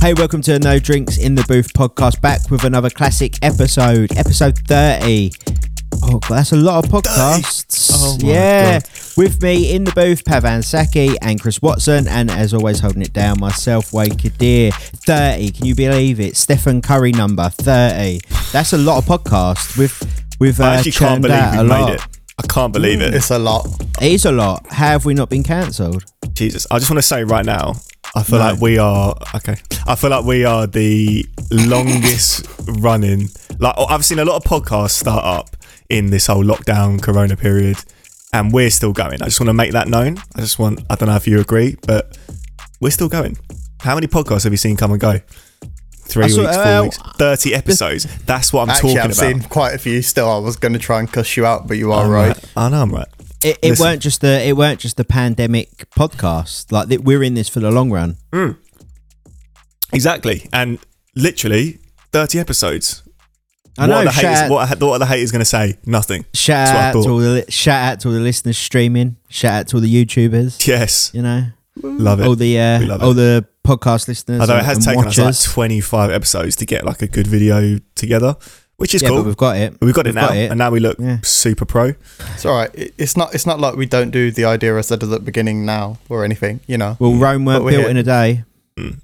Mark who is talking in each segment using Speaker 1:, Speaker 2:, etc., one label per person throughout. Speaker 1: Hey, welcome to No Drinks in the Booth podcast. Back with another classic episode, episode 30. Oh, God, that's a lot of podcasts.
Speaker 2: Oh my
Speaker 1: yeah. With me in the booth, Pavan Saki and Chris Watson. And as always, holding it down, myself, Wade Kadir. 30. Can you believe it? Stephen Curry number 30. That's a lot of podcasts. We've, we've uh,
Speaker 2: I actually can't
Speaker 1: churned
Speaker 2: believe
Speaker 1: out
Speaker 2: we
Speaker 1: a
Speaker 2: made
Speaker 1: lot.
Speaker 2: it. I can't believe it.
Speaker 3: It's a lot.
Speaker 1: It is a lot. How have we not been cancelled?
Speaker 2: Jesus. I just want to say right now, I feel
Speaker 1: No.
Speaker 2: like we are okay. I feel like we are the longest running. Like oh, I've seen a lot of podcasts start up in this whole lockdown corona period, and we're still going. I just want to make that known. I just want. I don't know if you agree, but we're still going. How many podcasts have you seen come and go? Three
Speaker 1: I
Speaker 2: weeks,
Speaker 1: saw-
Speaker 2: four
Speaker 1: uh,
Speaker 2: weeks, thirty episodes. That's what I'm
Speaker 3: Actually, I've
Speaker 2: talking
Speaker 3: seen
Speaker 2: about.
Speaker 3: quite a few still. I was going to try and cuss you out, but you are
Speaker 2: I'm
Speaker 3: right.
Speaker 2: I know I'm right.
Speaker 1: It, it
Speaker 2: Listen.
Speaker 1: weren't just the it weren't just the pandemic podcast. Like th- we're in this for the long run.
Speaker 2: Exactly, and literally thirty episodes.
Speaker 1: I
Speaker 2: what,
Speaker 1: know.
Speaker 2: are the haters,
Speaker 1: Shout,
Speaker 2: what, are, what are the haters going to say? Nothing.
Speaker 1: shout out
Speaker 2: That's what I
Speaker 1: to
Speaker 2: thought.
Speaker 1: all the li- shout out to all the listeners streaming. Shout out to all the YouTubers.
Speaker 2: Yes,
Speaker 1: You know,
Speaker 2: love it.
Speaker 1: all the
Speaker 2: We
Speaker 1: uh,
Speaker 2: love
Speaker 1: all the podcast listeners.
Speaker 2: Although it
Speaker 1: and-
Speaker 2: has
Speaker 1: and
Speaker 2: taken us
Speaker 1: watchers.
Speaker 2: like 25 episodes to get like a good video together, which is
Speaker 1: yeah,
Speaker 2: cool.
Speaker 1: but we've got it.
Speaker 2: But we've got it
Speaker 1: we've
Speaker 2: now,
Speaker 1: got it.
Speaker 2: and now we look
Speaker 1: Yeah.
Speaker 2: super pro.
Speaker 3: It's all right. It- It's not. It's not like we don't do the idea I said at the beginning now or anything. You know.
Speaker 1: Well, Rome weren't
Speaker 3: But we're
Speaker 1: built
Speaker 3: here.
Speaker 1: in a day,
Speaker 2: Mm.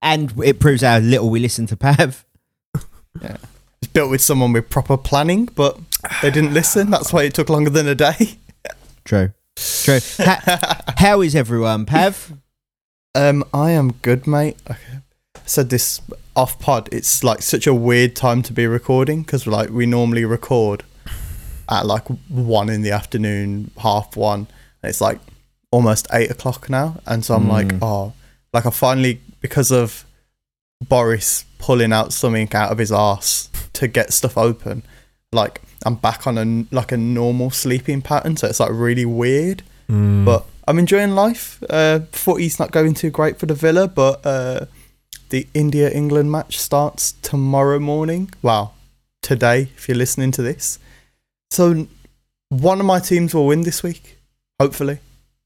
Speaker 1: and it proves how little we listen to Pav.
Speaker 3: It's built with someone with proper planning, but they didn't listen. That's why it took longer than a day.
Speaker 1: True, true. Ha- how is everyone, Pav?
Speaker 3: Um, I am good, mate. I said this off pod. It's like such a weird time to be recording because like we normally record at like one in the afternoon, half one. And it's like almost eight o'clock now, and so I'm like, oh, like I finally because of Boris pulling out something out of his ass to get stuff open. Like I'm back on a like a normal sleeping pattern, so it's like really weird
Speaker 2: Mm.
Speaker 3: but I'm enjoying life. Uh, footy's not going too great for the Villa, but uh, the India England match starts tomorrow morning. Wow, today if you're listening to this. So n- one of my teams will win this week, hopefully.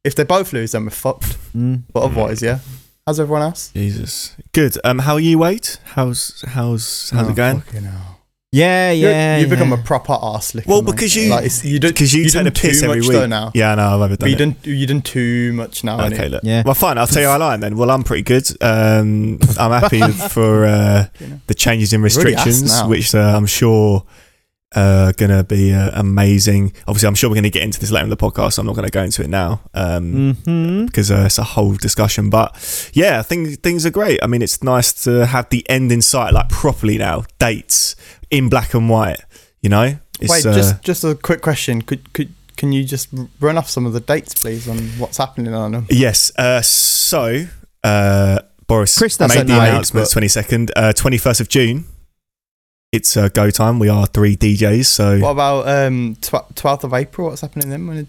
Speaker 3: If they both lose, then we're fucked.
Speaker 1: Mm.
Speaker 3: But otherwise, yeah. How's everyone else?
Speaker 2: Jesus, good. Um, how are you, Wait? How's how's how's
Speaker 3: Oh,
Speaker 2: it going?
Speaker 3: fucking hell.
Speaker 1: Yeah,
Speaker 3: You-
Speaker 1: yeah.
Speaker 3: you become
Speaker 1: yeah.
Speaker 3: a proper arse licker,
Speaker 2: Well,
Speaker 3: mate.
Speaker 2: because you-
Speaker 3: like, it's- you don't
Speaker 2: Because you,
Speaker 3: you
Speaker 2: take
Speaker 3: done
Speaker 2: the piss
Speaker 3: too
Speaker 2: every
Speaker 3: much
Speaker 2: week.
Speaker 3: though now.
Speaker 2: Yeah, I know. I've overdone
Speaker 3: But you
Speaker 2: it.
Speaker 3: done you done too much now.
Speaker 2: Okay,
Speaker 3: Okay.
Speaker 2: look.
Speaker 1: Yeah.
Speaker 2: Well, fine. I'll tell you how I line then. Well, I'm pretty good. Um, I'm happy for uh, the changes in
Speaker 3: Really ass
Speaker 2: restrictions,
Speaker 3: now.
Speaker 2: which uh, I'm sure are going to be uh, amazing. Obviously, I'm sure we're going to get into this later in the podcast. So I'm not going to go into it now
Speaker 3: Mm.
Speaker 2: um,
Speaker 1: Mm-hmm.
Speaker 2: because uh, it's a whole discussion. But yeah, things things are great. I mean, it's nice to have the end in sight, like properly now. Dates in black and white. You know, it's,
Speaker 3: Wait,
Speaker 2: uh,
Speaker 3: just just a quick question. Could could can you just r- run off some of the dates, please, on what's happening on them?
Speaker 2: Yes. Uh, so uh, Boris
Speaker 1: Chris
Speaker 2: made
Speaker 1: doesn't
Speaker 2: the
Speaker 1: know,
Speaker 2: announcement
Speaker 3: but-
Speaker 2: twenty second, uh, twenty first of June. It's uh, go time. We are three DJs. So
Speaker 3: What about um twelfth of April? What's happening then? When it-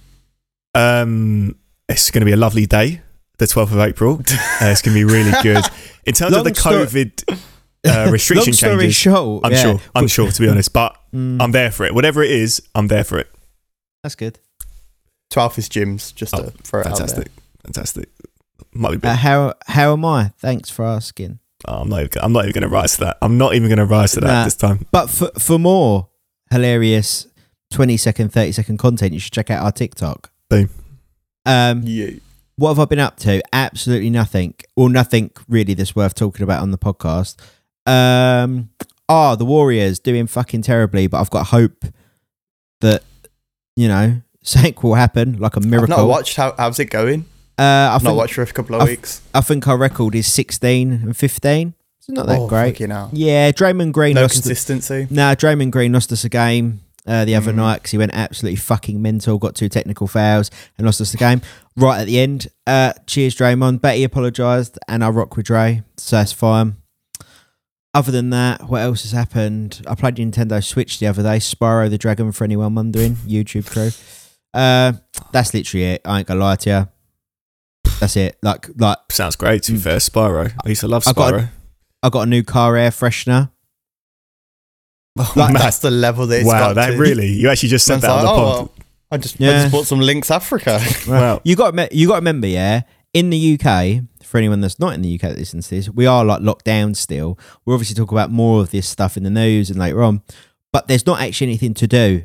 Speaker 2: um, it's going to be a lovely day. The twelfth of April. Uh, it's going to be really good. In terms
Speaker 1: Long
Speaker 2: of the
Speaker 1: sto-
Speaker 2: COVID uh, restriction
Speaker 1: Long story
Speaker 2: changes,
Speaker 1: short,
Speaker 2: I'm
Speaker 1: yeah.
Speaker 2: sure. I'm sure to be honest, but
Speaker 1: Mm,
Speaker 2: I'm there for it. Whatever it is, I'm there for it.
Speaker 1: that's good.
Speaker 3: 12th is gyms, just
Speaker 2: Oh,
Speaker 3: to throw it out there.
Speaker 2: Fantastic. Fantastic. Might be. a bit-
Speaker 1: Uh, how how am I? Thanks for asking.
Speaker 2: oh, I'm not. Even, I'm not even going to rise to that. I'm not even going to rise to that
Speaker 1: Nah.
Speaker 2: this time.
Speaker 1: But for for more hilarious 20 second, 30 second content, you should check out our TikTok.
Speaker 2: Boom.
Speaker 1: Um,
Speaker 3: You.
Speaker 1: what have I been up to? Absolutely nothing. Well, nothing really that's worth talking about on the podcast. Um, ah, the Warriors doing fucking terribly, but I've got hope that you know something will happen, like a
Speaker 3: I've
Speaker 1: miracle.
Speaker 3: not watched. How, how's it going?
Speaker 1: Uh, I
Speaker 3: I've
Speaker 1: think
Speaker 3: not watched for a couple of
Speaker 1: I've-
Speaker 3: weeks.
Speaker 1: I think our record is 16 and 15. It's not that
Speaker 3: oh,
Speaker 1: great.
Speaker 3: fucking hell.
Speaker 1: Yeah, Draymond Green
Speaker 3: No
Speaker 1: lost.
Speaker 3: consistency.
Speaker 1: nah, Draymond Green lost us a game uh, the other
Speaker 3: Mm.
Speaker 1: night because he went absolutely fucking mental, got two technical fouls, and lost us the game right at the end. Uh, cheers, Draymond. Betty apologised, and I rock with Dray, so that's fine. Other than that, what else has happened? I played Nintendo Switch the other day. Spyro the Dragon, for anyone wondering, YouTube crew. Uh, that's literally it. I ain't gonna lie to you. That's it. Like, like
Speaker 2: Sounds great. To be
Speaker 1: Mm.
Speaker 2: fair, Spyro. I used to love
Speaker 1: I've got a-
Speaker 2: Spyro.
Speaker 1: I got a new car air freshener.
Speaker 2: Oh,
Speaker 1: like
Speaker 2: man.
Speaker 3: That's the level that it's
Speaker 2: wow,
Speaker 3: got
Speaker 2: that
Speaker 3: to.
Speaker 2: really. You actually just said
Speaker 3: Man's
Speaker 2: that on
Speaker 3: like,
Speaker 2: the
Speaker 3: oh,
Speaker 2: pod.
Speaker 3: well, I just, I
Speaker 1: Yeah.
Speaker 3: just bought some Links Africa.
Speaker 2: Wow.
Speaker 1: You got to me- you got to remember, yeah. in the UK, for anyone that's not in the UK that listens to this, we are like locked down still. We'll obviously talk about more of this stuff in the news and later on, but there's not actually anything to do.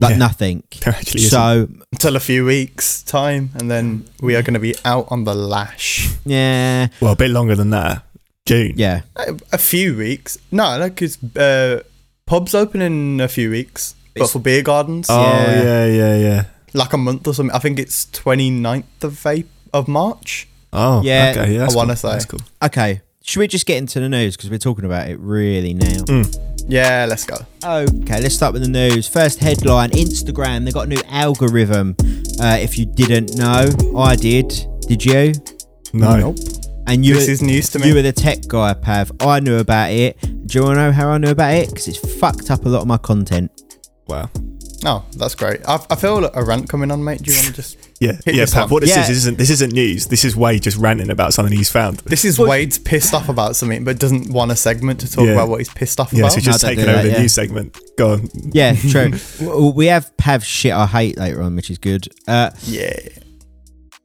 Speaker 1: Like
Speaker 2: Yeah.
Speaker 1: nothing.
Speaker 2: There actually is.
Speaker 1: So
Speaker 3: until a few weeks time, and then we are going to be out on the lash.
Speaker 1: yeah,
Speaker 2: well, a bit longer than that. June.
Speaker 1: yeah,
Speaker 3: A, a few weeks? No, no, because uh, pubs open in a few weeks, but
Speaker 1: It's-
Speaker 3: for beer gardens,
Speaker 2: Oh
Speaker 1: Yeah.
Speaker 2: yeah, yeah, yeah.
Speaker 3: like a month or something. I think it's 29th of a- of March.
Speaker 2: Oh,
Speaker 1: Yeah.
Speaker 2: Okay, yeah, that's
Speaker 3: I wanna
Speaker 2: cool.
Speaker 3: say.
Speaker 2: that's cool.
Speaker 1: okay. Should we just get into the news because we're talking about it really now?
Speaker 3: Yeah, let's go.
Speaker 1: Okay, let's start with the news. First headline Instagram, they got a new algorithm. Uh, if you didn't know, I did. Did you?
Speaker 2: No,
Speaker 1: And you,
Speaker 3: This is news to me.
Speaker 1: you were the tech guy, Pav. I knew about it. Do you want to know how I knew about it? Because it's fucked up a lot of my content.
Speaker 2: wow.
Speaker 3: Oh, that's great. I, I feel a rant coming on, mate. Do you want to just?
Speaker 2: Yeah,
Speaker 3: Hit
Speaker 2: yeah,
Speaker 3: this
Speaker 2: Pat.
Speaker 3: one.
Speaker 2: What this
Speaker 1: Yeah.
Speaker 2: is isn't this isn't news. This is Wade just ranting about something he's found.
Speaker 3: This is Wade's pissed off about something, but doesn't want a segment to talk
Speaker 2: Yeah.
Speaker 3: about what he's pissed off
Speaker 2: yeah,
Speaker 3: about.
Speaker 2: so he's just
Speaker 1: No, don't
Speaker 2: taking
Speaker 1: do
Speaker 2: over
Speaker 1: that,
Speaker 2: the
Speaker 1: yeah.
Speaker 2: news segment. Go on.
Speaker 1: Yeah, true. W- we have Pav's shit I hate later on, which is good. Uh,
Speaker 3: yeah.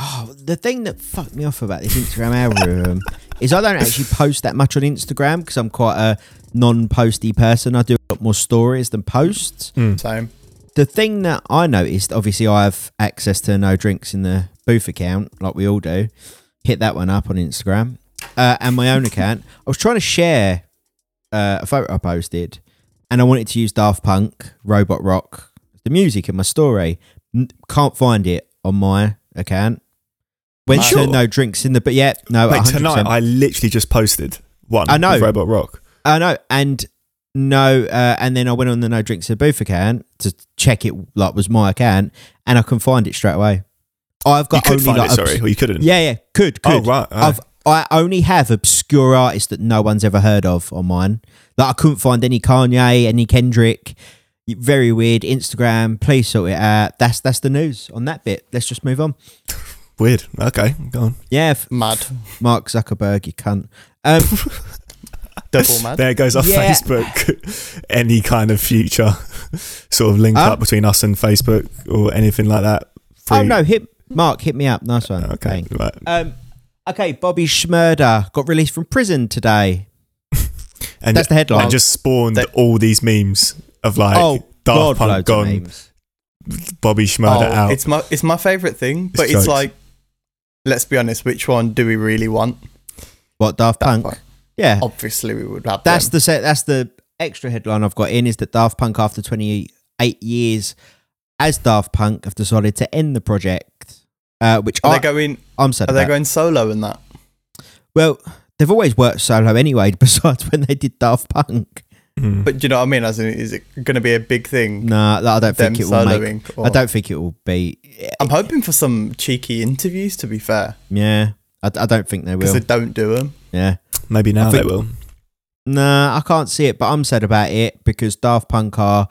Speaker 1: Oh, the thing that fucked me off about this Instagram algorithm is I don't actually post that much on Instagram because I'm quite a non-posty person. I do a lot more stories than posts.
Speaker 2: Hmm.
Speaker 3: Same.
Speaker 1: The thing that I noticed, obviously, I have access to no drinks in the booth account, like we all do. Hit that one up on Instagram uh, and my own account. I was trying to share uh, a photo I posted, and I wanted to use Daft Punk, Robot Rock, the music in my story. N- can't find it on my account. Went
Speaker 2: Sure.
Speaker 1: to no drinks in the but yeah no
Speaker 2: Mate,
Speaker 1: 100%.
Speaker 2: tonight I literally just posted one.
Speaker 1: I know.
Speaker 2: with Robot Rock.
Speaker 1: I know, and no, uh, and then I went on the No Drinks in the Booth account to check it, like was my account, and I can find it straight away. I've
Speaker 2: You
Speaker 1: got
Speaker 2: could
Speaker 1: only
Speaker 2: find
Speaker 1: like
Speaker 2: it. Sorry,
Speaker 1: obs-
Speaker 2: or you couldn't.
Speaker 1: yeah, yeah, could,
Speaker 2: Oh
Speaker 1: could.
Speaker 2: right. aye.
Speaker 1: I've I only have obscure artists that no one's ever heard of on mine. Like I couldn't find any Kanye, any Kendrick. Very weird. Instagram, please sort it out. That's that's the news on that bit. Let's just move on.
Speaker 2: Weird. Okay, go on.
Speaker 1: Yeah, f-
Speaker 3: Mad.
Speaker 1: Mark Zuckerberg, you cunt. Um,
Speaker 3: Double mad.
Speaker 2: There goes our
Speaker 1: Yeah.
Speaker 2: Facebook. Any kind of future sort of link
Speaker 1: Huh?
Speaker 2: up between us and Facebook or anything like that.
Speaker 1: oh
Speaker 2: Free-
Speaker 1: no, hit Mark, hit me up. Nice one.
Speaker 2: Okay.
Speaker 1: Thanks.
Speaker 2: Right.
Speaker 1: Um, okay, Bobby Schmurder got released from prison today.
Speaker 2: And
Speaker 1: That's the headline.
Speaker 2: And just spawned
Speaker 3: That-
Speaker 2: all these memes of like
Speaker 1: oh, God,
Speaker 2: Daft Punk
Speaker 1: loads of
Speaker 2: gone,
Speaker 1: names.
Speaker 2: Bobby Schmurder
Speaker 3: Oh,
Speaker 2: out.
Speaker 3: It's my it's my favorite thing, but it's,
Speaker 2: jokes.
Speaker 3: like, let's be honest, which one do we really want?
Speaker 1: What Daft Punk? Oh,
Speaker 3: Punk.
Speaker 1: Yeah,
Speaker 3: Obviously, we would have
Speaker 1: that's
Speaker 3: them.
Speaker 1: the set. That's the extra headline I've got in is that Daft Punk, after 28 years as Daft Punk, have decided to end the project. Uh, which
Speaker 3: Are
Speaker 1: I,
Speaker 3: they going?
Speaker 1: I'm sad
Speaker 3: Are they
Speaker 1: about.
Speaker 3: going solo in that?
Speaker 1: well, they've always worked solo anyway. Besides when they did Daft Punk,
Speaker 2: Hmm.
Speaker 3: But do you know what I mean? As in, is it going to be a big thing?
Speaker 1: nah, I don't
Speaker 3: them
Speaker 1: think it will make.
Speaker 3: soloing. Um, or-
Speaker 1: I don't think it will be.
Speaker 3: I'm hoping for some cheeky interviews. To be fair,
Speaker 1: Yeah, I, I don't think they
Speaker 3: because
Speaker 1: will.
Speaker 3: they don't do them.
Speaker 1: yeah.
Speaker 2: Maybe now
Speaker 1: think-
Speaker 2: they will.
Speaker 1: Nah, I can't see it, but I'm sad about it because Daft Punk are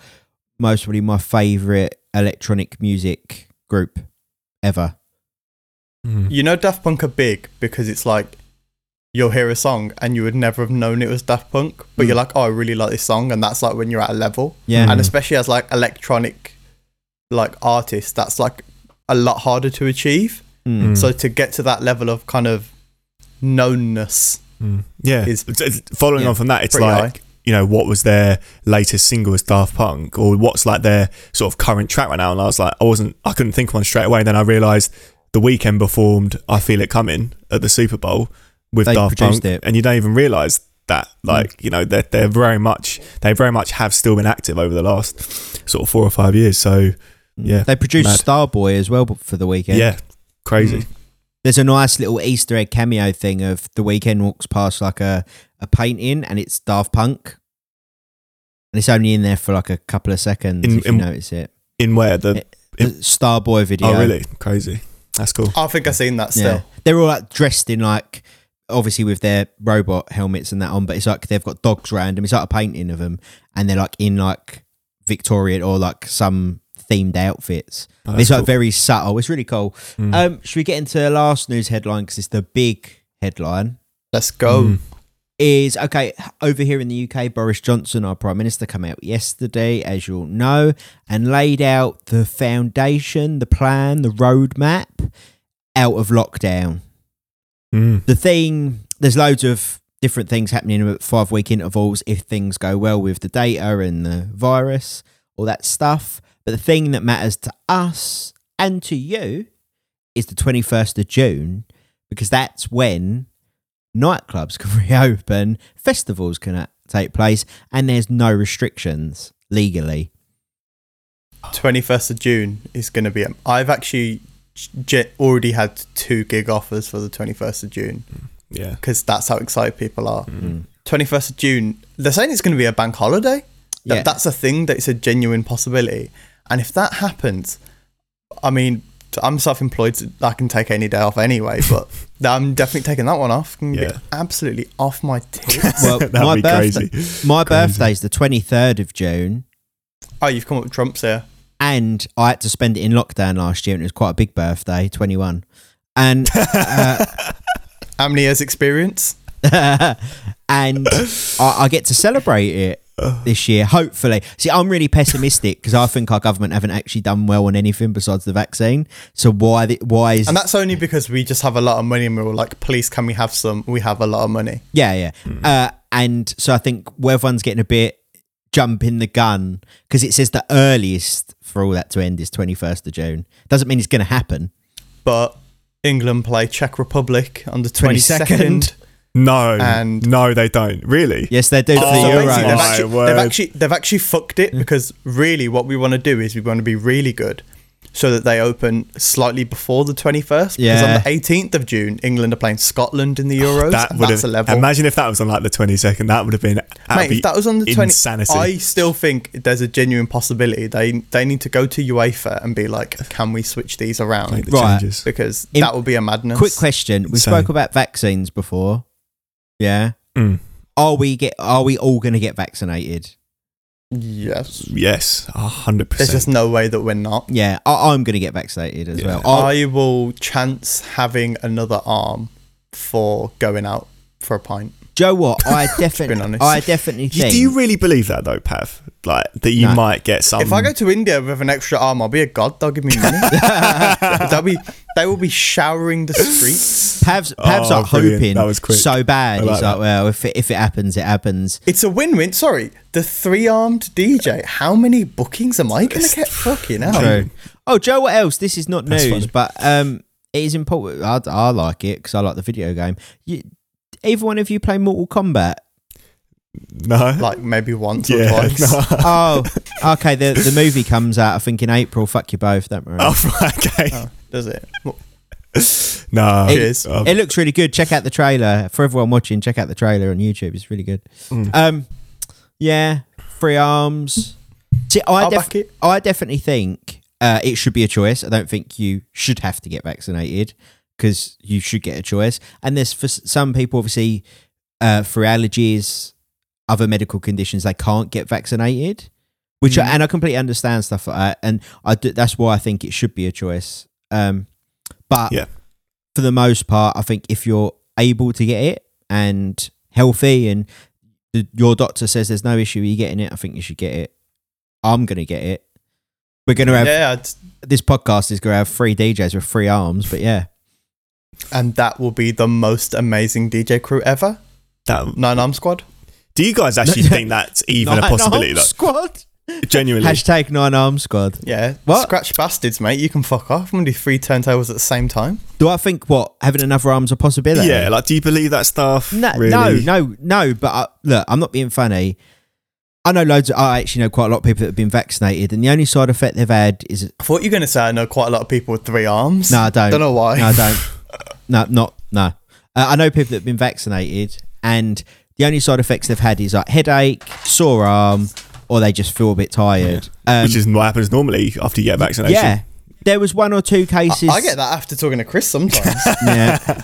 Speaker 1: most probably my favourite electronic music group ever.
Speaker 2: Hmm.
Speaker 3: You know, Daft Punk are big because it's like you'll hear a song and you would never have known it was Daft Punk, but
Speaker 1: Mm.
Speaker 3: you're like, oh, I really like this song, and that's like when you're at a level.
Speaker 1: Yeah.
Speaker 3: and
Speaker 2: Mm.
Speaker 3: especially as like electronic like artist that's like a lot harder to achieve
Speaker 1: Mm.
Speaker 2: Mm.
Speaker 3: so to get to that level of kind of knownness
Speaker 2: Mm. Yeah.
Speaker 3: Is-
Speaker 2: It's- it's- Following
Speaker 1: yeah,
Speaker 2: on from that, it's
Speaker 3: pretty
Speaker 2: like,
Speaker 3: high.
Speaker 2: you know, what was their latest single as Daft Punk or what's like their sort of current track right now? And I was like, I wasn't, I couldn't think of one straight away. And then I realized the weekend performed I Feel It Coming at the Super Bowl with
Speaker 1: They
Speaker 2: Daft
Speaker 1: produced
Speaker 2: Punk.
Speaker 1: it. Hmm.
Speaker 2: And you don't even realize that. Like, you know, they're, they're very much, they very much have still been active over the last sort of four or five years. So, yeah.
Speaker 1: They produced
Speaker 2: mad.
Speaker 1: Starboy as well for the
Speaker 2: Yeah.
Speaker 1: weekend.
Speaker 2: crazy.
Speaker 1: Hmm. There's a nice little Easter egg cameo thing of the weekend walks past like a, a painting and it's Daft Punk. And it's only in there for like a couple of seconds
Speaker 2: In-
Speaker 1: if you
Speaker 2: in-
Speaker 1: notice it.
Speaker 2: In where the, in-
Speaker 1: The Starboy video.
Speaker 2: oh, really? Crazy. That's cool.
Speaker 3: i think i've seen that still
Speaker 1: Yeah. They're all like dressed in like obviously with their robot helmets and that on, but it's like they've got dogs random. It's like a painting of them and they're like in like Victorian or like some themed outfits.
Speaker 2: Oh,
Speaker 1: it's
Speaker 2: that's
Speaker 1: like
Speaker 2: cool.
Speaker 1: very subtle. It's really cool.
Speaker 2: Mm.
Speaker 1: Um, should we get into the last news headline because it's the big headline?
Speaker 3: let's
Speaker 1: Oh.
Speaker 3: go
Speaker 2: Mm.
Speaker 1: Is okay over here in the UK. Boris Johnson, our prime minister, come out yesterday, as you'll know, and laid out the foundation, the plan, the roadmap out of lockdown.
Speaker 2: Mm.
Speaker 1: The thing, there's loads of different things happening at five week intervals if things go well with the data and the virus, all that stuff. But the thing that matters to us and to you is the 21st of June because that's when nightclubs can reopen, festivals can uh, take place, and there's no restrictions legally.
Speaker 3: 21st of June is going to be. I've actually j- already had two gig offers for the 21st of June
Speaker 2: Yeah.
Speaker 3: because that's how excited people are.
Speaker 1: Mm.
Speaker 3: 21st of June, they're saying it's going to be a bank holiday. That,
Speaker 1: Yeah.
Speaker 3: That's a thing that it's a genuine possibility. And if that happens, I mean, I'm self employed, so I can take any day off anyway, but I'm definitely taking that one off. Can
Speaker 2: Yeah.
Speaker 3: be absolutely off my tits.
Speaker 1: Well,
Speaker 2: That'd
Speaker 1: my
Speaker 2: be
Speaker 1: birthday, my
Speaker 2: Crazy.
Speaker 1: birthday's the 23rd of June,
Speaker 3: oh, you've come up with Trump's here.
Speaker 1: and I had to spend it in lockdown last year, and it was quite a big birthday, 21. And uh,
Speaker 3: How many years' experience?
Speaker 1: and I, I get to celebrate it this year, hopefully. See, I'm really pessimistic because I think our government haven't actually done well on anything besides the vaccine. So why the, why is
Speaker 3: And that's only because we just have a lot of money and we were like, please, can we have some? We have a lot of money.
Speaker 1: Yeah, yeah.
Speaker 3: Mm.
Speaker 1: Uh, and so I think where everyone's getting a bit jump in the gun because it says the earliest for all that to end is 21st of June. Doesn't mean it's going to happen.
Speaker 3: But England play Czech Republic on the
Speaker 1: 22nd.
Speaker 3: 22nd.
Speaker 2: No.
Speaker 3: And-
Speaker 2: no, they don't. Really?
Speaker 1: Yes, they do for
Speaker 2: Oh,
Speaker 1: the
Speaker 3: So basically,
Speaker 2: right.
Speaker 3: they've,
Speaker 1: Euros.
Speaker 2: My
Speaker 3: actually,
Speaker 2: word. Mm.
Speaker 3: they've actually they've actually fucked it because really what we want to do is we want to be really good so that they open slightly before the 21st because
Speaker 1: Yeah.
Speaker 3: on the 18th of June England are playing Scotland in the Euros
Speaker 2: Oh, That
Speaker 3: and
Speaker 2: would
Speaker 3: that's
Speaker 2: have.
Speaker 3: a level
Speaker 2: Imagine if that was on like the twenty second. That would have been. that'd
Speaker 3: Mate,
Speaker 2: be
Speaker 3: if that was on the 20th,
Speaker 2: insanity.
Speaker 3: I still think there's a genuine possibility they they need to go to UEFA and be like, can we switch these
Speaker 2: Make
Speaker 3: around?
Speaker 2: the
Speaker 1: Right.
Speaker 2: changes.
Speaker 3: Because
Speaker 1: In-
Speaker 3: that would be a madness.
Speaker 1: Quick question: We
Speaker 2: Insane.
Speaker 1: spoke about vaccines before. Yeah,
Speaker 2: Mm.
Speaker 1: are we get are we all going to get vaccinated?
Speaker 3: Yes.
Speaker 2: Yes, a hundred
Speaker 3: There's just
Speaker 2: percent.
Speaker 3: no way that we're not.
Speaker 1: Yeah, I, I'm going to get vaccinated as
Speaker 2: Yeah.
Speaker 1: well. I,
Speaker 3: I will chance having another arm for going out for a pint.
Speaker 1: Joe, what I
Speaker 3: Been
Speaker 1: definitely,
Speaker 3: honest.
Speaker 1: I definitely
Speaker 2: You-
Speaker 1: think.
Speaker 2: Do you really believe that though, Pav? Like that you
Speaker 1: No.
Speaker 2: might get some.
Speaker 3: If I go to India with an extra arm, I'll be a god. They'll give me money. They'll be, they will be showering the streets.
Speaker 1: Pav's, Pav's
Speaker 2: Oh,
Speaker 1: like
Speaker 2: brilliant.
Speaker 1: hoping
Speaker 2: That was quick.
Speaker 1: so bad.
Speaker 2: I like
Speaker 1: He's like,
Speaker 2: that.
Speaker 1: well, if it, if it happens, it happens.
Speaker 3: It's a win-win. Sorry, the three-armed DJ. How many bookings am I going to get? Fucking hell.
Speaker 1: True. Oh, Joe, what else? This is not
Speaker 2: That's
Speaker 1: news,
Speaker 2: funny.
Speaker 1: but um, it is important. I, I like it because I like the video game. You, either one of you play Mortal Kombat?
Speaker 2: no,
Speaker 3: Like maybe once or
Speaker 2: yeah,
Speaker 3: twice.
Speaker 2: no.
Speaker 1: oh, okay. The the movie comes out, I think, in April. Fuck you both. Don't worry.
Speaker 2: Oh, right, okay.
Speaker 3: Oh, does it? Well,
Speaker 2: No,
Speaker 1: It-
Speaker 3: Cheers.
Speaker 2: Um,
Speaker 1: It looks really good. Check out the trailer for everyone watching. Check out the trailer on YouTube. It's really good.
Speaker 3: Mm.
Speaker 1: Um, yeah, free arms. See, I
Speaker 3: I'll
Speaker 1: def-
Speaker 3: back it.
Speaker 1: I definitely think uh, it should be a choice. I don't think you should have to get vaccinated because you should get a choice. And there's for s- some people, obviously, uh, for allergies, other medical conditions, they can't get vaccinated. Which
Speaker 3: Mm.
Speaker 1: I, and I completely understand stuff like that, and I do, that's why I think it should be a choice. Um, but
Speaker 2: Yeah.
Speaker 1: for the most part, I think if you're able to get it and healthy, and the, your doctor says there's no issue with you getting it, I think you should get it. I'm gonna get it. We're gonna have
Speaker 3: Yeah, I'd-
Speaker 1: this podcast is gonna have three DJs with three arms, but yeah,
Speaker 3: and that will be the most amazing DJ crew ever.
Speaker 2: that-
Speaker 3: Nine Arm Squad.
Speaker 2: do you guys actually
Speaker 1: No, yeah.
Speaker 2: think that's even a
Speaker 1: Nine
Speaker 2: possibility?
Speaker 1: Arm
Speaker 2: Though,
Speaker 1: Squad.
Speaker 2: genuinely,
Speaker 1: Hashtag nine arm squad.
Speaker 3: Yeah.
Speaker 1: What?
Speaker 3: Scratch bastards, mate. You can fuck off. I'm gonna do three turntables at the same time.
Speaker 1: Do I think what having another arm's a possibility?
Speaker 2: yeah. Like, do you believe that stuff?
Speaker 1: No,
Speaker 2: really?
Speaker 1: no, no, no. But I, look, I'm not being funny. I know loads. Of, I actually know quite a lot of people that have been vaccinated, and the only side effect they've had is
Speaker 3: I thought you were gonna say I know quite a lot of people with three arms.
Speaker 1: no. I don't.
Speaker 3: Don't know why.
Speaker 1: No, I don't. no, not no. Uh, I know people that have been vaccinated, and the only side effects they've had is like headache, sore arm, or they just feel a bit tired. Um,
Speaker 2: which is what happens normally after you get vaccination.
Speaker 1: yeah. There was one or two
Speaker 3: I,
Speaker 1: cases.
Speaker 3: I get that after talking to Chris sometimes.
Speaker 1: Yeah.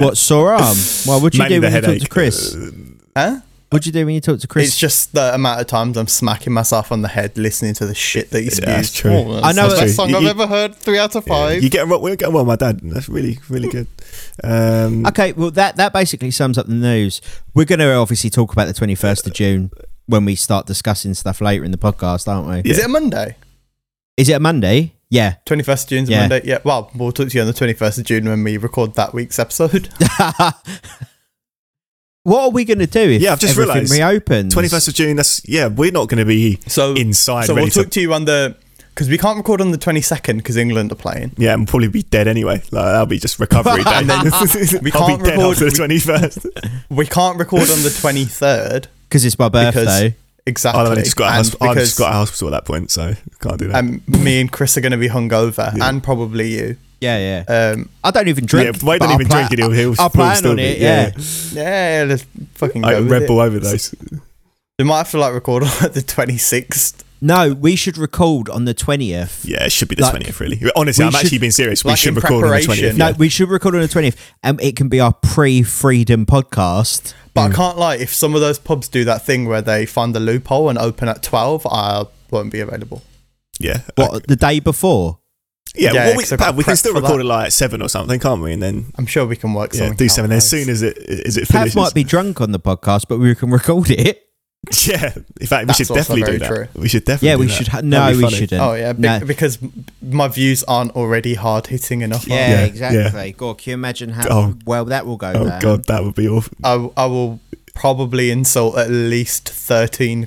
Speaker 1: what sore arm? Well, what'd you
Speaker 2: Mainly
Speaker 1: do
Speaker 2: the
Speaker 1: when you talk
Speaker 2: headache.
Speaker 1: to Chris?
Speaker 3: huh?
Speaker 1: What'd you do when you talk to Chris?
Speaker 3: It's just the amount of times I'm smacking myself on the head listening to the shit that he spews.
Speaker 2: that's true.
Speaker 3: Oh,
Speaker 1: I know
Speaker 3: the
Speaker 1: it-
Speaker 3: best song
Speaker 2: You-
Speaker 3: I've
Speaker 2: you-
Speaker 3: ever heard. Three out of
Speaker 2: Yeah,
Speaker 3: five.
Speaker 2: You get well, we're getting well, my dad. That's really, really good. Um,
Speaker 1: Okay, well that that basically sums up the news. We're going to obviously talk about the 21st of June when we start discussing stuff later in the podcast, aren't we?
Speaker 3: Is it a Monday?
Speaker 1: Is it a Monday? Yeah.
Speaker 3: 21st of June's a
Speaker 1: Yeah.
Speaker 3: Monday. Yeah. Well, we'll talk to you on the 21st of June when we record that week's episode.
Speaker 1: what are we going to do if
Speaker 2: Yeah, I've just
Speaker 1: everything
Speaker 2: realised.
Speaker 1: reopens?
Speaker 2: Twenty first of June. That's yeah. We're not going to be
Speaker 3: So
Speaker 2: inside.
Speaker 3: So
Speaker 2: ready
Speaker 3: we'll
Speaker 2: to-
Speaker 3: talk to you on the because we can't record on the 22nd because England are playing.
Speaker 2: yeah, and probably be dead anyway. Like, that'll be just recovery day.
Speaker 3: And then we
Speaker 2: I'll
Speaker 3: can't
Speaker 2: be dead
Speaker 3: record.
Speaker 2: after the
Speaker 3: We,
Speaker 2: twenty first.
Speaker 3: we can't record on the 23rd
Speaker 1: because it's my birthday.
Speaker 3: exactly.
Speaker 2: I've only just got. a
Speaker 3: and
Speaker 2: hosp- I've just
Speaker 3: because
Speaker 2: got a hospital at that point, so can't do that.
Speaker 3: um, me and Chris are going to be hungover and probably you.
Speaker 1: Yeah, yeah.
Speaker 3: Um,
Speaker 1: I don't even drink.
Speaker 2: yeah, Wade
Speaker 1: but I'll
Speaker 2: don't even
Speaker 1: pla-
Speaker 2: drink it. He'll, he'll,
Speaker 1: I'll
Speaker 2: he'll
Speaker 1: plan
Speaker 2: still
Speaker 1: on
Speaker 2: be-
Speaker 1: it. Yeah.
Speaker 3: yeah, let's fucking go.
Speaker 2: I
Speaker 3: with
Speaker 2: Red
Speaker 3: it.
Speaker 2: Bull overdose.
Speaker 3: We might have to like record on like, the 26th.
Speaker 1: No, we should record on the twentieth.
Speaker 2: Yeah, it should be the
Speaker 1: Like,
Speaker 2: twentieth. Really, honestly,
Speaker 1: we
Speaker 2: I'm actually
Speaker 1: should-
Speaker 2: being serious. We
Speaker 3: like,
Speaker 2: should
Speaker 3: in
Speaker 2: record on the twentieth.
Speaker 3: preparation.
Speaker 1: No, we should record on the twentieth, and it can be our pre-freedom podcast.
Speaker 3: But
Speaker 2: Mm.
Speaker 3: I can't lie. If some of those pubs do that thing where they find a loophole and open at 12, I won't be available.
Speaker 2: yeah, yeah.
Speaker 1: What the day before?
Speaker 2: Yeah,
Speaker 3: Yeah,
Speaker 2: well, we,
Speaker 3: 'cause I've got
Speaker 2: Pat, we can
Speaker 3: prep
Speaker 2: still
Speaker 3: for
Speaker 2: record
Speaker 3: that.
Speaker 2: it like at seven or something, can't we? And then
Speaker 3: I'm sure we can work
Speaker 2: yeah,
Speaker 3: something
Speaker 2: do
Speaker 3: out,
Speaker 2: seven. Then as
Speaker 3: guys.
Speaker 2: soon as it is it
Speaker 1: Pav
Speaker 2: finishes,
Speaker 1: might be drunk on the podcast, but we can record it.
Speaker 2: yeah. In fact, we
Speaker 3: That's
Speaker 2: should
Speaker 3: also
Speaker 2: definitely do
Speaker 3: very
Speaker 2: that.
Speaker 3: true.
Speaker 2: We should definitely.
Speaker 1: Yeah,
Speaker 2: do
Speaker 1: we
Speaker 2: that.
Speaker 1: should. Ha-
Speaker 2: That'd
Speaker 1: no,
Speaker 2: be
Speaker 1: we
Speaker 2: funny.
Speaker 1: shouldn't.
Speaker 3: Oh yeah, be-
Speaker 1: No.
Speaker 3: because m- my views aren't already hard hitting enough.
Speaker 1: Yeah,
Speaker 2: Yeah,
Speaker 1: exactly. God, can you imagine how
Speaker 2: Oh.
Speaker 1: well that will go?
Speaker 2: Oh
Speaker 1: down?
Speaker 2: god, that would be awful.
Speaker 3: I, I will probably insult at least thirteen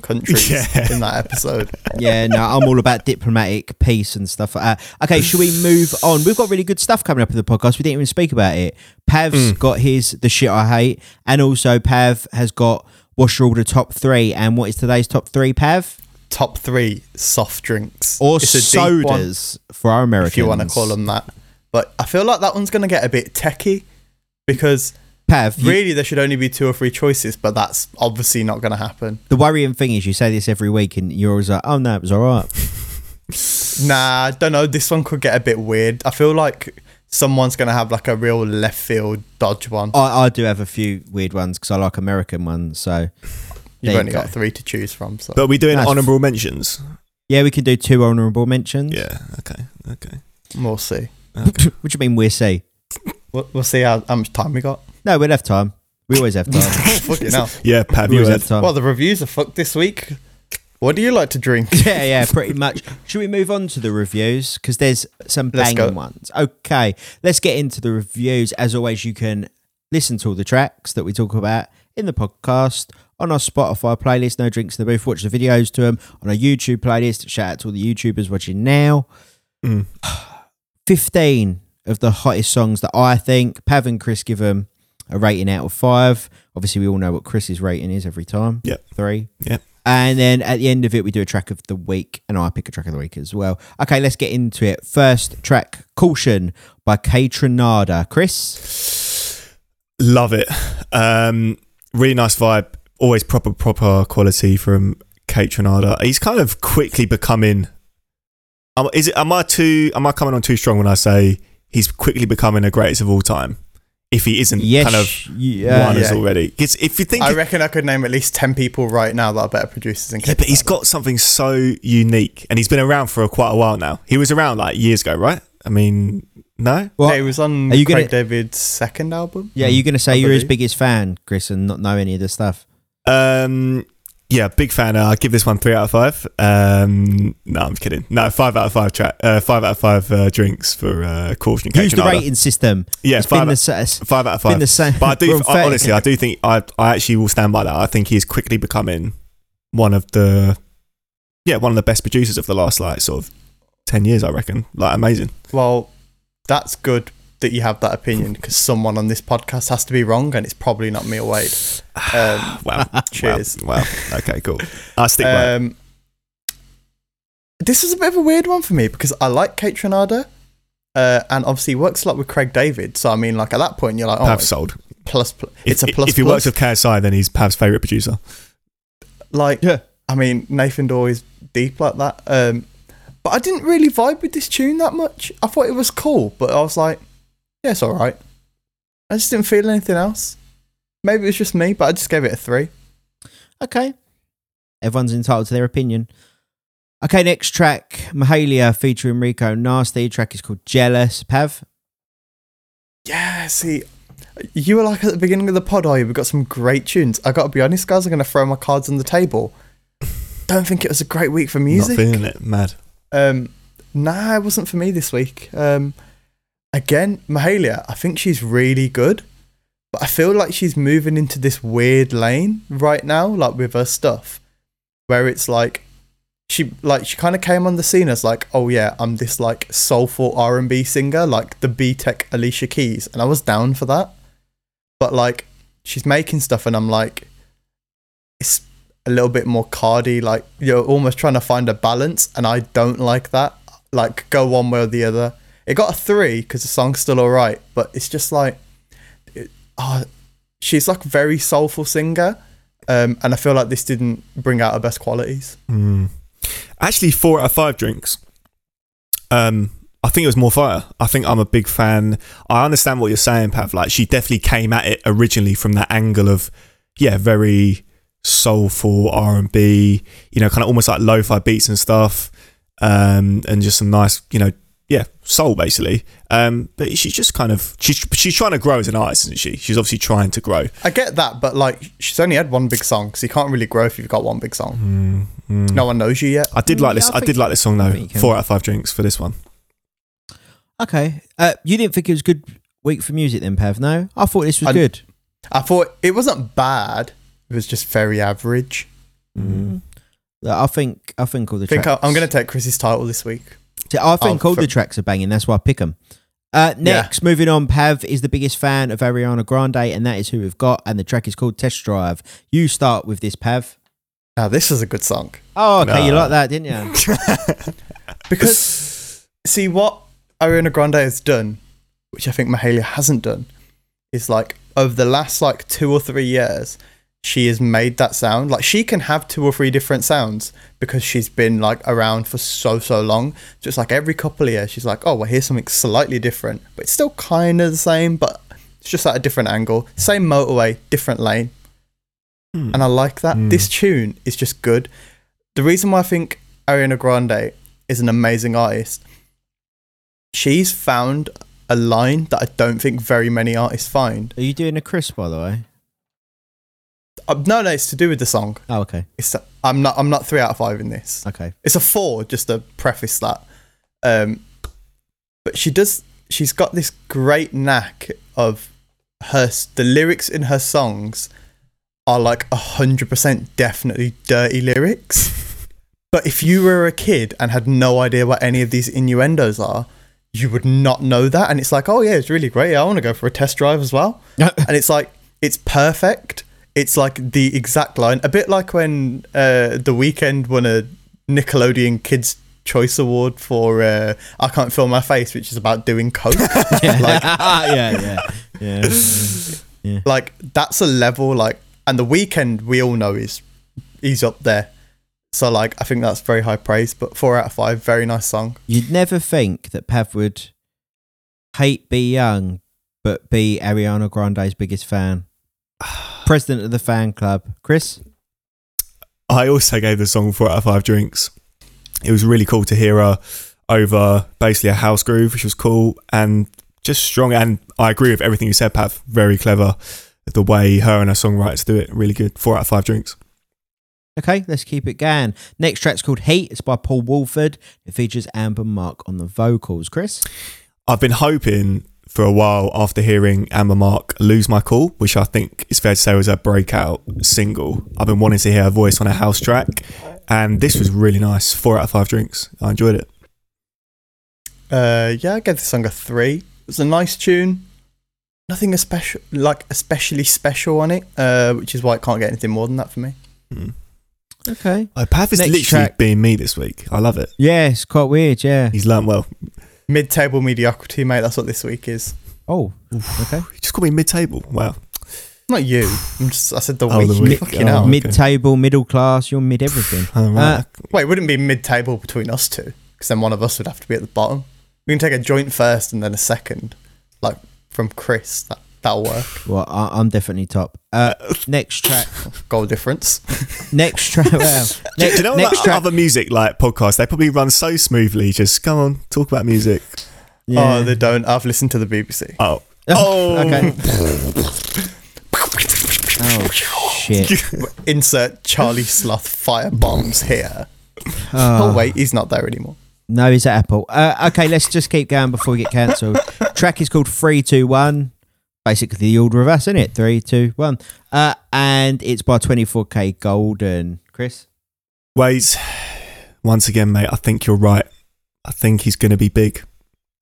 Speaker 3: countries
Speaker 2: Yeah.
Speaker 3: in that episode.
Speaker 1: Yeah, no, I'm all about diplomatic peace and stuff like that. Okay, should we move on? We've got really good stuff coming up in the podcast. We didn't even speak about it. Pav's
Speaker 3: Mm.
Speaker 1: got his The Shit I Hate, and also Pav has got What's Your Order Top 3. And what is today's top 3, Pav?
Speaker 3: Top three soft drinks
Speaker 1: Or
Speaker 3: It's a deep one,
Speaker 1: sodas for our Americans.
Speaker 3: if you want to call them that. But I feel like that one's gonna get a bit techie because
Speaker 1: Pav, you-
Speaker 3: really there should only be two or three choices, but that's obviously not gonna happen.
Speaker 1: the worrying thing is you say this every week and you're always like, oh, no, it was all right.
Speaker 3: Nah, I don't know. This one could get a bit weird. I feel like someone's gonna have like a real left field dodge one.
Speaker 1: I, I do have a few weird ones because I like American ones. So there
Speaker 3: You've
Speaker 1: you
Speaker 3: only
Speaker 1: go.
Speaker 3: got three to choose from. So
Speaker 2: But are we doing
Speaker 1: That's-
Speaker 2: honourable mentions?
Speaker 1: yeah, we can do two honorable mentions.
Speaker 2: Yeah. Okay. Okay.
Speaker 3: we'll see.
Speaker 1: What do you mean we're C?
Speaker 3: We'll, we'll see how, how much time we got.
Speaker 1: No, we'll have time. We always have time.
Speaker 3: Fucking hell.
Speaker 2: Yeah, Pat,
Speaker 1: We
Speaker 2: you
Speaker 1: always
Speaker 2: had
Speaker 1: have time.
Speaker 3: Well, the reviews are fucked this week. What do you like to drink?
Speaker 1: yeah, yeah, pretty much. Should we move on to the reviews? Because there's some
Speaker 3: Let's
Speaker 1: banging
Speaker 3: go.
Speaker 1: ones. Okay, let's get into the reviews. As always, you can listen to all the tracks that we talk about in the podcast, on our Spotify playlist, No Drinks in the Booth, watch the videos to them, on our YouTube playlist. Shout out to all the YouTubers watching now.
Speaker 3: Mm.
Speaker 1: 15 of the hottest songs that I think. Pav and Chris give them a rating out of five. Obviously, we all know what Chris's rating is every time.
Speaker 2: Yep.
Speaker 1: Three.
Speaker 2: Yep.
Speaker 1: And then at the end of it, we do a track of the week, and I pick a track of the week as well. Okay, let's get into it. First track, Caution by K Trinada. Chris?
Speaker 2: Love it. Um, really nice vibe. Always proper, proper quality from Kate Trinada. He's kind of quickly becoming. Um, is it? Am I too? Am I coming on too strong when I say he's quickly becoming the greatest of all time? If he isn't
Speaker 1: Yes.
Speaker 2: kind of
Speaker 1: yeah.
Speaker 2: one
Speaker 3: yeah.
Speaker 2: is already. 'Cause if you think,
Speaker 3: I
Speaker 2: yeah,
Speaker 3: reckon I could name at least 10 people right now that are better producers than
Speaker 2: but he's got something so unique, and he's been around for quite a while now. He was around like years ago, right? I mean, no.
Speaker 1: Well,
Speaker 3: Yeah, he was on
Speaker 1: Are you
Speaker 3: Craig
Speaker 1: gonna-
Speaker 3: David's second album.
Speaker 1: yeah, you're going to say
Speaker 3: I
Speaker 1: you're his
Speaker 3: believe.
Speaker 1: biggest fan, Chris, and not know any of the stuff.
Speaker 2: Um, yeah, big fan. Uh, I give this one three out of five. Um, no, I'm kidding. No, five out of five. Tra- uh, five out of five uh, drinks for uh, caution.
Speaker 1: Use the rating system.
Speaker 2: Yeah,
Speaker 1: It's been
Speaker 2: five,
Speaker 1: the, sa- it's
Speaker 2: five out of
Speaker 1: been
Speaker 2: five.
Speaker 1: the same.
Speaker 2: But I
Speaker 1: We're
Speaker 2: do
Speaker 1: on
Speaker 2: I,
Speaker 1: 30.
Speaker 2: honestly, I do think I, I actually will stand by that. I think he is quickly becoming one of the, yeah, one of the best producers of the last like sort of ten years. I reckon. Like amazing.
Speaker 3: Well, that's good that you have that opinion because someone on this podcast has to be wrong and it's probably not me or Wade. Um,
Speaker 2: Wow.
Speaker 3: cheers.
Speaker 2: Wow. wow. Okay. Cool. I stick by. it.
Speaker 3: Um, this was a bit of a weird one for me because I like Kate Trinada. Uh, and obviously he works a lot with Craig David, so I mean, like at that point, you're like, oh,
Speaker 2: Pav's
Speaker 3: it's
Speaker 2: sold.
Speaker 3: plus, plus.
Speaker 2: If-
Speaker 3: It's a plus.
Speaker 2: If he
Speaker 3: plus.
Speaker 2: works with KSI, then he's Pav's favorite producer.
Speaker 3: like
Speaker 1: Yeah.
Speaker 3: I mean Nathan Dorr is deep like that. Um, but I didn't really vibe with this tune that much. I thought it was cool, but I was like, yeah, it's all right. I just didn't feel anything else. Maybe it was just me, but I just gave it a three.
Speaker 1: Okay. Everyone's entitled to their opinion. Okay, next track, Mahalia featuring Rico Nasty. Track is called Jealous. Pav?
Speaker 3: Yeah, see, you were like at the beginning of the pod, are you? We've got some great tunes. I got to be honest, guys, I'm going to throw my cards on the table. Don't think it was a great week for music.
Speaker 2: Not feeling it. Mad.
Speaker 3: Um, Nah, it wasn't for me this week. Um, again, Mahalia, I think she's really good, but I feel like she's moving into this weird lane right now, like with her stuff, where it's like she like she kind of came on the scene as like, oh yeah, I'm this like soulful R and B singer, like the B Tech Alicia Keys, and I was down for that, but like she's making stuff, and I'm like, it's a little bit more cardy, like you're almost trying to find a balance, and I don't like that. Like go one way or the other. It got a three because the song's still alright, but it's just like, it, oh, she's like a very soulful singer, um, and I feel like this didn't bring out her best qualities.
Speaker 2: Mm. Actually, four out of five drinks. Um, I think it was more fire. I think I'm a big fan. I understand what you're saying, Pav. Like she definitely came at it originally from that angle of, yeah, very soulful R and B. You know, kind of almost like lo-fi beats and stuff, um, and just some nice, you know, yeah, soul basically. Um, but she's just kind of she's she's trying to grow as an artist, isn't she? She's obviously trying to grow.
Speaker 3: I get that, but like she's only had one big song, so you can't really grow if you've got one big song. No one knows you yet.
Speaker 2: I did
Speaker 1: Mm,
Speaker 2: like
Speaker 1: yeah,
Speaker 2: this.
Speaker 1: I
Speaker 2: I
Speaker 1: think-
Speaker 2: did like this song though.
Speaker 1: I think you can.
Speaker 2: Four out of five drinks for this one.
Speaker 1: Okay. Uh, you didn't think it was a good week for music then, Pav? No? I thought this was
Speaker 3: I-
Speaker 1: good.
Speaker 3: I thought it wasn't bad; it was just very average.
Speaker 1: Uh, I think I think all the
Speaker 3: I Mm. think
Speaker 1: tracks.
Speaker 3: I, I'm going to take Chris's title this week.
Speaker 1: See, I think
Speaker 3: Oh,
Speaker 1: all the
Speaker 3: for-
Speaker 1: tracks are banging. That's why I pick them. Uh, next, moving on, Pav is the biggest fan of Ariana Grande, and that is who we've got. And the track is called Test Drive. You start with this, Pav.
Speaker 3: Now this is a good song.
Speaker 1: Oh, okay. You
Speaker 2: Nah.
Speaker 1: like that, didn't you?
Speaker 3: Because see what Ariana Grande has done, which I think Mahalia hasn't done, is like over the last like two or three years, she has made that sound. Like she can have two or three different sounds because she's been like around for so so long. Just like every couple of years, she's like, oh well, here's something slightly different, but it's still kind of the same, but it's just at a different angle, same motorway, different lane, and I like that. This tune is just good. The reason why I think Ariana Grande is an amazing artist, she's found a line that I don't think very many artists find.
Speaker 1: Are you doing a Chris, by the way?
Speaker 3: Uh, no, no, it's to do with the song.
Speaker 1: Oh, okay.
Speaker 3: It's I'm not I'm not three out of five in this.
Speaker 1: Okay.
Speaker 3: It's a four, just to preface that. Um, but she does. She's got this great knack of her. s- The lyrics in her songs are like hundred percent definitely dirty lyrics. but if you were a kid and had no idea what any of these innuendos are, you would not know that. And it's like, oh yeah, it's really great. I want to go for a test drive as well and it's like it's perfect. It's like the exact line, a bit like when uh, the weekend won a Nickelodeon Kids Choice Award for uh, "I Can't Feel My Face," which is about doing coke. like,
Speaker 1: yeah, yeah, yeah.
Speaker 3: like that's a level like, and the weekend we all know is he's up there. So like, I think that's very high praise. But four out of five, very nice song.
Speaker 1: You'd never think that Pav would hate Be Young, but be Ariana Grande's biggest fan. President of the fan club, Chris.
Speaker 2: I also gave the song four out of five drinks. It was really cool to hear her over basically a house groove, which was cool and just strong. And I agree with everything you said, Pat. Very clever. The way her and her songwriters do it, really good. Four out of five drinks.
Speaker 1: Okay, let's keep it going. Next track's called Heat. It's by Paul Walford. It features Amber Mark on the vocals. Chris.
Speaker 2: I've been hoping for a while after hearing Amber Mark lose my call, which I think is fair to say was her breakout single. I've been wanting to hear her voice on a house track, and this was really nice. Four out of five drinks. I enjoyed it.
Speaker 3: Uh, yeah, I gave this song a three. It was a nice tune. Nothing especially like especially special on it, uh, which is why it can't get anything more than that for me.
Speaker 1: Okay.
Speaker 2: Oh, Pav Mm. is
Speaker 1: Next
Speaker 2: literally
Speaker 1: track.
Speaker 2: being me this week. I love it.
Speaker 1: Yeah, it's quite weird. Yeah.
Speaker 2: He's learnt well.
Speaker 3: Mid-table mediocrity, mate. That's what this week is.
Speaker 1: Oh. Okay.
Speaker 2: You just call me mid table. Wow.
Speaker 3: Not you. I'm just. I said the
Speaker 2: Oh,
Speaker 3: week.
Speaker 2: the week.
Speaker 3: Fucking
Speaker 2: Oh.
Speaker 3: hell.
Speaker 1: Mid table, middle class. You're Uh, mid everything.
Speaker 2: Oh, right.
Speaker 3: Wait, it wouldn't be mid-table between us two, because then one of us would have to be at the bottom. We can take a joint first and then a second, like from Chris. That that'll work.
Speaker 1: Well, I- I'm definitely top. Uh, next track.
Speaker 3: Goal difference.
Speaker 1: Next track. Well,
Speaker 2: Do,
Speaker 1: next,
Speaker 2: do you know what,
Speaker 1: next
Speaker 2: like,
Speaker 1: track.
Speaker 2: other music like podcasts? They probably run so smoothly. Just come on, talk about music.
Speaker 1: Yeah.
Speaker 3: Oh, they don't. I've listened to the BBC.
Speaker 2: Oh, oh,
Speaker 1: okay. oh shit.
Speaker 3: Insert Charlie Sloth fire bombs here.
Speaker 1: Oh,
Speaker 2: Oh,
Speaker 1: Ah.
Speaker 3: Oh wait, he's not there anymore.
Speaker 1: No, he's at Apple. Uh, okay, let's just keep going before we get cancelled. Track is called Three, Two, One. Basically, the order of us, isn't it? Three, two, one. Uh, and it's by 24K Golden. Chris?
Speaker 2: Wait, once again, mate, I think you're right. I think he's going to be big.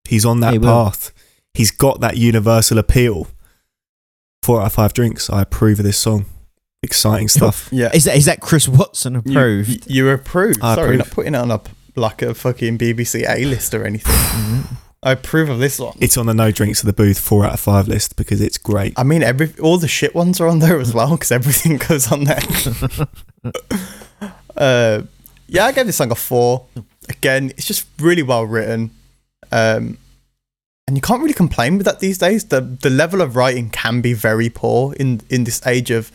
Speaker 2: He's on that
Speaker 1: He will.
Speaker 2: path. He's got that universal appeal. Four out of five drinks. I approve of this song. Exciting stuff.
Speaker 3: Yeah.
Speaker 1: Is that, is that Chris Watson
Speaker 3: You-
Speaker 1: approved?
Speaker 3: You, you approve.
Speaker 2: I
Speaker 3: Sorry,
Speaker 2: approve.
Speaker 3: not putting it on a p- like a fucking BBC A list or anything. I approve of this one.
Speaker 2: It's on the no drinks of the booth four out of five list because it's great.
Speaker 3: I mean, every all the shit ones are on there as well because everything goes on there. uh, yeah, I gave this song a four. Again, it's just really well written, um, and you can't really complain with that these days. the The level of writing can be very poor in in this age of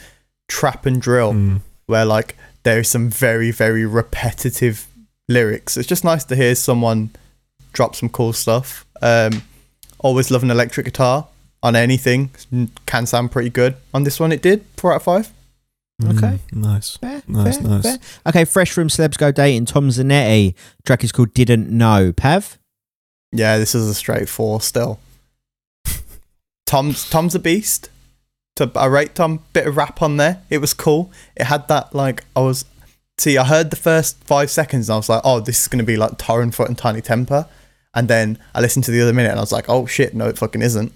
Speaker 3: trap and drill,
Speaker 2: Mm,
Speaker 3: where like there is some very very repetitive lyrics. It's just nice to hear someone drop some cool stuff. Um, always love an electric guitar on anything. Can sound pretty good. On this one, it did. Four out of five.
Speaker 1: okay.
Speaker 2: mm, Nice.
Speaker 1: Fair,
Speaker 2: Nice,
Speaker 1: fair,
Speaker 2: nice.
Speaker 1: fair. Okay, Fresh from Celebs Go Dating, Tom Zanetti. Track is called Didn't Know. Pav?
Speaker 3: Yeah, this is a straight four still. Tom's Tom's a beast. To I rate Tom bit of rap on there. It was cool. It had that like I was see I heard the first five seconds and I was like, oh, this is gonna be like Torrent Foot and Tiny Temper, and then I listened to the other minute and I was like, oh shit, no, it fucking isn't.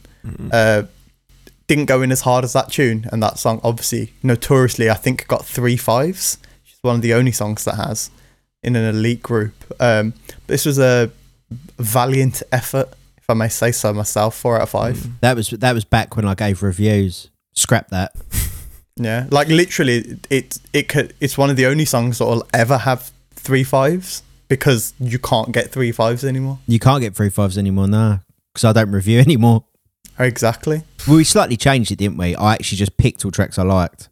Speaker 3: Uh, didn't go in as hard as that tune and that song obviously notoriously I think got three fives. She's one of the only songs that has in an elite group. Um, this was a valiant effort, if I may say so myself. Four out of five.
Speaker 1: That was that was back when I gave reviews. Scrap that.
Speaker 3: Yeah, like literally, it it could, it's one of the only songs that will ever have three fives because you can't get three fives anymore.
Speaker 1: You can't get three fives anymore now because I don't review anymore.
Speaker 3: Exactly.
Speaker 1: Well, we slightly changed it, didn't we? I actually just picked all tracks I liked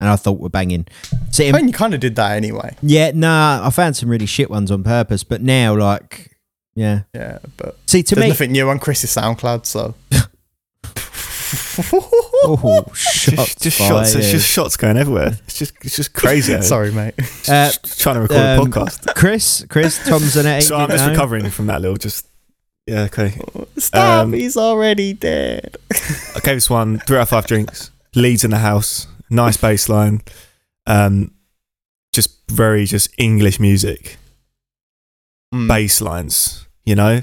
Speaker 1: and I thought were banging. So
Speaker 3: I
Speaker 1: in-
Speaker 3: mean, you kind of did that anyway.
Speaker 1: yeah, nah, I found some really shit ones on purpose, but now like, yeah.
Speaker 3: Yeah, but
Speaker 1: See, to
Speaker 3: there's
Speaker 1: me,
Speaker 3: nothing new on Chris's SoundCloud, so.
Speaker 1: oh, shots
Speaker 2: Just, just shots. It's
Speaker 1: fired.
Speaker 2: just shots going everywhere. It's just, it's just crazy.
Speaker 3: Sorry, mate.
Speaker 1: Uh,
Speaker 2: Just trying to record
Speaker 1: um,
Speaker 2: a podcast.
Speaker 1: Chris, Chris, Tom Zanetti.
Speaker 2: So I'm
Speaker 1: didn't
Speaker 2: just
Speaker 1: know.
Speaker 2: recovering from that little. Just yeah. Okay.
Speaker 3: Stop!
Speaker 2: Um,
Speaker 3: he's already dead.
Speaker 2: I gave this one three out of five drinks. Leads in the house. Nice bass line. Um, just very just English music.
Speaker 3: Mm.
Speaker 2: Bass lines, you know?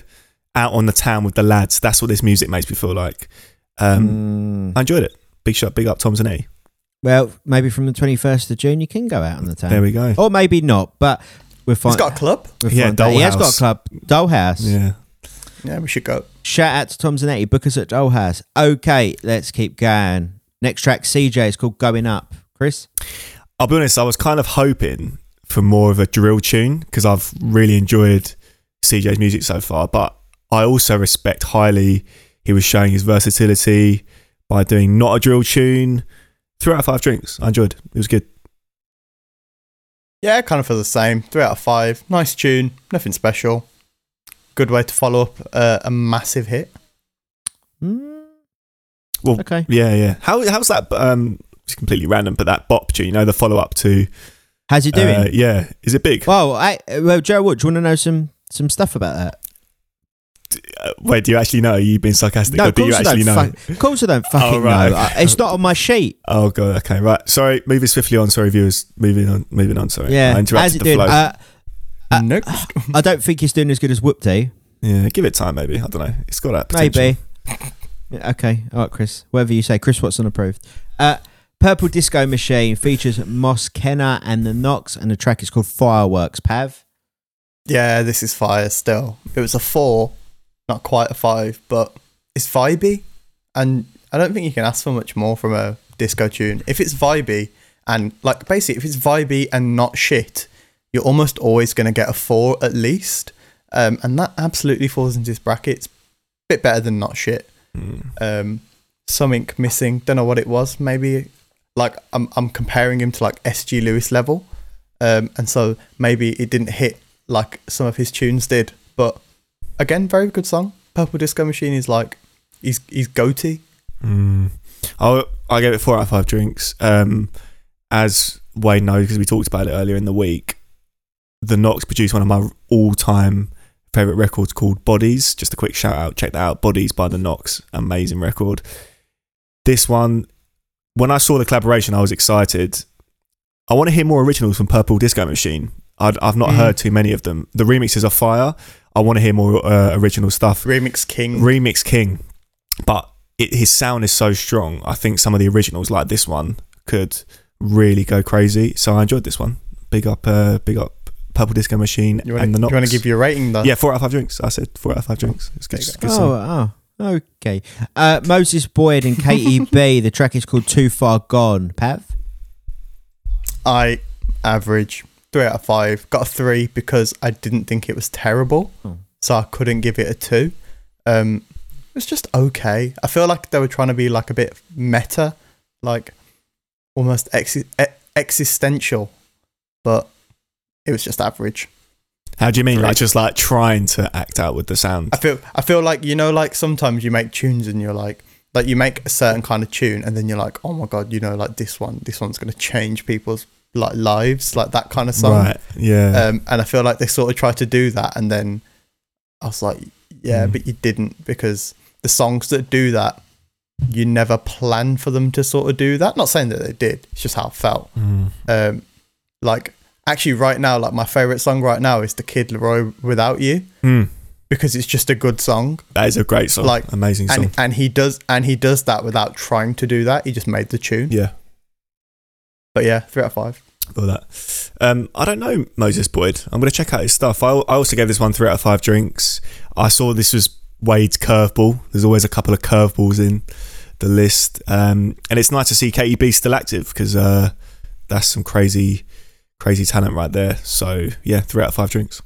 Speaker 2: Out on the town with the lads. That's what this music makes me feel like. Um,
Speaker 1: Mm.
Speaker 2: I enjoyed it. Big shot, big up Tom's and E.
Speaker 1: Well, maybe from the 21st of June, you can go out on the town.
Speaker 2: There we go.
Speaker 1: or maybe not, but we're fine.
Speaker 3: He's got a club.
Speaker 1: we'll
Speaker 2: Yeah,
Speaker 1: find out. He has got a
Speaker 2: Dollhouse.
Speaker 1: club. Dollhouse.
Speaker 2: Yeah.
Speaker 3: Yeah, we should go.
Speaker 1: Shout out to Tom Zanetti. Book us at Dollhouse. Okay, let's keep going. Next track, CJ, is called Going Up. Chris?
Speaker 2: I'll be honest, I was kind of hoping for more of a drill tune because I've really enjoyed CJ's music so far, but I also respect highly he was showing his versatility by doing not a drill tune. Three out of five drinks. I enjoyed. It was good.
Speaker 3: Yeah, I kind of feel the same. Three out of five. Nice tune. Nothing special. Good way to follow up uh, a massive hit.
Speaker 1: Mm,
Speaker 2: Well,
Speaker 1: okay.
Speaker 2: yeah, yeah. How how's that? Um, it's completely random, but that bop tune, you know, the follow up to
Speaker 1: How's he doing?
Speaker 2: uh, yeah, is it big?
Speaker 1: well, I, well, Joe Wood, do you want to know some, some stuff about that?
Speaker 2: Uh, Wait, do you actually know? You've been sarcastic. or do you
Speaker 1: I
Speaker 2: actually
Speaker 1: don't
Speaker 2: know? Oh,
Speaker 1: fuck- of course I don't fucking
Speaker 2: right,
Speaker 1: know. I- it's not on my sheet.
Speaker 2: Oh god. Okay. Right. Sorry. Moving swiftly on. Sorry, viewers. Moving on. Moving on. Sorry.
Speaker 1: Yeah.
Speaker 2: I
Speaker 1: How's
Speaker 2: interrupted
Speaker 1: it
Speaker 2: the
Speaker 1: doing?
Speaker 2: flow.
Speaker 1: Uh, Uh,
Speaker 3: Nope.
Speaker 1: I don't think he's doing as good as Whoopty.
Speaker 2: Yeah, give it time, maybe. I don't know. It's got that potential.
Speaker 1: Maybe. Yeah, okay. All right, Chris. Whatever you say. Chris Watson approved. Uh, Purple Disco Machine features Moss Kenna and the Knox, and the track is called Fireworks. Pav.
Speaker 3: Yeah, this is fire still. It was a four, not quite a five, but it's vibey. And I don't think you can ask for much more from a disco tune. If it's vibey and like basically if it's vibey and not shit, you're almost always gonna get a four at least. Um, and that absolutely falls into this bracket. It's a bit better than not shit. Um, something missing. Don't know what it was. Maybe like I'm I'm comparing him to like SG Lewis level. Um, and so maybe it didn't hit like some of his tunes did. But again, very good song. Purple Disco Machine is like he's he's goatee.
Speaker 2: Mm. I I gave it four out of five drinks. Um, as Wayne knows, because we talked about it earlier in the week, the Knox produced one of my all-time favorite record's called Bodies. Just a quick shout out. Check that out. Bodies by the Knox. Amazing record. This one, when I saw the collaboration, I was excited. I want to hear more originals from Purple Disco Machine. I'd, I've not
Speaker 3: Mm.
Speaker 2: heard too many of them. The remixes are fire. I want to hear more uh, original stuff.
Speaker 3: Remix King.
Speaker 2: Remix King, but it, his sound is so strong. I think some of the originals like this one could really go crazy. So I enjoyed this one. Big up, uh, big up, Purple Disco Machine
Speaker 3: you wanna,
Speaker 2: and the
Speaker 3: do
Speaker 2: Knox.
Speaker 3: you want to give your rating though?
Speaker 2: yeah, four out of five drinks. I said four out of five drinks. It's good.
Speaker 3: There you
Speaker 2: good song.
Speaker 1: oh, oh, okay. Uh, Moses Boyd and Katie B. The track is called Too Far Gone. Pav?
Speaker 3: I average three out of five. Got a three because I didn't think it was terrible,
Speaker 1: Oh.
Speaker 3: so I couldn't give it a two. Um, it was just okay. I feel like they were trying to be like a bit meta, like almost exi- e- existential, but it was just average.
Speaker 2: How do you mean?
Speaker 3: Three.
Speaker 2: Like just like trying to act out with the sound.
Speaker 3: I feel I feel like you know, like sometimes you make tunes and you're like, like you make a certain kind of tune and then you're like, oh my god, you know, like this one, this one's gonna change people's like lives, like that kind of song.
Speaker 2: Right. Yeah.
Speaker 3: Um, and I feel like they sort of tried to do that, and then I was like, yeah,
Speaker 2: Mm.
Speaker 3: but you didn't because the songs that do that, you never plan for them to sort of do that. Not saying that they did, it's just how it felt.
Speaker 2: Mm.
Speaker 3: Um, like actually, right now, like my favorite song right now is the Kid Leroy without you
Speaker 2: Mm.
Speaker 3: because it's just a good song,
Speaker 2: That is a great song.
Speaker 3: Like,
Speaker 2: Like amazing song.
Speaker 3: and and he does and he does that without trying to do that. He just made the tune.
Speaker 2: yeah.
Speaker 3: But yeah, three out of five.
Speaker 2: All that. Um, I don't know Moses Boyd. I'm going to check out his stuff. I, I also gave this one three out of five drinks. I saw this was Wade's curveball. There's always a couple of curveballs in the list. Um, and it's nice to see Katie B still active because uh, that's some crazy, crazy talent right there. So, yeah, three out of five drinks.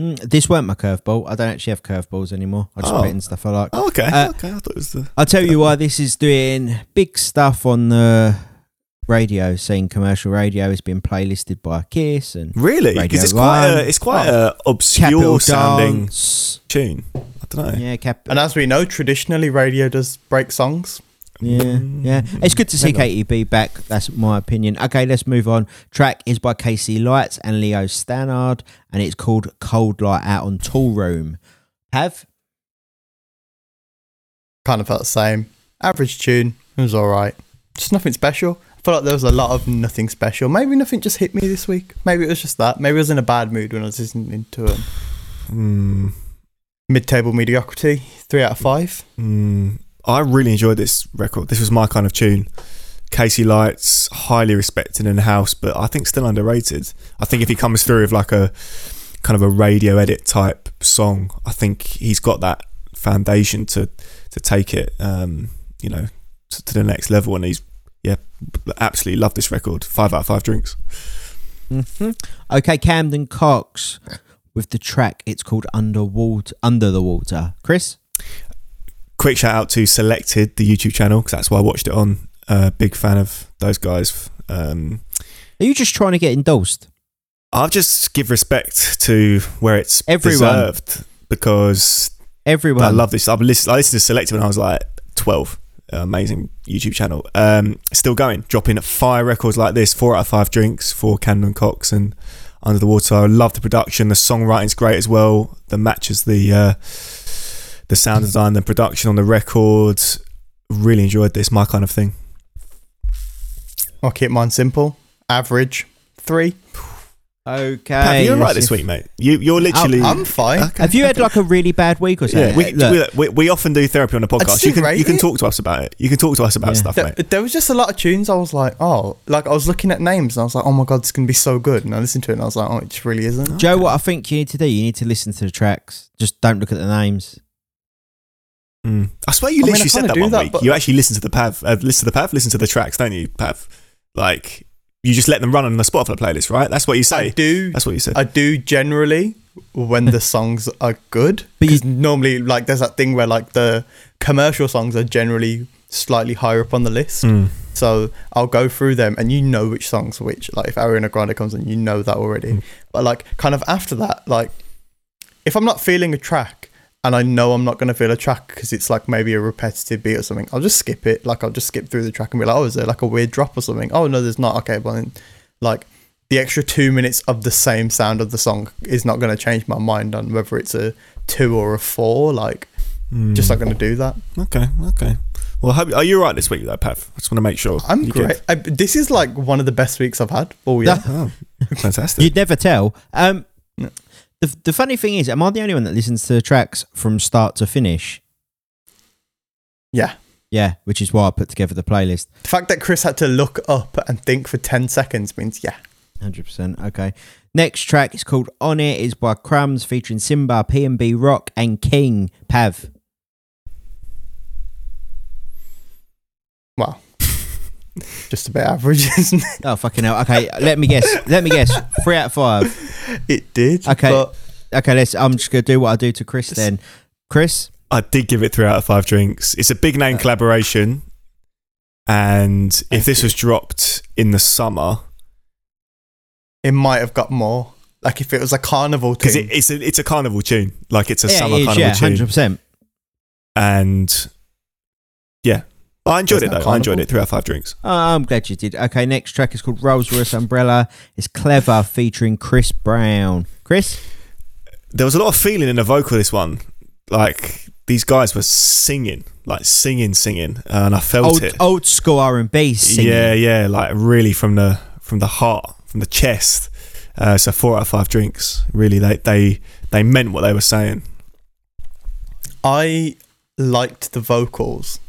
Speaker 1: Mm, this weren't my curveball. I don't actually have curveballs anymore. I just
Speaker 2: Oh.
Speaker 1: put in stuff I like.
Speaker 2: Oh, okay.
Speaker 1: Uh,
Speaker 2: okay. I thought it was the.
Speaker 1: I'll tell you why this is doing big stuff on the radio scene. Commercial radio has been playlisted by Kiss and
Speaker 2: Really?
Speaker 1: Radio
Speaker 2: Because it's quite,
Speaker 1: One. Oh.
Speaker 2: a, it's quite a
Speaker 1: Capital
Speaker 2: obscure sounding
Speaker 1: Dance.
Speaker 2: tune. I don't know.
Speaker 1: Yeah, cap-
Speaker 3: And as we know, traditionally radio does break songs.
Speaker 1: yeah, yeah.
Speaker 2: Mm.
Speaker 1: It's good to see
Speaker 2: Hang on.
Speaker 1: Katie B back. That's my opinion. Okay, let's move on. Track is by Casey Lights and Leo Stannard, and it's called "Cold Light" out on Tool Room. Have
Speaker 3: kind of felt the same. Average tune. It was all right. Just nothing special. I feel like there was a lot of nothing special. Maybe nothing just hit me this week. Maybe it was just that. Maybe I was in a bad mood when I was listening to um,
Speaker 2: Hmm.
Speaker 3: mid-table mediocrity. Three out of five.
Speaker 2: Mm, I really enjoyed this record. This was my kind of tune. Casey Lights, highly respected in the house, but I think still underrated. I think if he comes through with like a kind of a radio edit type song, I think he's got that foundation to to take it, um, you know, to, to the next level. And he's yeah, absolutely love this record. Five out of five drinks.
Speaker 1: hmm Okay, Camden Cox with the track. It's called Underwater. Under the water. Chris.
Speaker 2: quick shout out to Selected, the YouTube channel, because that's why I watched it on. Uh, big fan of those guys. Um,
Speaker 1: Are you just trying to get endorsed?
Speaker 2: I'll just give respect to where it's
Speaker 1: Everyone.
Speaker 2: deserved because
Speaker 1: Everyone.
Speaker 2: I love this. I've listened, I listened to Selective when I was like 12. Uh, amazing YouTube channel. Um, still going, dropping fire records like this. Four out of five drinks for Camden Cox and Under the Water. I love the production. The songwriting's great as well. The matches the uh, the sound design, the production on the records. Really enjoyed this. My kind of thing.
Speaker 3: I'll keep mine simple. Average. Three.
Speaker 1: Okay.
Speaker 2: Pat, you're right
Speaker 1: yes,
Speaker 2: this
Speaker 1: if-
Speaker 2: week, mate. You, you're literally.
Speaker 3: I'm fine.
Speaker 2: Okay.
Speaker 1: Have you had like a really bad week or something?
Speaker 2: Yeah, we,
Speaker 1: Look,
Speaker 2: we, we, we often do therapy on the podcast.
Speaker 3: still
Speaker 2: You can,
Speaker 3: rate
Speaker 2: you can
Speaker 3: it.
Speaker 2: talk to us about it. You can talk to us about
Speaker 1: Yeah.
Speaker 2: stuff,
Speaker 3: There,
Speaker 2: mate.
Speaker 3: there was just a lot of tunes I was like, oh, like I was looking at names and I was like, oh my god, it's gonna be so good. And I listened to it and I was like, oh, it just really isn't.
Speaker 1: Joe, what I think you need to do, you need to listen to the tracks. Just don't look at the names.
Speaker 2: Mm. I swear you
Speaker 3: I mean, I
Speaker 2: literally said
Speaker 3: kinda
Speaker 2: that
Speaker 3: do
Speaker 2: one
Speaker 3: that,
Speaker 2: week.
Speaker 3: but-
Speaker 2: You actually listen to the pav, uh, listen to the pav, listen to the tracks, don't you, pav? Like you just let them run on the Spotify playlist, right? That's what you
Speaker 3: I
Speaker 2: say.
Speaker 3: do
Speaker 2: That's what you said.
Speaker 3: I do generally when the songs are good.
Speaker 1: But you-
Speaker 3: Because normally, like, there's that thing where like the commercial songs are generally slightly higher up on the list.
Speaker 2: Mm.
Speaker 3: So I'll go through them, and you know which songs are which. Like, if Ariana Grande comes in, you know that already.
Speaker 2: Mm.
Speaker 3: But like, kind of after that, like, if I'm not feeling a track. And I know I'm not going to feel a track because it's like maybe a repetitive beat or something. I'll just skip it. Like I'll just skip through the track and be like, oh, is there like a weird drop or something? Oh no, there's not. Okay, well, then, like the extra two minutes of the same sound of the song is not going to change my mind on whether it's a two or a four. Like,
Speaker 2: Mm.
Speaker 3: just not going to do that.
Speaker 2: Hmm. Okay, okay. Well, how, are you all right this week though, Pav? I just want to make sure.
Speaker 3: I'm
Speaker 2: You good?
Speaker 3: great. I, this is like one of the best weeks I've had all year.
Speaker 2: Oh, fantastic.
Speaker 1: You'd never tell. Um,
Speaker 3: No.
Speaker 1: the, the funny thing is, am I the only one that listens to the tracks from start to finish?
Speaker 3: yeah.
Speaker 1: Yeah, which is why I put together the playlist.
Speaker 3: The fact that Chris had to look up and think for 10 seconds means, yeah.
Speaker 1: 100%. Okay. Next track is called On It. It's by Crumbs featuring Simba, P&B Rock, and King Pav.
Speaker 3: Wow. Just a bit average, isn't it?
Speaker 1: Oh, fucking hell. Okay, let me guess. Let me guess. Three out of five.
Speaker 3: It did.
Speaker 1: Okay.
Speaker 3: But
Speaker 1: Okay, let's. I'm just going to do what I do to Chris then. Chris?
Speaker 2: I did give it three out of five drinks. It's a big
Speaker 3: Uh.
Speaker 2: name collaboration, and if this was dropped in the summer,
Speaker 3: it might have got more. Like if it was a carnival
Speaker 2: because
Speaker 3: thing.
Speaker 2: it, it's a it's a carnival tune, like it's a
Speaker 1: yeah,
Speaker 2: summer
Speaker 1: it is,
Speaker 2: carnival
Speaker 1: yeah,
Speaker 2: tune,
Speaker 1: 100%.
Speaker 2: and yeah, I enjoyed
Speaker 3: That's
Speaker 2: it though.
Speaker 3: not
Speaker 2: I enjoyed
Speaker 3: carnival.
Speaker 2: it. Three out of five drinks.
Speaker 1: Oh, I'm glad you did. Okay, next track is called Rolls Royce Umbrella. It's Clever featuring Chris Brown. Chris?
Speaker 2: There was a lot of feeling in the vocal this one. Like these guys were singing, like singing, singing, and I felt
Speaker 1: Old,
Speaker 2: it.
Speaker 1: old school R&B Oh, singing.
Speaker 2: Yeah, yeah, like really from the from the heart, from the chest. Uh, so four out of five drinks. Really, they they they meant what they were saying.
Speaker 3: I liked the vocals,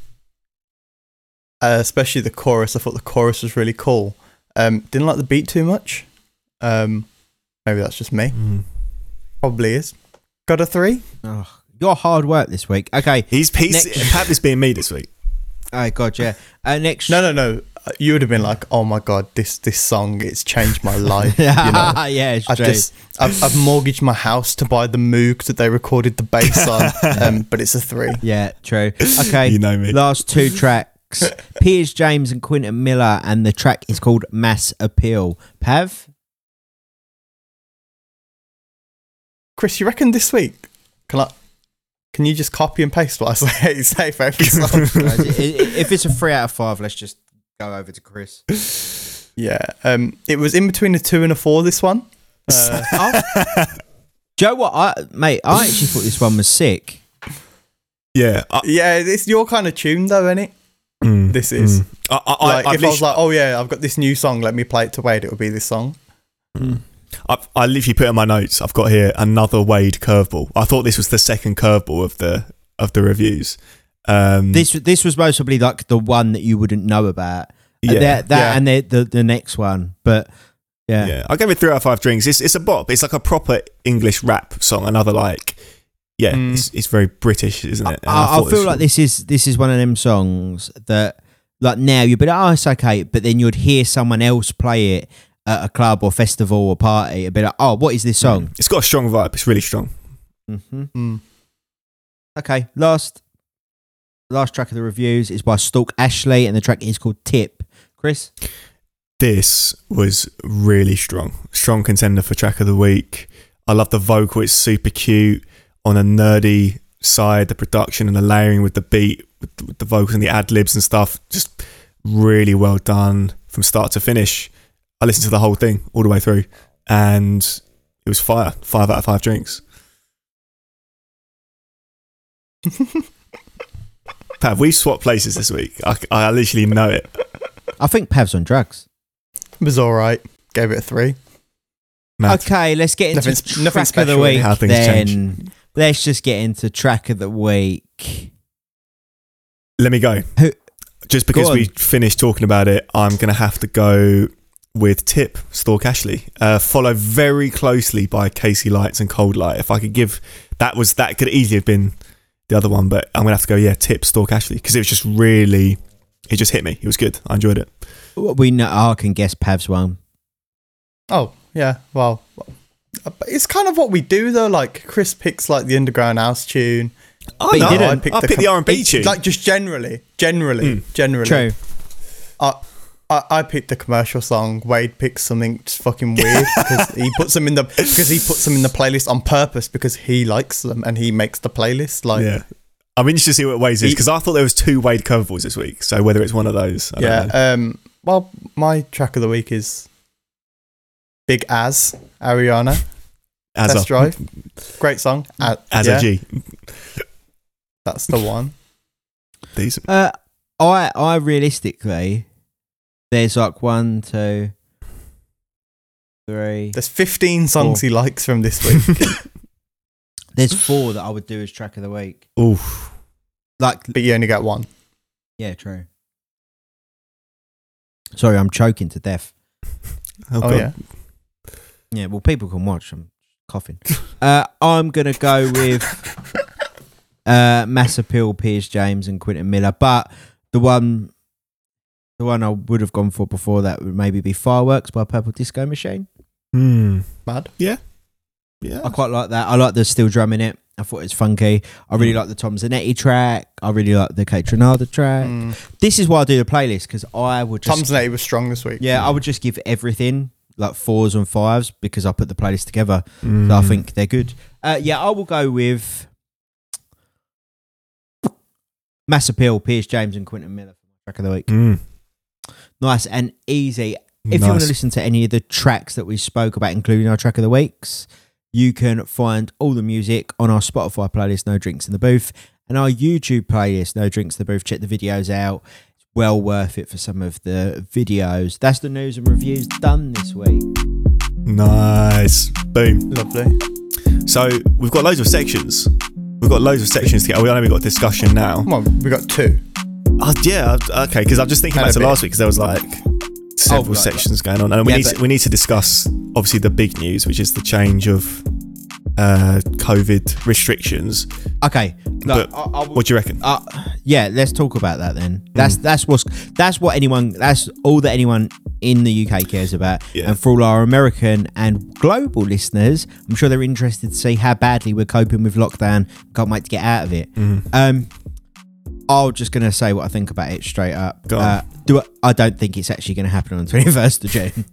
Speaker 3: uh, especially the chorus. I thought the chorus was really cool. Um, didn't like the beat too much. Um, maybe that's just me. Probably is. Got a three.
Speaker 1: Oh, your hard work this week. Okay.
Speaker 2: He's he's
Speaker 1: Next-
Speaker 2: Pap is being me this week.
Speaker 1: Oh God, yeah. Uh, next.
Speaker 3: No, no, no. Uh, You would have been like, "Oh my god, this this song, it's changed my life." you know,
Speaker 1: yeah, it's
Speaker 3: I've
Speaker 1: true.
Speaker 3: just I've, I've mortgaged my house to buy the Moog that they recorded the bass on, um, but it's a three.
Speaker 1: Yeah, true. Okay.
Speaker 2: You know me.
Speaker 1: Last two tracks. Piers James and Quinton Miller, and the track is called Mass Appeal. Pav?
Speaker 3: Chris, you reckon this week? Can I? Can you just copy and paste what I say, say for every song?
Speaker 1: Guys, i- i- if it's a three out of five, let's just go over to Chris.
Speaker 3: yeah. Um, it was in between a two and a four. This one. Uh,
Speaker 1: oh. Joe, what I mate, I actually thought this one was sick.
Speaker 2: Yeah, I,
Speaker 3: yeah, it's your kind of tune though, isn't it?
Speaker 2: mm,
Speaker 3: This is.
Speaker 2: mm. I, I,
Speaker 3: Like,
Speaker 2: I, I've
Speaker 3: if I
Speaker 2: literally-
Speaker 3: was like, oh yeah, I've got this new song, let me play it to Wade, it would be this song.
Speaker 2: I've- I literally put in my notes. I've got here another Wade curveball. I thought this was the second curveball of the of the reviews. Um,
Speaker 1: This this was most probably like the one that you wouldn't know about. Uh,
Speaker 2: Yeah.
Speaker 1: that, that
Speaker 3: Yeah.
Speaker 1: and the, the the next one, but yeah,
Speaker 2: yeah, I gave it three out of five drinks. It's it's a bop. It's like a proper English rap song. Another like, yeah,
Speaker 3: Mm.
Speaker 2: it's, it's very British, isn't it? And
Speaker 1: I, I,
Speaker 2: thought
Speaker 1: feel like this is this is one of them songs that like now you'd be like, oh, it's okay, but then you'd hear someone else play it at a club or festival or party and be like, oh, what is this song?
Speaker 2: Mm. It's got a strong vibe. It's really strong.
Speaker 1: Mm-hmm.
Speaker 3: Mm.
Speaker 1: Okay, last last track of the reviews is by Stalk Ashley, and the track is called Tip. Chris,
Speaker 2: This was really strong. Strong contender for track of the week. I love the vocal. It's super cute on a nerdy side. The production and the layering with the beat, with the, with the vocals and the ad libs and stuff. Just really well done from start to finish. I listened to the whole thing all the way through, and it was fire. Five out of five drinks. Pat, we swapped places this week. I, I literally know it.
Speaker 1: I think Pav's on drugs.
Speaker 3: It was alright. Gave it a three.
Speaker 2: Mad.
Speaker 1: Okay, let's get into
Speaker 3: Nothing's-
Speaker 1: track
Speaker 3: nothing
Speaker 1: of the
Speaker 3: special in
Speaker 1: week.
Speaker 2: how things
Speaker 1: then
Speaker 2: change.
Speaker 1: let's just get into track of the week.
Speaker 2: Let me go.
Speaker 1: Who-
Speaker 2: Just because
Speaker 1: on.
Speaker 2: we finished talking about it, I'm going to have to go with Tip, Stork Ashley. Uh, followed very closely by Casey Lights and Cold Light. If I could give that was that could easily have been the other one, but I'm going to have to go yeah, Tip, Stork Ashley because it was just really it just hit me. It was good. I enjoyed it.
Speaker 1: What we know, I can guess Pav's one.
Speaker 3: Oh, yeah, well. uh, but It's kind of what we do though. Like Chris picks like the underground house tune.
Speaker 2: I
Speaker 1: you
Speaker 2: know.
Speaker 1: didn't.
Speaker 2: I picked, the, R&B
Speaker 3: it's
Speaker 2: tune.
Speaker 3: Like just generally, generally,
Speaker 2: Hmm.
Speaker 3: generally.
Speaker 1: True.
Speaker 3: I, I I picked the commercial song. Wade picked something just fucking weird because he puts them in the because he puts them in the playlist on purpose because he likes them and he makes the playlist. Like
Speaker 2: yeah. I'm interested to see what Wade's is because I thought there was two Wade curveballs this week. So whether it's one of those, I don't know.
Speaker 3: yeah. Um. Well, my track of the week is Big As, Ariana,
Speaker 2: As
Speaker 3: Test
Speaker 2: a, Hmm.
Speaker 3: Drive. Great song. A-
Speaker 2: as
Speaker 3: yeah,
Speaker 2: a G,
Speaker 3: That's the one.
Speaker 2: decent.
Speaker 1: Uh, I I realistically, there's like one, two, three.
Speaker 3: There's 15 songs he likes from this week.
Speaker 1: There's four that I would do as track of the week.
Speaker 2: Oof.
Speaker 1: Like,
Speaker 3: but you only get one.
Speaker 1: yeah, true. Sorry, I'm choking to death.
Speaker 2: Oh,
Speaker 3: Oh,
Speaker 2: God.
Speaker 3: yeah.
Speaker 1: Yeah, well, people can watch. I'm coughing. Uh, I'm gonna go with uh, Mass Appeal, Piers James, and Quinton Miller. But the one, the one I would have gone for before that would maybe be Fireworks by Purple Disco Machine.
Speaker 2: Hmm.
Speaker 3: Mad.
Speaker 2: Yeah.
Speaker 1: I quite like that. I like the steel drum in it. I thought it was funky. I
Speaker 2: Mm.
Speaker 1: really like the Tom Zanetti track. I really like the Kate Trinada track.
Speaker 3: Mm.
Speaker 1: This is why I do the playlist because I would just
Speaker 3: Tom's Nate was strong this week.
Speaker 1: yeah I would just give everything like fours and fives because I put the playlist together.
Speaker 2: Mm.
Speaker 1: So I think they're good. Uh, yeah, I will go with Mass Appeal, Piers James, and Quinton Miller for my track of the week.
Speaker 2: Mm.
Speaker 1: Nice and easy. If you
Speaker 2: Nice.
Speaker 1: want to listen to any of the tracks that we spoke about, including our track of the weeks, you can find all the music on our Spotify playlist, No Drinks in the Booth, and our YouTube playlist, No Drinks in the Booth. Check the videos out. It's well worth it for some of the videos. That's the news and reviews done this week.
Speaker 2: nice. Boom.
Speaker 3: Lovely.
Speaker 2: So we've got loads of sections. We've got loads of sections to get. oh, We only got discussion now.
Speaker 3: Come on, we got two.
Speaker 2: Oh, yeah, I- okay. Because I'm just thinking
Speaker 3: And
Speaker 2: back
Speaker 3: a
Speaker 2: to
Speaker 3: bit. Oh,
Speaker 2: last week because there was like several
Speaker 1: right, right.
Speaker 2: sections going on, and we
Speaker 1: Yeah,
Speaker 2: need
Speaker 1: but-
Speaker 2: to, we need to discuss obviously the big news, which is the change of uh, COVID restrictions.
Speaker 1: Okay, look,
Speaker 2: But
Speaker 1: I- I will-
Speaker 2: What do you reckon?
Speaker 1: uh, yeah, let's talk about that then. That's
Speaker 2: Mm.
Speaker 1: that's what's that's what anyone that's all that anyone in the UK cares about.
Speaker 2: Yeah.
Speaker 1: And for all our American and global listeners, I'm sure they're interested to see how badly we're coping with lockdown. Can't wait to get out of it.
Speaker 2: Mm-hmm.
Speaker 1: Um, I'm just gonna say what I think about it straight up.
Speaker 2: Go on.
Speaker 1: Uh, do I, I don't think it's actually gonna happen on the 21st of June.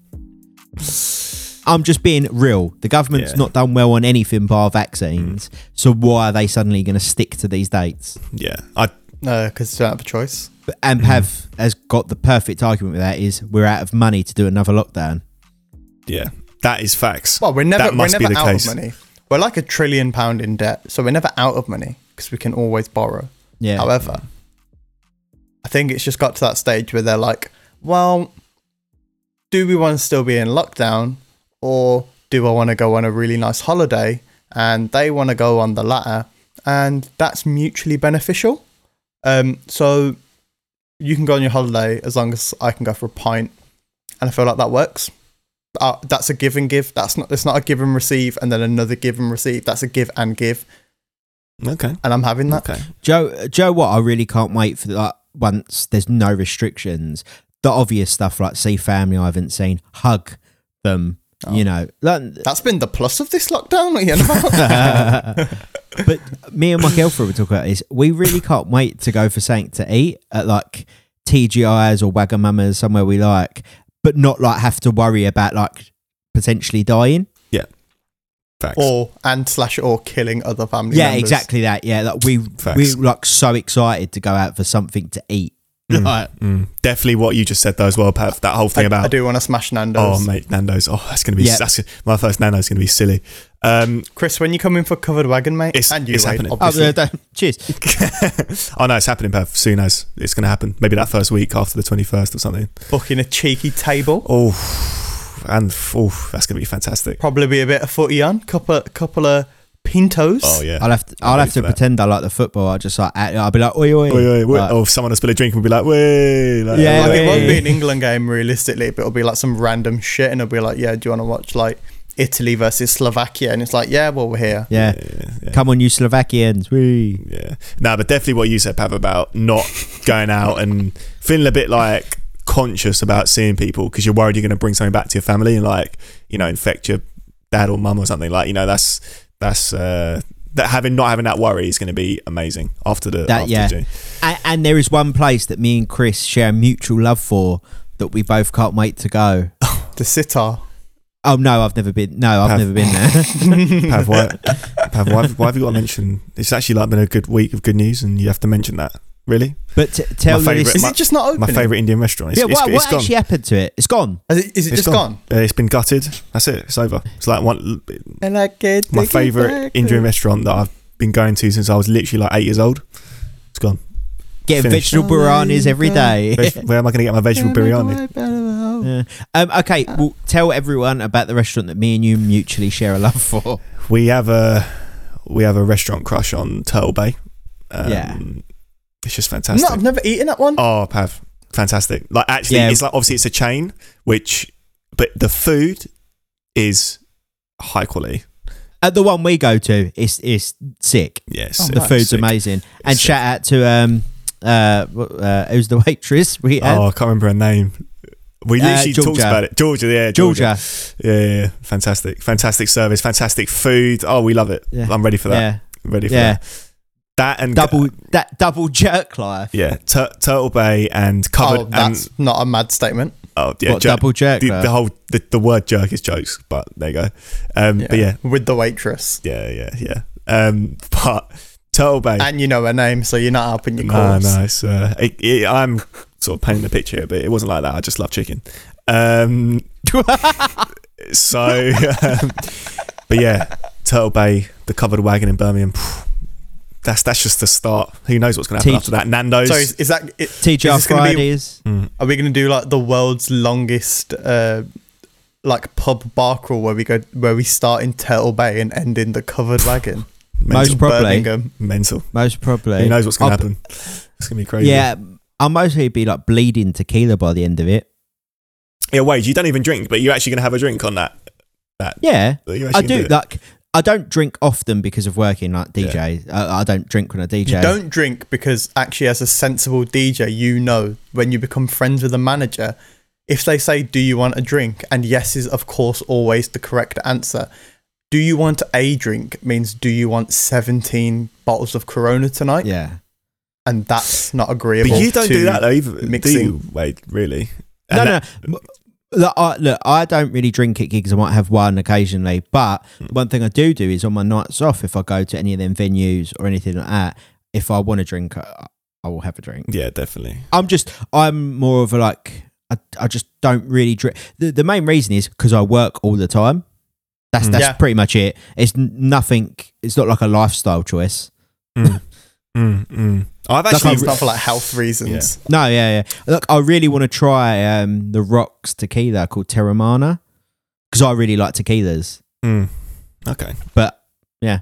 Speaker 1: I'm just being real. The government's
Speaker 2: Yeah. Mm.
Speaker 1: not done well on anything bar vaccines. So why are they suddenly going to stick to these dates?
Speaker 2: Yeah, I
Speaker 3: No, because you don't have a choice.
Speaker 1: and Pav has got the perfect argument with that is we're out of money to do another lockdown.
Speaker 2: yeah, that is facts.
Speaker 3: Well, we're never,
Speaker 2: that must
Speaker 3: we're never
Speaker 2: be the
Speaker 3: out
Speaker 2: case.
Speaker 3: of money. We're like a trillion pound in debt, so we're never out of money because we can always borrow.
Speaker 1: Yeah.
Speaker 3: However, I think it's just got to that stage where they're like, well, do we want to still be in lockdown or do I want to go on a really nice holiday? And they want to go on the latter, and that's mutually beneficial. Um, so you can go on your holiday as long as I can go for a pint, and I feel like that works. Uh, that's a give and give. That's not. It's not a give and receive, and then another give and receive. That's a give and give,
Speaker 2: Okay,
Speaker 3: and I'm having that.
Speaker 2: okay,
Speaker 1: Joe, Joe, what I really can't wait for like once there's no restrictions, the obvious stuff like see family I haven't seen, hug them, you know. Like,
Speaker 3: That's been the plus of this lockdown. What are you on about?
Speaker 1: but me and my girlfriend were talking about this. We really can't wait to go for something to eat at like TGI's or Wagamama's somewhere we like, but not like have to worry about like potentially dying.
Speaker 2: facts.
Speaker 3: or and slash or killing other family
Speaker 1: yeah
Speaker 3: members.
Speaker 1: exactly that yeah like we
Speaker 2: Facts.
Speaker 1: we like so excited to go out for something to eat like,
Speaker 2: Mm. Definitely what you just said though as well, Pat. That whole thing
Speaker 3: I,
Speaker 2: about
Speaker 3: I do want to smash Nando's.
Speaker 2: oh mate, Nando's. Oh, that's gonna be
Speaker 1: Yeah.
Speaker 2: that's my first Nando's gonna be silly. Um,
Speaker 3: Chris, when you come in for covered wagon, mate,
Speaker 2: It's-
Speaker 3: and you,
Speaker 2: it's
Speaker 3: Wade,
Speaker 2: happening.
Speaker 1: oh,
Speaker 3: obviously.
Speaker 1: no, don't- cheers
Speaker 2: oh no, it's happening, Pav. Soon as it's going to happen. Maybe that first week after the 21st or something.
Speaker 3: booking a cheeky table.
Speaker 2: Oh, and oh, that's going to be fantastic.
Speaker 3: Probably be a bit of footy on, couple couple of pintos.
Speaker 2: Oh yeah.
Speaker 1: i'll have to
Speaker 2: I'm
Speaker 1: i'll
Speaker 2: ready
Speaker 1: have to
Speaker 2: for that.
Speaker 1: pretend i like the football i'll just like act- i'll be like oi oi,
Speaker 2: Oi, oi, oi.
Speaker 1: Like,
Speaker 2: oh, if someone will spill a drink and we'll be like, way. Like,
Speaker 1: Yeah,
Speaker 3: I mean, it
Speaker 1: yeah,
Speaker 3: won't
Speaker 1: yeah,
Speaker 3: be
Speaker 1: yeah.
Speaker 3: an England game realistically, but it'll be like some random shit, and it'll be like, yeah, do you want to watch like Italy versus Slovakia? And it's like, yeah, well, we're here.
Speaker 1: yeah. come on you slovakians we
Speaker 2: Yeah. No, but definitely what you said, Pav, about not going out and feeling a bit like conscious about seeing people because you're worried you're going to bring something back to your family and like, you know, infect your dad or mum or something. Like, you know, that's, that's, uh, that having not having that worry is going to be amazing after the
Speaker 1: That-
Speaker 2: after
Speaker 1: yeah.
Speaker 2: June.
Speaker 1: and, and there is one place that me and chris share mutual love for that we both can't wait to go
Speaker 3: The sitar.
Speaker 1: oh no i've never been no i've
Speaker 2: Have-
Speaker 1: never been there
Speaker 2: Pav, why, Pav, why, have, why have you got to mention? It's actually like been a good week of good news, and you have to mention that. Really?
Speaker 1: But t- tell the
Speaker 2: My favourite-
Speaker 1: listeners.
Speaker 3: Is
Speaker 2: my-
Speaker 3: it just not opening?
Speaker 2: My favourite Indian restaurant. It's,
Speaker 1: Yeah,
Speaker 2: it's-
Speaker 1: what,
Speaker 2: it's
Speaker 1: what
Speaker 2: gone.
Speaker 1: actually happened to it? It's gone.
Speaker 3: Is it, is it just gone?
Speaker 2: Uh, it's been gutted. That's it. It's over. It's like one
Speaker 3: And I get
Speaker 2: my favourite Indian restaurant that I've been going to since I was literally like eight years old. It's gone.
Speaker 1: Getting
Speaker 2: Finished.
Speaker 1: vegetable biryanis every day.
Speaker 2: Veg- Where am I going to get my vegetable biryani?
Speaker 3: biryani.
Speaker 1: Yeah. Um, okay, well, tell everyone about the restaurant that me and you mutually share a love for.
Speaker 2: We have a we have a restaurant crush on Turtle Bay. Um,
Speaker 1: Yeah.
Speaker 2: it's just
Speaker 3: No,
Speaker 2: fantastic.
Speaker 3: I've never eaten that one.
Speaker 2: Oh, Pav, fantastic! Like actually,
Speaker 1: Yeah.
Speaker 2: it's like obviously it's a chain, which but the food is high quality.
Speaker 1: At Uh, the one we go to, it's it's sick.
Speaker 2: Yes,
Speaker 3: Oh,
Speaker 1: The
Speaker 3: nice.
Speaker 1: food's amazing. And
Speaker 2: sick.
Speaker 1: shout out to um uh, wh- uh who's the waitress we had?
Speaker 2: Oh, I can't remember her name. We
Speaker 1: Uh,
Speaker 2: literally talked
Speaker 1: Georgia.
Speaker 2: about it. Georgia, yeah, Georgia.
Speaker 1: Georgia.
Speaker 2: Yeah, yeah, yeah. fantastic, fantastic service, fantastic food. Oh, we love it.
Speaker 1: Yeah.
Speaker 2: I'm ready for that.
Speaker 1: Yeah,
Speaker 2: Ready for
Speaker 1: yeah.
Speaker 2: that. That and
Speaker 1: Double that double jerk life.
Speaker 2: yeah, Tur- Turtle Bay and covered
Speaker 3: Oh,
Speaker 2: and
Speaker 3: that's not a mad statement.
Speaker 2: oh yeah,
Speaker 1: what
Speaker 2: jerk-
Speaker 1: double jerk?
Speaker 2: the,
Speaker 1: life?
Speaker 2: the whole the, the word jerk is jokes, but there you go. Um, But yeah,
Speaker 3: With the waitress.
Speaker 2: yeah, yeah, yeah. Um, but Turtle Bay,
Speaker 3: And you know her name, so you're not helping your
Speaker 2: No,
Speaker 3: cause.
Speaker 2: no, it's, uh, it, it, I'm sort of painting the picture here, but it wasn't like that. I just love chicken. Um, so, um, but yeah, Turtle Bay, the covered wagon in Birmingham. phew, That's that's just the start. Who knows what's going to happen
Speaker 1: Teach-
Speaker 2: after that? Nando's. Hmm,
Speaker 3: So is, is that? It, is
Speaker 1: TGR
Speaker 3: this gonna be-
Speaker 1: Fridays.
Speaker 3: are we going to do like the world's longest, uh, like pub bar crawl where we go where we start in Turtle Bay and end in the covered wagon?
Speaker 1: most
Speaker 2: mental.
Speaker 1: probably.
Speaker 3: Birmingham.
Speaker 2: mental.
Speaker 1: Most probably.
Speaker 2: Who knows what's going
Speaker 1: I'll-
Speaker 2: to happen? It's going to be crazy.
Speaker 1: Yeah, I'll mostly be like bleeding tequila by the end of it.
Speaker 2: Yeah, Wade, you don't even drink, but you're actually going to have a drink on that.
Speaker 1: Yeah,
Speaker 2: You're
Speaker 1: I
Speaker 2: actually
Speaker 1: do
Speaker 2: gonna
Speaker 1: like. I don't drink often because of working like DJ. I, I don't drink when I DJ.
Speaker 3: You don't drink because actually, as a sensible DJ, you know when you become friends with a manager, if they say, "Do you want a drink?" and yes is of course always the correct answer. Do you want a drink means do you want 17 bottles of Corona tonight?
Speaker 1: Yeah.
Speaker 3: And that's not
Speaker 2: But
Speaker 3: agreeable.
Speaker 2: you don't
Speaker 3: to-
Speaker 2: do that though either. Do you,
Speaker 3: mixing.
Speaker 2: Wade? Really? And
Speaker 1: No,
Speaker 2: that-
Speaker 1: no. no. Look I, look, I don't really drink at gigs. I might have one occasionally, but
Speaker 2: Mm.
Speaker 1: the one thing I do do is on my nights off, if I go to any of them venues or anything like that, if I want a drink, I, I will have a drink.
Speaker 2: Yeah, definitely.
Speaker 1: I'm just, I'm more of a like, I, I just don't really drink. The, the main reason is because I work all the time. That's
Speaker 2: Mm.
Speaker 1: that's
Speaker 3: Yeah.
Speaker 1: pretty much it. It's n- nothing. It's not like a lifestyle choice.
Speaker 2: Mm. Mm, mm. I've
Speaker 1: That's
Speaker 2: actually
Speaker 1: like
Speaker 3: It's not for like health reasons.
Speaker 1: No, yeah, yeah. Look, I really want to try um, the Rocks tequila called Terramana because I really like tequilas.
Speaker 2: Mm. Okay.
Speaker 1: But yeah.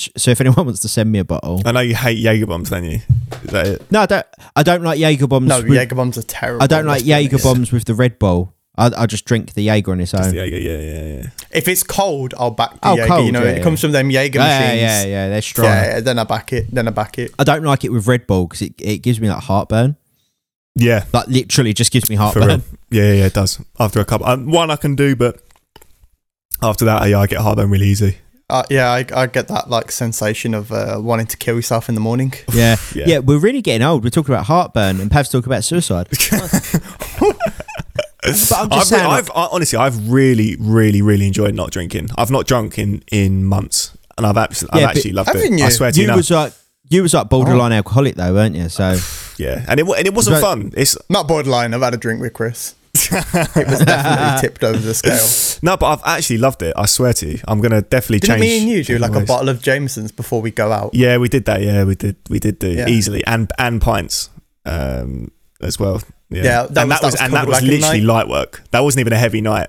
Speaker 1: Sh- So if anyone wants to send me a bottle,
Speaker 2: I know you hate Jaeger bombs, don't you? Is that it?
Speaker 1: no, I don't. I don't like Jaeger bombs.
Speaker 3: No,
Speaker 1: with,
Speaker 3: Jaeger bombs are terrible.
Speaker 1: I don't like
Speaker 3: let's be honest.
Speaker 1: Jaeger bombs with the Red Bull. I, I just drink the Jaeger on its
Speaker 2: It's
Speaker 1: own.
Speaker 2: the Jaeger, yeah, yeah, yeah.
Speaker 3: If it's cold, I'll back the
Speaker 1: Oh,
Speaker 3: Jaeger.
Speaker 1: cold,
Speaker 3: you know,
Speaker 1: yeah,
Speaker 3: it
Speaker 1: yeah.
Speaker 3: comes from them Jaeger
Speaker 1: yeah, yeah,
Speaker 3: machines.
Speaker 1: yeah, yeah, They're strong.
Speaker 3: Yeah, yeah, then I back it. Then I back it.
Speaker 1: I don't like it with Red Bull because it, it gives me like heartburn.
Speaker 2: Yeah,
Speaker 1: Like literally, just gives me
Speaker 2: for real.
Speaker 1: heartburn.
Speaker 2: Yeah, yeah, yeah, it does. After a couple, um, one I can do, but after that, yeah, I get heartburn really easy.
Speaker 3: Uh, yeah, I, I get that like sensation of uh, wanting to kill yourself in the morning.
Speaker 1: Yeah.
Speaker 2: Yeah.
Speaker 1: yeah, We're really getting old. We're talking about heartburn, and Pav's talking about suicide. But I'm
Speaker 2: I've,
Speaker 1: just saying, like-
Speaker 2: I've I, honestly, I've really, really, really enjoyed not drinking. I've not drunk in in months, and I've absolutely,
Speaker 1: Yeah,
Speaker 2: I've
Speaker 1: but
Speaker 2: actually loved
Speaker 3: haven't
Speaker 2: it. I
Speaker 3: you?
Speaker 2: swear to you, Oh.
Speaker 1: You
Speaker 2: now.
Speaker 1: was like, you was like borderline alcoholic though, weren't you? So
Speaker 2: yeah, and it wa- and it wasn't
Speaker 1: Right.
Speaker 2: fun. It's
Speaker 3: Not borderline. I've had a drink with Chris. it was definitely tipped over the scale.
Speaker 2: no, but I've actually loved it. I swear to you, I'm gonna definitely change.
Speaker 3: Didn't me and you do
Speaker 2: change
Speaker 3: like
Speaker 2: my
Speaker 3: a
Speaker 2: ways.
Speaker 3: bottle of Jameson's before we go out?
Speaker 2: Yeah, we did that. Yeah, we did. We did do
Speaker 3: Yeah.
Speaker 2: easily and and pints um, as well. Yeah,
Speaker 3: Yeah,
Speaker 2: and
Speaker 3: that was-
Speaker 2: that was,
Speaker 3: that was
Speaker 2: and that
Speaker 3: covered
Speaker 2: was
Speaker 3: like a
Speaker 2: literally light work. That wasn't even a heavy night.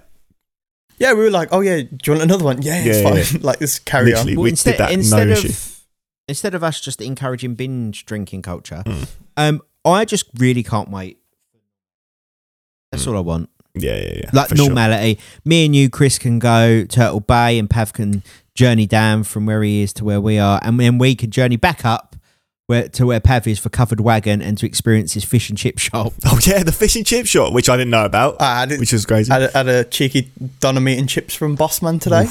Speaker 3: Yeah, we were like, oh yeah, do you want another one? Yeah,
Speaker 2: Yeah, yeah,
Speaker 3: it's fine. like this carry
Speaker 2: Literally.
Speaker 3: on.
Speaker 2: we did that, no
Speaker 1: of
Speaker 2: issue.
Speaker 1: instead of us just encouraging binge drinking culture,
Speaker 2: Hmm.
Speaker 1: um, I just really can't wait. That's all I want.
Speaker 2: Yeah, yeah, yeah.
Speaker 1: Like
Speaker 2: Hmm. for sure.
Speaker 1: normality. Me and you, Chris, can go Turtle Bay, and Pav can journey down from where he is to where we are, and then we can journey back up. Where, to where Pav is for covered wagon and to experience his fish and chip shop.
Speaker 2: Oh yeah, the fish and chip shop, which I didn't know about,
Speaker 3: Ah, I had, it,
Speaker 2: which is crazy.
Speaker 3: had, a, had a cheeky doner meat and chips from Bossman today.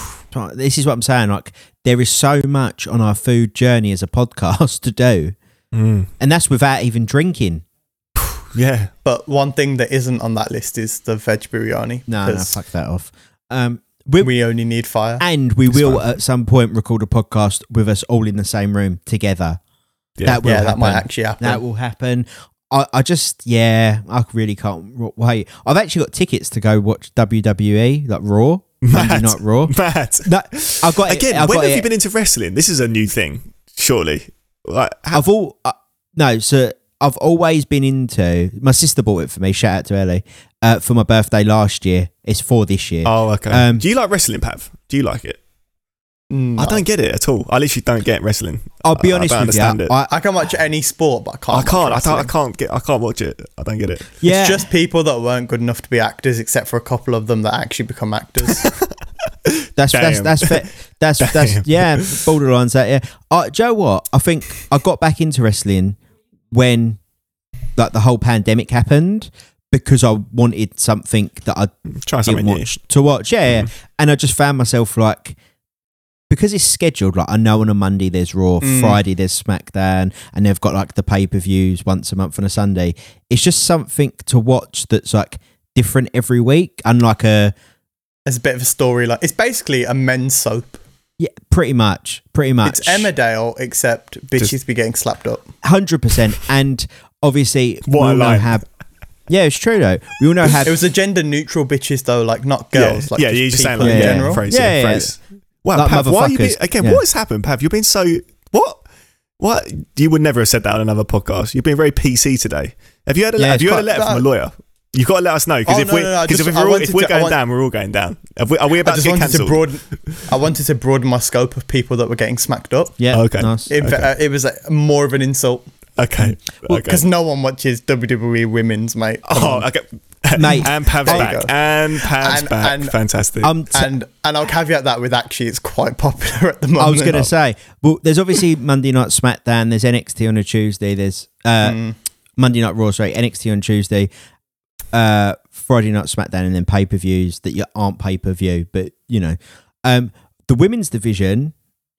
Speaker 1: This is what I'm saying. Like there is so much on our food journey as a podcast to do,
Speaker 2: Mm,
Speaker 1: and that's without even drinking.
Speaker 2: yeah,
Speaker 3: But one thing that isn't on that list is the veg biryani.
Speaker 1: No, no,
Speaker 3: 'cause
Speaker 1: fuck that off. Um, we,
Speaker 3: we only need fire.
Speaker 1: and we
Speaker 2: It's
Speaker 1: will
Speaker 2: fine.
Speaker 1: at some point record a podcast with us all in the same room together.
Speaker 2: Yeah.
Speaker 1: That will
Speaker 3: yeah, that
Speaker 1: happen.
Speaker 3: might actually happen.
Speaker 1: that will happen. I, I just yeah, I really can't r- wait. I've actually got tickets to go watch WWE like Raw, Monday
Speaker 2: Mad.
Speaker 1: Night Raw.
Speaker 2: Mad.
Speaker 1: No, I've got it.
Speaker 2: Again,
Speaker 1: I've
Speaker 2: when
Speaker 1: got
Speaker 2: have
Speaker 1: it.
Speaker 2: you been into wrestling? This is a new thing, surely. Like, how,
Speaker 1: I've all uh, no, so I've always been into. My sister bought it for me. Shout out to Ellie uh, for my birthday last year. It's for this year.
Speaker 2: oh, okay.
Speaker 1: Um,
Speaker 2: Do you like wrestling, Pav? Do you like it?
Speaker 3: No.
Speaker 2: I don't get it at all. I literally don't get wrestling.
Speaker 1: I'll be
Speaker 2: I- I
Speaker 1: honest
Speaker 2: don't
Speaker 1: with you.
Speaker 2: understand it.
Speaker 1: I,
Speaker 3: I can watch any sport, but I can't.
Speaker 2: I can't. I
Speaker 3: watch
Speaker 2: can't. I
Speaker 3: wrestling.
Speaker 2: can't get. I can't watch it. I don't get it.
Speaker 1: yeah,
Speaker 3: It's just people that weren't good enough to be actors, except for a couple of them that actually become actors.
Speaker 1: That's
Speaker 2: Damn.
Speaker 1: that's that's fair. That's
Speaker 2: Damn.
Speaker 1: that's yeah. Borderlines that yeah. Uh, Joe, what I think I got back into wrestling when like the whole pandemic happened because I wanted something that I
Speaker 2: Try something
Speaker 1: didn't
Speaker 2: new.
Speaker 1: watch to watch. Yeah, yeah. and I just found myself like because it's scheduled. Like I know on a Monday there's Raw,
Speaker 3: Mm.
Speaker 1: Friday there's SmackDown, and they've got like the pay per views once a month on a Sunday. It's just something to watch that's like different every week, unlike a
Speaker 3: There's a bit of a story. Like it's basically a men's soap.
Speaker 1: yeah, pretty much, pretty much.
Speaker 3: It's Emmerdale, except bitches be getting slapped up.
Speaker 1: hundred percent. And obviously,
Speaker 2: What
Speaker 1: we
Speaker 2: a
Speaker 1: all know
Speaker 2: line.
Speaker 1: how. Yeah, it's true though. We all know how.
Speaker 3: It was a gender neutral bitches though, like not
Speaker 2: Yeah,
Speaker 3: girls. like
Speaker 2: yeah. You're just saying
Speaker 3: people
Speaker 2: like
Speaker 1: in
Speaker 2: yeah,
Speaker 1: general.
Speaker 2: Phrase,
Speaker 1: Yeah, yeah,
Speaker 2: yeah, phrase. Wow,
Speaker 1: Like
Speaker 2: Pav. Why are you being,
Speaker 1: motherfuckers.
Speaker 2: again?
Speaker 1: Yeah.
Speaker 2: What has happened, Pav? You've been so what? What you would never have said that on another podcast. You've been very PC today. Have you had a,
Speaker 1: Yeah,
Speaker 2: have
Speaker 1: it's
Speaker 2: you had
Speaker 1: quite-
Speaker 2: a letter from a
Speaker 3: that-
Speaker 2: lawyer? You've got to let us know because
Speaker 3: Oh,
Speaker 2: if
Speaker 3: no,
Speaker 2: we're
Speaker 3: no, no, I
Speaker 2: because
Speaker 3: just-
Speaker 2: if
Speaker 3: I
Speaker 2: we're all,
Speaker 3: wanted
Speaker 2: if we're
Speaker 3: to- I
Speaker 2: going
Speaker 3: want-
Speaker 2: down, we're all going down. Have we, are we
Speaker 3: I
Speaker 2: about to
Speaker 3: just
Speaker 2: get
Speaker 3: wanted to
Speaker 2: cancelled?
Speaker 3: broaden. I wanted to broaden my scope of people that were getting smacked up.
Speaker 1: yeah,
Speaker 2: Oh, okay.
Speaker 1: nice.
Speaker 3: In fact, uh, it was like, more of an insult
Speaker 2: okay. okay.
Speaker 3: because no one watches WWE women's mate. Come on.
Speaker 2: Oh, okay.
Speaker 1: Mate.
Speaker 2: and Pav's
Speaker 3: There you
Speaker 2: back.
Speaker 3: go.
Speaker 2: And Pav's
Speaker 3: And-
Speaker 2: back.
Speaker 3: and-
Speaker 2: Fantastic.
Speaker 1: I'm t-
Speaker 3: and and I'll caveat that with actually, it's quite popular at the moment.
Speaker 1: I was going to say, well, there's obviously Monday Night SmackDown, there's NXT on a Tuesday, there's uh, Monday Night Raw, sorry, NXT on Tuesday, uh, Friday Night SmackDown, and then pay per views that you aren't pay per view, but you know, um, the women's division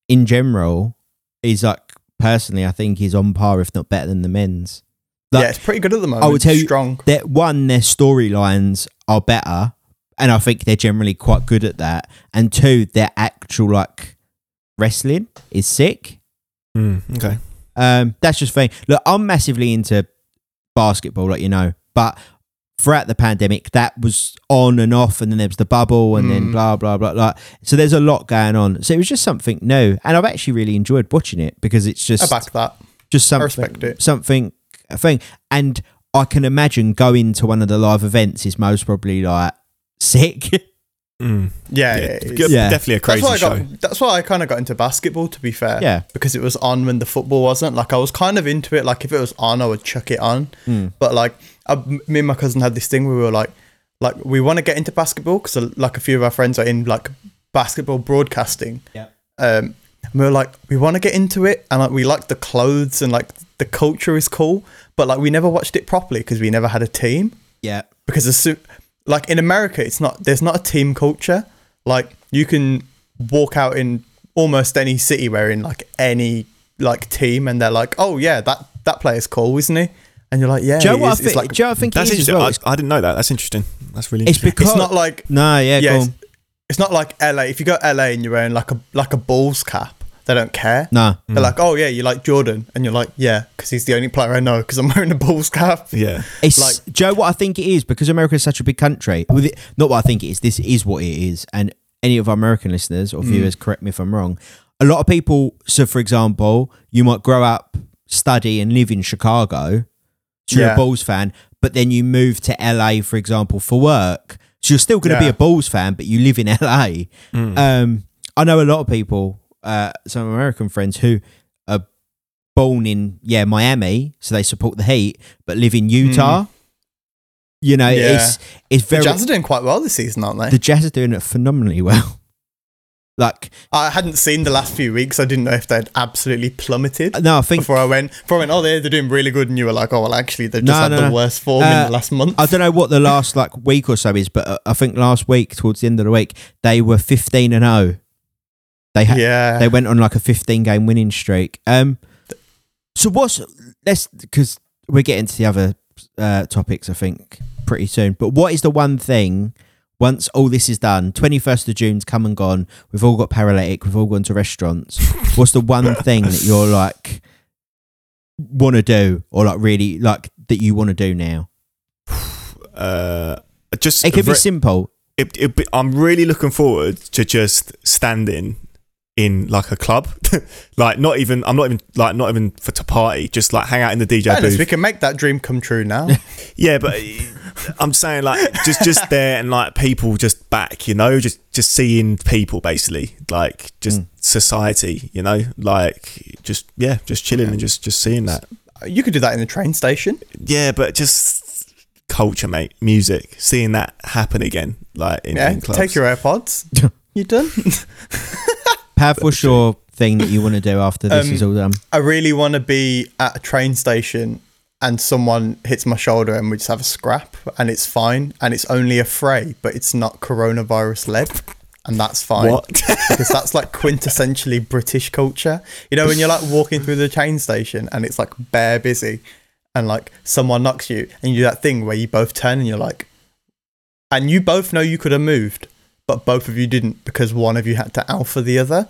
Speaker 1: in general is like personally, I think is on par if not better than the men's. Like,
Speaker 3: yeah, it's pretty good at the moment.
Speaker 1: I would tell you-
Speaker 3: strong.
Speaker 1: that one, their storylines are better, and I think they're generally quite good at that. And two, their actual like wrestling is sick.
Speaker 2: Mm, okay.
Speaker 1: Um, that's just thing. Look, I'm massively into basketball, like you know, but throughout the pandemic, that was on and off, and then there was the bubble, and then
Speaker 3: Mm.
Speaker 1: blah blah blah blah. So there's a lot going on. So it was just something new, and I've actually really enjoyed watching it because it's just
Speaker 3: I back that.
Speaker 1: just something,
Speaker 3: respect it.
Speaker 1: something, a thing. And I can imagine going to one of the live events is most probably like sick.
Speaker 2: Mm,
Speaker 3: Yeah,
Speaker 2: yeah,
Speaker 3: yeah,
Speaker 2: def-
Speaker 3: it's-
Speaker 1: Yeah.
Speaker 2: Definitely a crazy
Speaker 3: That's why I
Speaker 2: show.
Speaker 3: got. That's why I kind of got into basketball. To be fair,
Speaker 1: Yeah.
Speaker 3: because it was on when the football wasn't. Like I was kind of into it. Like if it was on, I would chuck it on. But like I, me and my cousin had this thing where we were like, like we want to get into basketball because like a few of our friends are in like basketball broadcasting.
Speaker 1: Yeah.
Speaker 3: Um, and we were like, we want to get into it, and like we like the clothes and like the culture is cool, but like we never watched it properly because we never had a team
Speaker 1: Yeah.
Speaker 3: because as soon, like in America, it's not there's not a team culture. Like you can walk out in almost any city wearing like any like team, and they're like, "Oh yeah, that that player's cool, isn't he?" And you're like, "Yeah,
Speaker 1: Joe,
Speaker 3: he
Speaker 1: I
Speaker 3: is."
Speaker 1: think,
Speaker 3: it's like
Speaker 1: Joe, I think
Speaker 2: That's
Speaker 1: it is as
Speaker 2: interesting.
Speaker 1: well.
Speaker 2: I,
Speaker 1: It's-
Speaker 2: I didn't know that. That's interesting. That's really
Speaker 1: It's
Speaker 2: interesting.
Speaker 1: because
Speaker 3: it's not like
Speaker 1: no, yeah,
Speaker 3: yeah,
Speaker 1: go
Speaker 3: it's,
Speaker 1: on.
Speaker 3: it's not like LA. If you go to LA and you're wearing like a like a balls cap, they don't care.
Speaker 1: no.
Speaker 3: They're like, "Oh yeah, you like Jordan," and you're like, "Yeah, because he's the only player I know because I'm wearing a balls cap."
Speaker 2: yeah.
Speaker 1: It's
Speaker 3: like-
Speaker 1: Joe. What I think it is because America is such a big country. With it, not what I think it is. This is what it is. And any of our American listeners
Speaker 3: Mm.
Speaker 1: or viewers, correct me if I'm wrong. A lot of people. So, for example, you might grow up, study, and live in Chicago. So you're a
Speaker 3: Yeah.
Speaker 1: Bulls fan, but then you move to LA, for example, for work. So you're still going to be
Speaker 3: Yeah. Mm.
Speaker 1: a Bulls fan, but you live in LA. Um, I know a lot of people, uh, some American friends who are born in yeah Miami, so they support the Heat, but live in Utah. You know,
Speaker 3: Hmm. Yeah.
Speaker 1: it's it's
Speaker 3: The
Speaker 1: very
Speaker 3: Jazz are doing quite well this season, aren't they?
Speaker 1: the Jazz are doing it phenomenally well. like
Speaker 3: I hadn't seen the last few weeks. I didn't know if they'd absolutely plummeted.
Speaker 1: no, I think
Speaker 3: before I went, before I went, oh, they're, they're doing really good, and you were like, oh, well, actually, they've just
Speaker 1: No,
Speaker 3: had
Speaker 1: no,
Speaker 3: the
Speaker 1: no.
Speaker 3: worst form
Speaker 1: Uh,
Speaker 3: in the last month.
Speaker 1: I don't know what the last like week or so is, but uh, I think last week towards the end of the week they were fifteen and zero. They had
Speaker 3: yeah,
Speaker 1: they went on like a 15 game winning streak. Um, so what's let's because we're getting to the other uh, topics, I think, pretty soon. But what is the one thing once all this is done, 21st of June's come and gone, we've all got paralytic, we've all gone to restaurants. what's the one thing that you're like, want to do or like really like that you want to do now?
Speaker 2: Uh, just
Speaker 1: It could be
Speaker 2: ver-
Speaker 1: simple.
Speaker 2: it, it, be- I'm really looking forward to just standing in like a club, like not even I'm not even like not even for to party, just like hang out in the DJ
Speaker 3: Dennis,
Speaker 2: booth.
Speaker 3: we can make that dream come true now.
Speaker 2: Yeah, but I'm saying like just just there and like people just back, you know, just just seeing people basically, like just
Speaker 1: Mm.
Speaker 2: society, you know, like just yeah, just chilling and just just seeing that.
Speaker 3: you could do that in the train station.
Speaker 2: Yeah, but just culture, mate, music, seeing that happen again, like in,
Speaker 3: Yeah,
Speaker 2: in clubs.
Speaker 3: take your AirPods. you done?
Speaker 1: Pav, what's your thing that you want to do after this is all done?
Speaker 3: I really want to be at a train station and someone hits my shoulder and we just have a scrap and it's fine and it's only a fray, but it's not coronavirus led. And that's fine.
Speaker 2: What?
Speaker 3: because that's like quintessentially British culture. You know, when you're like walking through the train station and it's like bare busy and like someone knocks you and you do that thing where you both turn and you're like, and you both know you could have moved, but both of you didn't because one of you had to alpha the other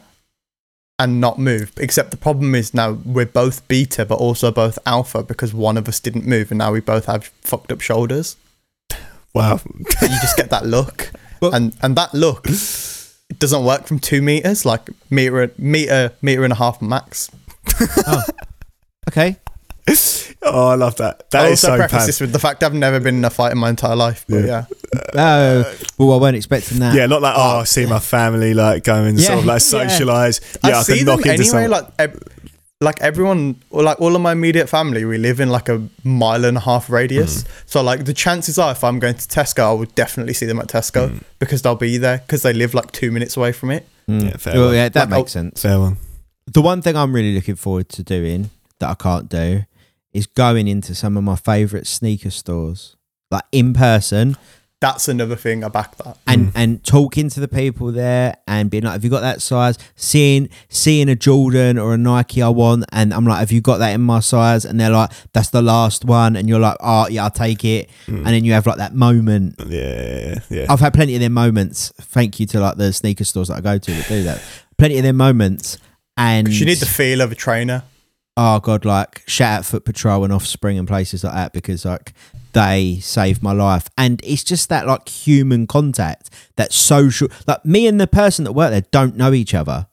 Speaker 3: and not move. Except the problem is now we're both beta, but also both alpha because one of us didn't move and now we both have fucked up shoulders.
Speaker 2: Wow,
Speaker 3: But you just get that look,
Speaker 1: But-
Speaker 3: and and that look it doesn't work from two meters, like meter meter meter and a half max.
Speaker 1: Okay.
Speaker 2: oh, I love that. That
Speaker 3: I
Speaker 2: is
Speaker 3: also
Speaker 2: so
Speaker 3: preface
Speaker 2: pad.
Speaker 3: this with the fact I've never been in a fight in my entire life, but yeah,
Speaker 1: Oh, well, I weren't expecting that.
Speaker 2: Yeah, not like oh, I see my family like going and sort of
Speaker 1: Yeah,
Speaker 2: like
Speaker 1: yeah.
Speaker 2: socialize. Yeah,
Speaker 3: I
Speaker 2: I,
Speaker 3: see
Speaker 2: can
Speaker 3: them
Speaker 2: knock into
Speaker 3: anyway.
Speaker 2: someone.
Speaker 3: Like ev- like everyone, or like all of my immediate family, we live in like a mile and a half radius.
Speaker 2: Mm.
Speaker 3: So like the chances are, if I'm going to Tesco, I would definitely see them at Tesco
Speaker 2: Mm.
Speaker 3: because they'll be there because they live like two minutes away from it.
Speaker 1: Mm.
Speaker 2: Yeah, fair
Speaker 1: Well,
Speaker 2: one.
Speaker 1: yeah, that
Speaker 3: Like, oh,
Speaker 1: makes sense.
Speaker 2: Fair one.
Speaker 1: The one thing I'm really looking forward to doing that I can't do is going into some of my favorite sneaker stores, like in person,
Speaker 3: That's another thing. I back that.
Speaker 1: and and talking to the people there and being like, "Have you got that size?" Seeing seeing a Jordan or a Nike I want, and I'm like, "Have you got that in my size?" And they're like, "That's the last one," and you're like, "Oh yeah, I'll take it."
Speaker 3: Hmm.
Speaker 1: And then you have like that moment
Speaker 2: Yeah, yeah.
Speaker 1: I've had plenty of their moments. Thank you to like the sneaker stores that I go to that do that. Plenty of their moments, and
Speaker 3: You need the feel of a trainer.
Speaker 1: oh god, like shout out Foot Patrol and Offspring and places like that because like they saved my life, and it's just that like human contact, that social. Like me and the person that work there don't know each other.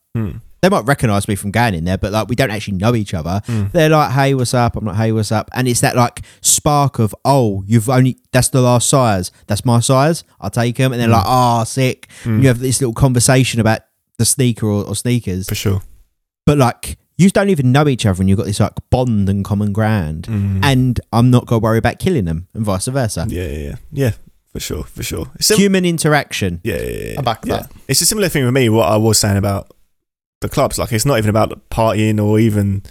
Speaker 1: They might recognise me from going in there, but like we don't actually know each other. They're like, "Hey, what's up?" I'm like, "Hey, what's up?" And it's that like spark of, "Oh, you've only that's the last size. That's my size. I'll take them." And they're like, "Ah, sick." And you have this little conversation about the sneaker or, or sneakers
Speaker 2: for sure.
Speaker 1: but like you don't even know each other and you've got this like bond and common ground and i'm not gonna worry about killing them and vice versa
Speaker 2: Yeah, yeah, yeah. Yeah, for sure, for sure. It's sim-
Speaker 1: human interaction
Speaker 2: yeah, yeah, yeah.
Speaker 3: I back
Speaker 2: yeah.
Speaker 3: that.
Speaker 2: It's a similar thing with me. What I was saying about the clubs, like it's not even about partying or even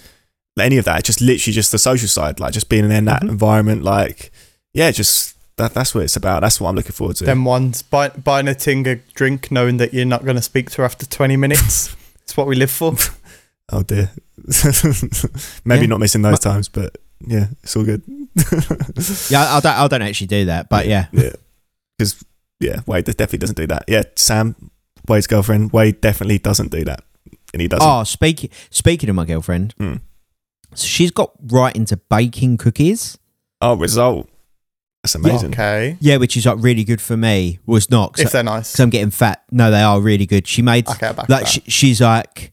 Speaker 2: any of that. It's just literally just the social side, like just being in that
Speaker 1: Mm-hmm.
Speaker 2: environment. Like, yeah, just that. That's what it's about. That's what I'm looking forward to.
Speaker 3: Them ones buy, buying a Tinger drink, knowing that you're not going to speak to her after 20 minutes. it's what we live for.
Speaker 2: oh dear. Maybe
Speaker 1: Yeah.
Speaker 2: not missing those times, but yeah, it's all good.
Speaker 1: yeah I, I don't, I don't actually do that but yeah
Speaker 2: Yeah. Because, yeah, Wade definitely doesn't do that. Yeah, Sam, Wade's girlfriend, Wade definitely doesn't do that. And he doesn't.
Speaker 1: oh speaking speaking of my girlfriend
Speaker 2: Hmm.
Speaker 1: so she's got right into baking cookies
Speaker 2: Oh, result. That's amazing.
Speaker 3: Okay.
Speaker 1: yeah which is like really good for me was not
Speaker 3: If they're nice.
Speaker 1: because i'm getting fat no they are really good she made
Speaker 3: Okay, I back
Speaker 1: like
Speaker 3: that.
Speaker 1: she, she's like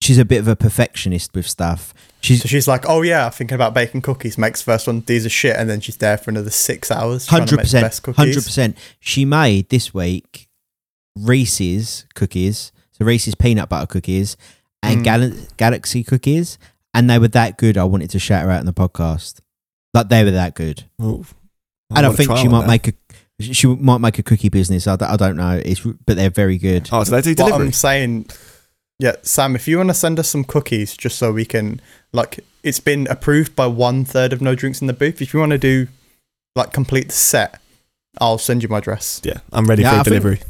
Speaker 1: she's a bit of a perfectionist with stuff she's
Speaker 3: so she's like, oh yeah, thinking about baking cookies, makes the first one, these are shit. And then she's there for another six hours. trying
Speaker 1: Hundred
Speaker 3: to make the
Speaker 1: percent,
Speaker 3: best cookies.
Speaker 1: hundred percent. She made this week Reese's cookies, so Reese's peanut butter cookies, and
Speaker 3: Mm.
Speaker 1: Gal- Galaxy cookies, and they were that good. I wanted to shout her out in the podcast. Like they were that good,
Speaker 2: Oh,
Speaker 1: and I
Speaker 2: wanna
Speaker 1: think
Speaker 2: try
Speaker 1: she
Speaker 2: one
Speaker 1: might
Speaker 2: now.
Speaker 1: make a she might make a cookie business. I don't, I don't know. It's but they're very good.
Speaker 2: Oh, so they do
Speaker 3: What
Speaker 2: delivery?
Speaker 3: I'm saying, yeah, Sam, if you want to send us some cookies just so we can, like, it's been approved by one third of No Drinks in the Booth. If you want to do, like, complete the set, I'll send you my address.
Speaker 2: yeah, I'm ready
Speaker 1: Yeah,
Speaker 2: for
Speaker 1: I
Speaker 2: a
Speaker 1: think-
Speaker 2: delivery.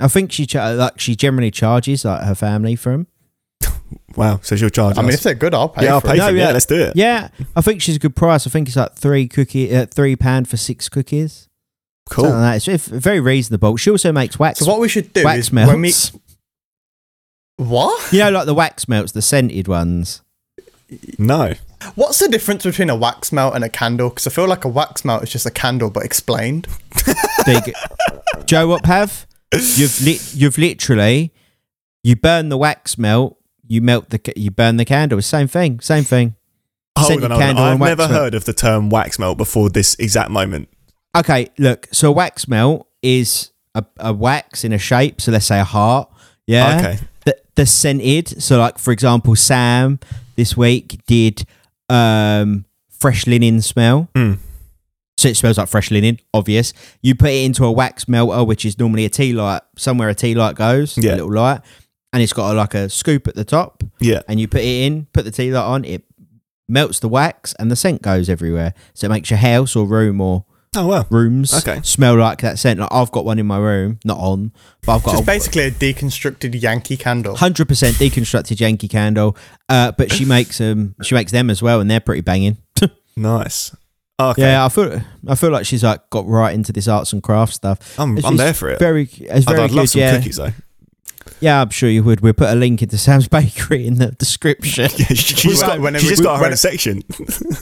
Speaker 1: I think she cha- like she generally charges like her family for them.
Speaker 2: Wow, so she'll charge
Speaker 3: I mean, if
Speaker 2: us.
Speaker 3: they're good, I'll pay
Speaker 2: yeah, I'll
Speaker 3: for
Speaker 2: pay
Speaker 3: it.
Speaker 1: No,
Speaker 2: for it. Yeah,
Speaker 1: yeah.
Speaker 2: let's do it.
Speaker 1: Yeah, I think she's a good price. I think it's like three cookie, uh, three pound for six cookies. Something
Speaker 2: Cool.
Speaker 1: like that. It's it's very reasonable. She also makes wax.
Speaker 3: So what we should do
Speaker 1: wax
Speaker 3: is
Speaker 1: melts.
Speaker 3: when we what
Speaker 1: you know, like the wax melts, the scented ones.
Speaker 2: No.
Speaker 3: What's the difference between a wax melt and a candle? Because I feel like a wax melt is just a candle, but explained.
Speaker 1: There you go. Joe, what Pav? You've li- you've literally you burn the wax melt, you melt the ca- you burn the candle. Same thing, same thing.
Speaker 2: Hold
Speaker 1: Scented
Speaker 2: on, hold on.
Speaker 1: candle
Speaker 2: I've
Speaker 1: and wax
Speaker 2: never
Speaker 1: melt.
Speaker 2: heard of the term wax melt before this exact moment.
Speaker 1: Okay, look. So wax melt is a, a wax in a shape. So let's say a heart. Yeah.
Speaker 2: Okay.
Speaker 1: The, the scented. So like for example, Sam this week did um fresh linen smell.
Speaker 2: Mm.
Speaker 1: So it smells like fresh linen. Obvious. You put it into a wax melter, which is normally a tea light. Somewhere a tea light goes.
Speaker 2: Yeah.
Speaker 1: A little light, and it's got a, like a scoop at the top.
Speaker 2: Yeah.
Speaker 1: And you put it in. Put the tea light on. It melts the wax, and the scent goes everywhere. So it makes your house or room or
Speaker 2: Oh, wow.
Speaker 1: rooms
Speaker 2: Okay.
Speaker 1: smell like that scent. Like I've got one in my room, not on, but I've got
Speaker 3: Just
Speaker 1: a
Speaker 3: basically a deconstructed Yankee candle.
Speaker 1: hundred percent deconstructed Yankee candle. Uh, but she makes um she makes them as well, and they're pretty banging.
Speaker 2: Nice. Okay.
Speaker 1: Yeah, I feel I feel like she's like got right into this arts and crafts stuff.
Speaker 2: I'm,
Speaker 1: It's-
Speaker 2: I'm
Speaker 1: it's
Speaker 2: there for it.
Speaker 1: Very, it's
Speaker 2: I'd,
Speaker 1: very
Speaker 2: I'd
Speaker 1: good.
Speaker 2: love some
Speaker 1: yeah,
Speaker 2: cookies, though.
Speaker 1: yeah, I'm sure you would. We'll put a link into Sam's Bakery in the description.
Speaker 2: Yeah, she- she's
Speaker 3: Well,
Speaker 2: got,
Speaker 3: whenever
Speaker 2: she's just
Speaker 3: we-
Speaker 2: got her own
Speaker 3: when-
Speaker 2: section.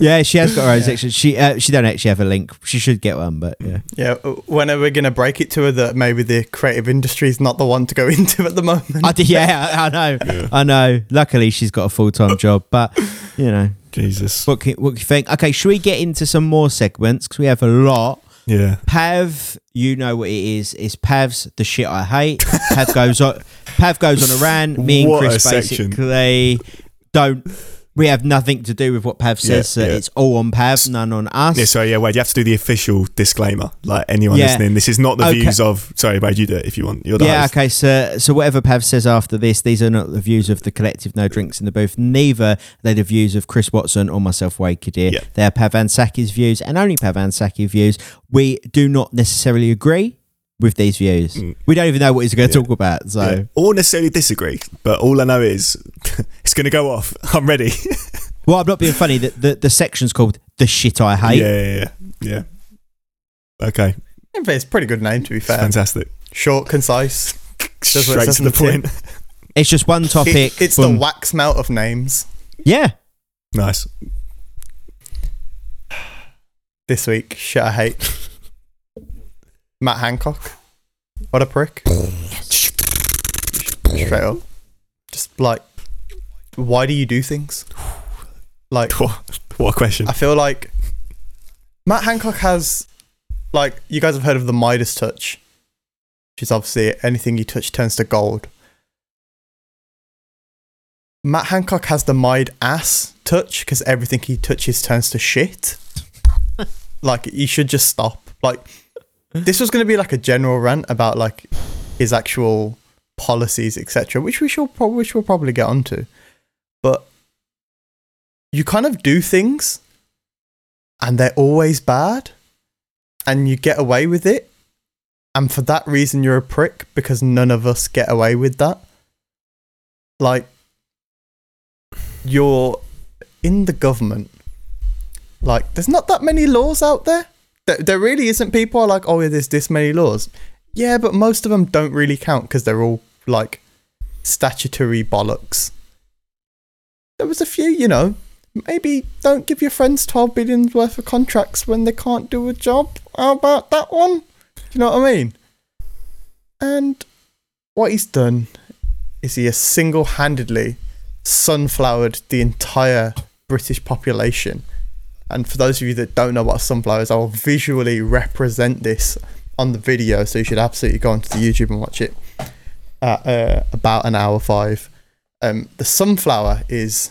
Speaker 1: yeah, she has got her own
Speaker 3: Yeah.
Speaker 1: section. She uh, she don't actually have a link. She should get one, but yeah.
Speaker 3: Yeah, uh, when are we going to break it to her that maybe the creative industry is not the one to go into at the moment?
Speaker 1: I d- yeah, I, I know, I know. Luckily, she's got a full time job, but you know,
Speaker 2: Jesus.
Speaker 1: What can, what can you think? Okay, should we get into some more segments? Because we have a lot.
Speaker 2: Yeah.
Speaker 1: Pav, you know what it is. It's Pav's the shit I hate. Pav goes on. Pav goes on a rant. Me and
Speaker 2: What a
Speaker 1: Chris
Speaker 2: section.
Speaker 1: basically don't. We have nothing to do with what Pav says. so
Speaker 2: yeah.
Speaker 1: It's all on Pav, none on us.
Speaker 2: Yeah, sorry, yeah, Wade, you have to do the official disclaimer. Like anyone
Speaker 1: Yeah.
Speaker 2: listening, this is not the
Speaker 1: Okay.
Speaker 2: views of. Sorry, Wade, you do it if you want. You're the
Speaker 1: Yeah,
Speaker 2: host.
Speaker 1: okay, so so whatever Pav says after this, these are not the views of the collective No Drinks in the Booth. Neither are they the views of Chris Watson or myself, Wade Kadir.
Speaker 2: Yeah.
Speaker 1: They are Pav Ansaki's views and only Pav Ansaki views. We do not necessarily agree with these views. We don't even know what he's going to talk about. So
Speaker 2: Mm. Yeah. Or necessarily disagree, but all I know is it's going to go off. I'm ready.
Speaker 1: Well, I'm not being funny. The, the the section's called The Shit I Hate.
Speaker 2: yeah, yeah, yeah, yeah. Okay,
Speaker 3: it's a pretty good name, to be
Speaker 2: it's
Speaker 3: fair.
Speaker 2: fantastic.
Speaker 3: Short, concise. That's what it
Speaker 2: Straight
Speaker 3: says
Speaker 2: to
Speaker 3: on
Speaker 2: the
Speaker 3: the tin.
Speaker 2: point.
Speaker 1: It's just one topic.
Speaker 3: It- it's
Speaker 1: boom.
Speaker 3: the wax melt of names
Speaker 1: Yeah.
Speaker 2: nice.
Speaker 3: this week. Shit, I hate. Matt Hancock. What a prick. Straight up. Just like, why do you do things? Like,
Speaker 2: What, what a question.
Speaker 3: I feel like Matt Hancock has, like, you guys have heard of the Midas touch, which is obviously anything you touch turns to gold. Matt Hancock has the Mid ass touch because everything he touches turns to shit. like, you should just stop. Like, this was going to be like a general rant about like his actual policies, etc., which we shall prob- which we'll probably get onto. But you kind of do things and they're always bad and you get away with it and for that reason you're a prick because none of us get away with that like you're in the government like there's not that many laws out there there, there really isn't people are like oh yeah there's this many laws yeah but most of them don't really count because they're all like statutory bollocks there was a few, you know. Maybe don't give your friends 12 billion worth of contracts when they can't do a job. How about that one? Do you know what I mean? And what he's done is he has single handedly sunflowered the entire British population. And for those of you that don't know what a sunflower is, I will visually represent this on the video, so you should absolutely go onto the YouTube and watch it at uh, about an hour five. Um, the sunflower is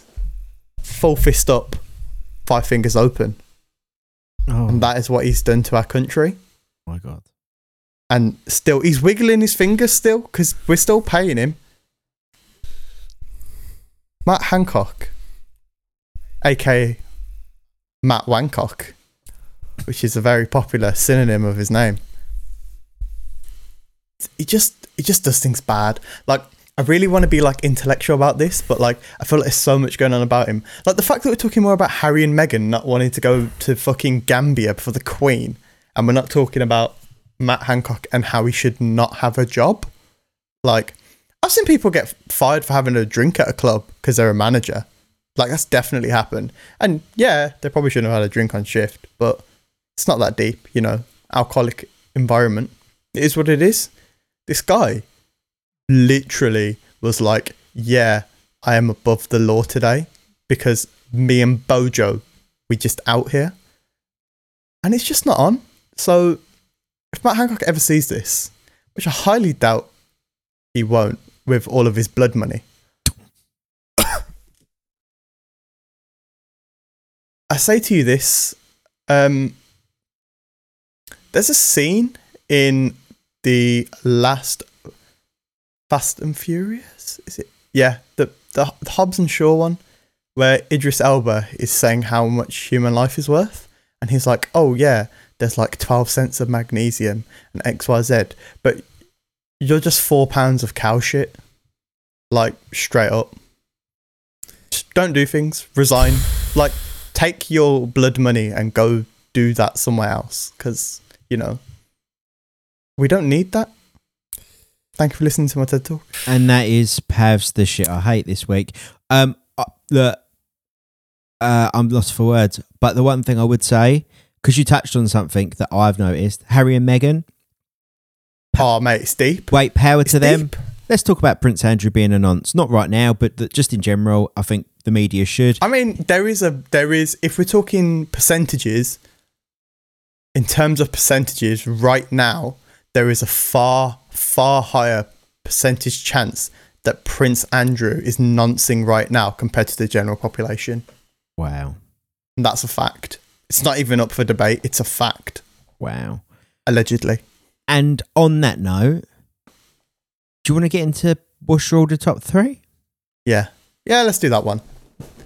Speaker 3: full fist up, five fingers open,
Speaker 1: Oh
Speaker 3: and that is what he's done to our country.
Speaker 1: my god.
Speaker 3: And still, he's wiggling his fingers still because we're still paying him. Matt Hancock, aka Matt Wancock, which is a very popular synonym of his name. He just he just does things bad. Like I really want to be like intellectual about this, but like I feel like there's so much going on about him. Like the fact that we're talking more about Harry and Meghan not wanting to go to fucking Gambia for the Queen, and we're not talking about Matt Hancock and how he should not have a job. Like I've seen people get fired for having a drink at a club because they're a manager. Like that's definitely happened. And yeah, they probably shouldn't have had a drink on shift, but it's not that deep, you know. Alcoholic environment. It is what it is. This guy literally was like, Yeah, I am above the law today because me and Bojo, we just out here. And it's just not on. So if Matt Hancock ever sees this, which I highly doubt he won't with all of his blood money. I say to you this um, there's a scene in the last Fast and Furious, is it? Yeah, the, the, the Hobbs and Shaw one where Idris Elba is saying how much human life is worth. And he's like, oh, yeah, there's like 12 cents of magnesium and XYZ. But you're just four pounds of cow shit. Like, straight up. Just don't do things. Resign. like, take your blood money and go do that somewhere else. Because, you know, we don't need that. Thank you for listening to my TED Talk.
Speaker 1: and that is Pav's the shit I hate this week. Um, uh, look, uh, I'm lost for words, but the one thing I would say because you touched on something that I've noticed, Harry and Meghan.
Speaker 3: Oh, mate, it's deep.
Speaker 1: Wait, power to
Speaker 3: It's
Speaker 1: them.
Speaker 3: deep.
Speaker 1: Let's talk about Prince Andrew being a nonce. Not right now, but th- just in general, I think the media should.
Speaker 3: I mean, there is a there is if we're talking percentages, in terms of percentages, right now there is a far far higher percentage chance that Prince Andrew is noncing right now compared to the general population.
Speaker 1: Wow,
Speaker 3: And that's a fact. It's not even up for debate. It's a fact,
Speaker 1: wow.
Speaker 3: allegedly.
Speaker 1: And on that note, do you want to get into what's your order top three?
Speaker 3: Yeah, yeah. Let's do that one.